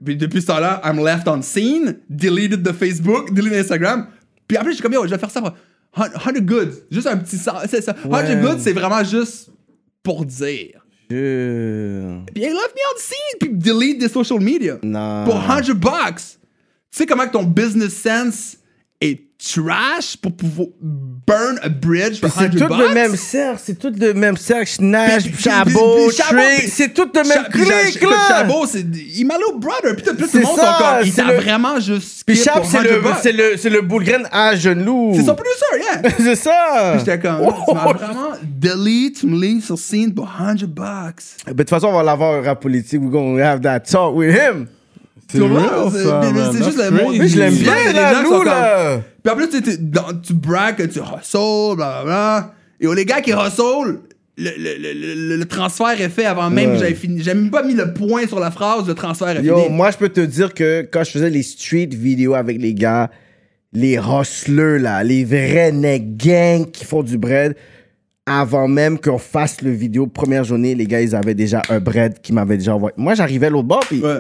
Puis depuis ce temps-là, I'm left on scene, deleted de Facebook, deleted Instagram. Puis après, je suis comme, yo, je vais faire ça pour 100 goods. Juste un petit 100, c'est ça. 100 goods, c'est vraiment juste pour dire.
Je.
Puis il left me on scene, puis delete des social media.
Non.
Pour 100 bucks. Tu sais comment que ton business sense est trash pour pouvoir burn a bridge pour 100
C'est
bucks?
tout le même cercle, c'est tout le même cercle. Snatch,
Puis- puis-
Chabot,
puis- puis Chabot,
Trick,
puis-
c'est tout le
Cha-
même
puis Cha-
clic, là.
Chabot, c'est. Il m'a au brother. Puis tout tout
C'est
le monde
ça,
sont comme. Il
c'est
t'a
le-
vraiment juste.
Puis
skip
Chab,
pour
c'est
100
le,
bucks.
c'est le, c'est le boule graine à genoux.
C'est son producer, yeah.
C'est ça.
J'étais comme.
Oh,
Tu m'as vraiment delete, tu me leaves sur scene pour 100 bucks.
Mais De toute façon, on va l'avoir au rap politique. We're gonna have that talk with him.
C'est
vois,
real,
c'est-
ça,
mais- mais
man.
c'est juste
That's
le
crazy.
monde-
Mais je l'aime
Il y a
bien,
des gens
là,
qui
nous,
sont
là.
Puis en plus, tu, tu, dans- tu braques, tu hustle, blablabla. Et oh, les gars qui hustle, le, le, le, le, le transfert est fait avant même que j'avais fini. J'ai même pas mis le point sur la phrase, le transfert est
Yo,
fini.
moi, je peux te dire que quand je faisais les street vidéos avec les gars, les hustlers, là, les vrais neck gang qui font du bread, avant même qu'on fasse le vidéo, première journée, les gars, ils avaient déjà un bread qui m'avait déjà envoyé. Moi, j'arrivais à l'autre bord, puis
Ouais.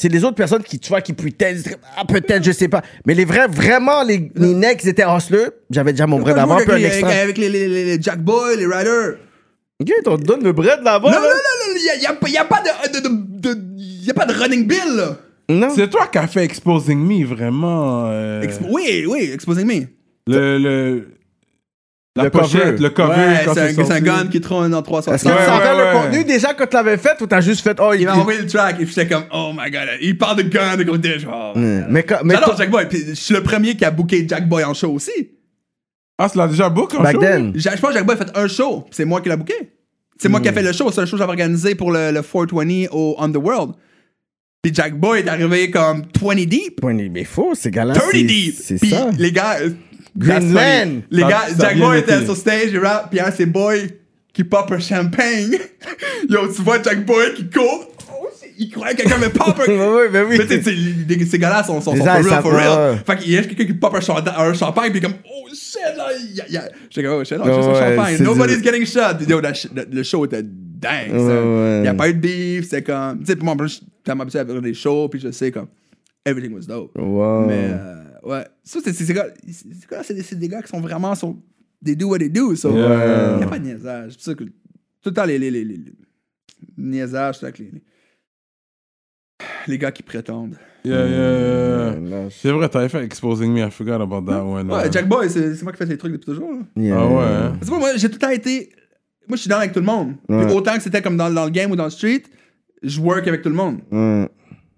c'est les autres personnes qui, tu vois, qui putain, ah, peut-être, je sais pas. Mais les vrais, vraiment, les, les necks, ils étaient hustlers. J'avais déjà mon
Moi,
bread
je
avant,
vois
puis
que
un
avec,
extra.
avec les, les, les, les Jack Boy, les Riders.
Ok, on te donne le bread là-bas.
Non, non,
là.
non, non, il y a, y a pas- y a pas de, de, de, de- y a pas de running bill, là.
Non.
C'est toi qui as fait Exposing Me, vraiment. euh,
Expo- oui, oui, Exposing Me.
le, le, la
Le cover.
pochette, le cover.
Ouais,
quand
c'est un, c'est un
sorti.
gun qui trône dans
Est-ce que
360.
tu
Ouais,
savais
ouais, ouais.
le contenu déjà quand tu l'avais fait ou t'as juste fait, oh,
Il m'a envoyé le track et puis j'étais comme, oh my god, il parle de gun, de gros dish. Oh.
Mm. Mais, quand- mais
J'adore
toi-
Jack Boy. Puis je suis le premier qui a booké Jack Boy en show aussi.
Ah, c'est l'a déjà beau quand
back then.
J'ai- Je pense que Jack Boy a fait un show, puis c'est moi qui l'a booké. C'est
Hmm.
moi qui a fait le show, c'est un show que j'avais organisé pour le, le 420 au Underworld. Puis Jack Boy est arrivé comme 20 deep,
Ouais, mais- mais faux, ces gars-là.
30
Ah, c'est-
deep.
C'est
Puis
ça.
les gars. euh,
Green
that's funny.
Man.
Les
Ça-
gars,
ça a
Jack
bien
Boy
été.
était sur stage, il rap, puis un de ses boys qui pop un champagne. Yo, tu vois Jack Boy qui court. Oh, shit, Il croyait que quelqu'un me pop
Ouais,
un.
ouais, ben oui.
Mais tu sais, tu sais, les- les- ces gars-là sont, sont,
Les
sont
gens,
for
ils
real,
savent
for
pas.
real. Fait qu'il y a quelqu'un qui pop un, chanda- un champagne, pis comme, oh shit, là, y a, y a. J'étais comme, oh shit, là, juste
Ouais,
un
c'est
champagne.
dur.
Nobody's getting shot. Yo, la sh- le, le show était dingue, ça.
ouais.
Y a pas eu de beef, c'était comme, tu sais, pis moi, en plus, je suis tellement habitué à faire des shows, pis je sais, comme, everything was dope.
Wow.
Mais, euh, ouais. Ça, c'est c'est- c'est quoi- c'est- c'est quoi, c'est des, c'est des gars qui sont vraiment, sont, they do what they do, so.
Yeah.
Y a pas de niaisage. C'est pour ça que, tout le temps, les, les, les, les, les niaisages, c'est avec les, les, les gars qui prétendent.
Yeah, yeah, yeah.
Non, je-
C'est vrai, t'avais fait Exposing Me, I forgot about that one.
Hmm. Ouais,
man.
Jack Boy, c'est c'est moi qui fais les trucs depuis toujours. là.
Yeah.
Ah ouais. hein.
C'est pas moi, j'ai tout le temps été. Moi, je suis dans avec tout le monde. Puis
Ouais.
autant que c'était comme dans, dans le game ou dans le street, je work avec tout le monde.
Ouais.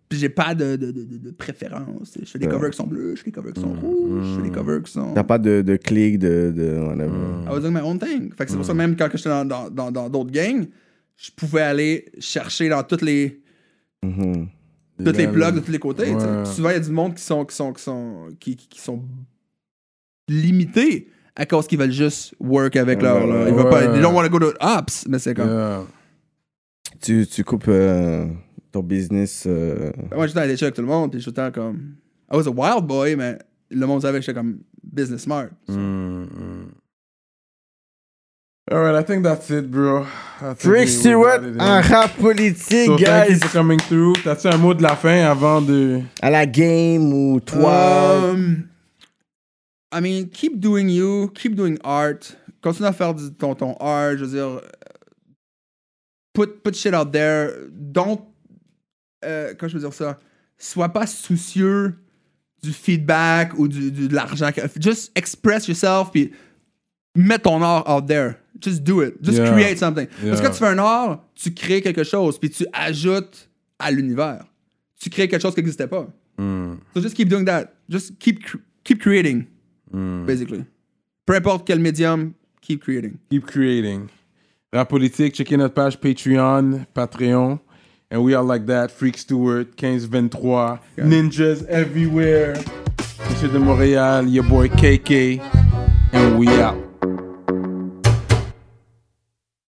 Puis j'ai pas de, de, de, de- de préférence. Je fais des covers qui sont bleus, je fais des covers qui sont rouges, je fais des covers qui sont.
T'as pas de, de clic, de, de whatever.
I was doing my own thing. Fait que c'est pour ça, même quand que j'étais dans d'autres dans, dans, d'autres gangs, je pouvais aller chercher dans toutes les,
Mhm.
toutes les blogs de tous les côtés. tu sais.
Ouais.
Puis Souvent, il y a du monde qui sont, qui sont, qui sont, qui, qui- qui sont limités à cause qu'ils veulent juste work avec leur. leur- ils veulent pas,
Ouais.
they don't want to go to ops, mais c'est comme.
Yeah.
Tu, tu coupes euh, ton business. euh,
Ben, Moi, j'étais allé avec tout le monde, puis j'étais comme. I was a wild boy, mais le monde savait que j'étais comme business smart.
Mm-hmm. Alright, I think that's it, bro. I think we- we
Rick Stewart
got it in.
en rap politique,
So, thank you
guys.
for coming through. T'as-tu un mot de la fin avant de.
À la game ou toi.
Um, I mean, keep doing you, keep doing art. Continue à faire du- ton, ton art. Je veux dire, euh, put, put shit out there. Don't. Euh, comment je veux dire ça? Sois pas soucieux du feedback ou du, du- de l'argent. que- Just express yourself puis mets ton art out there. Just do it. Just
Yeah.
create something. Parce que
Yeah.
quand tu fais un art, tu crées quelque chose puis tu ajoutes à l'univers. Tu crées quelque chose qui n'existait pas. So just keep doing that. Just keep cr- keep creating, basically. Peu importe quel médium, keep creating.
Keep creating. Rap politique, checkez notre page Patreon, Patreon. And we are like that. Freak Stewart, 1523. Ninjas everywhere. Monsieur de Montréal, your boy KK. And we out.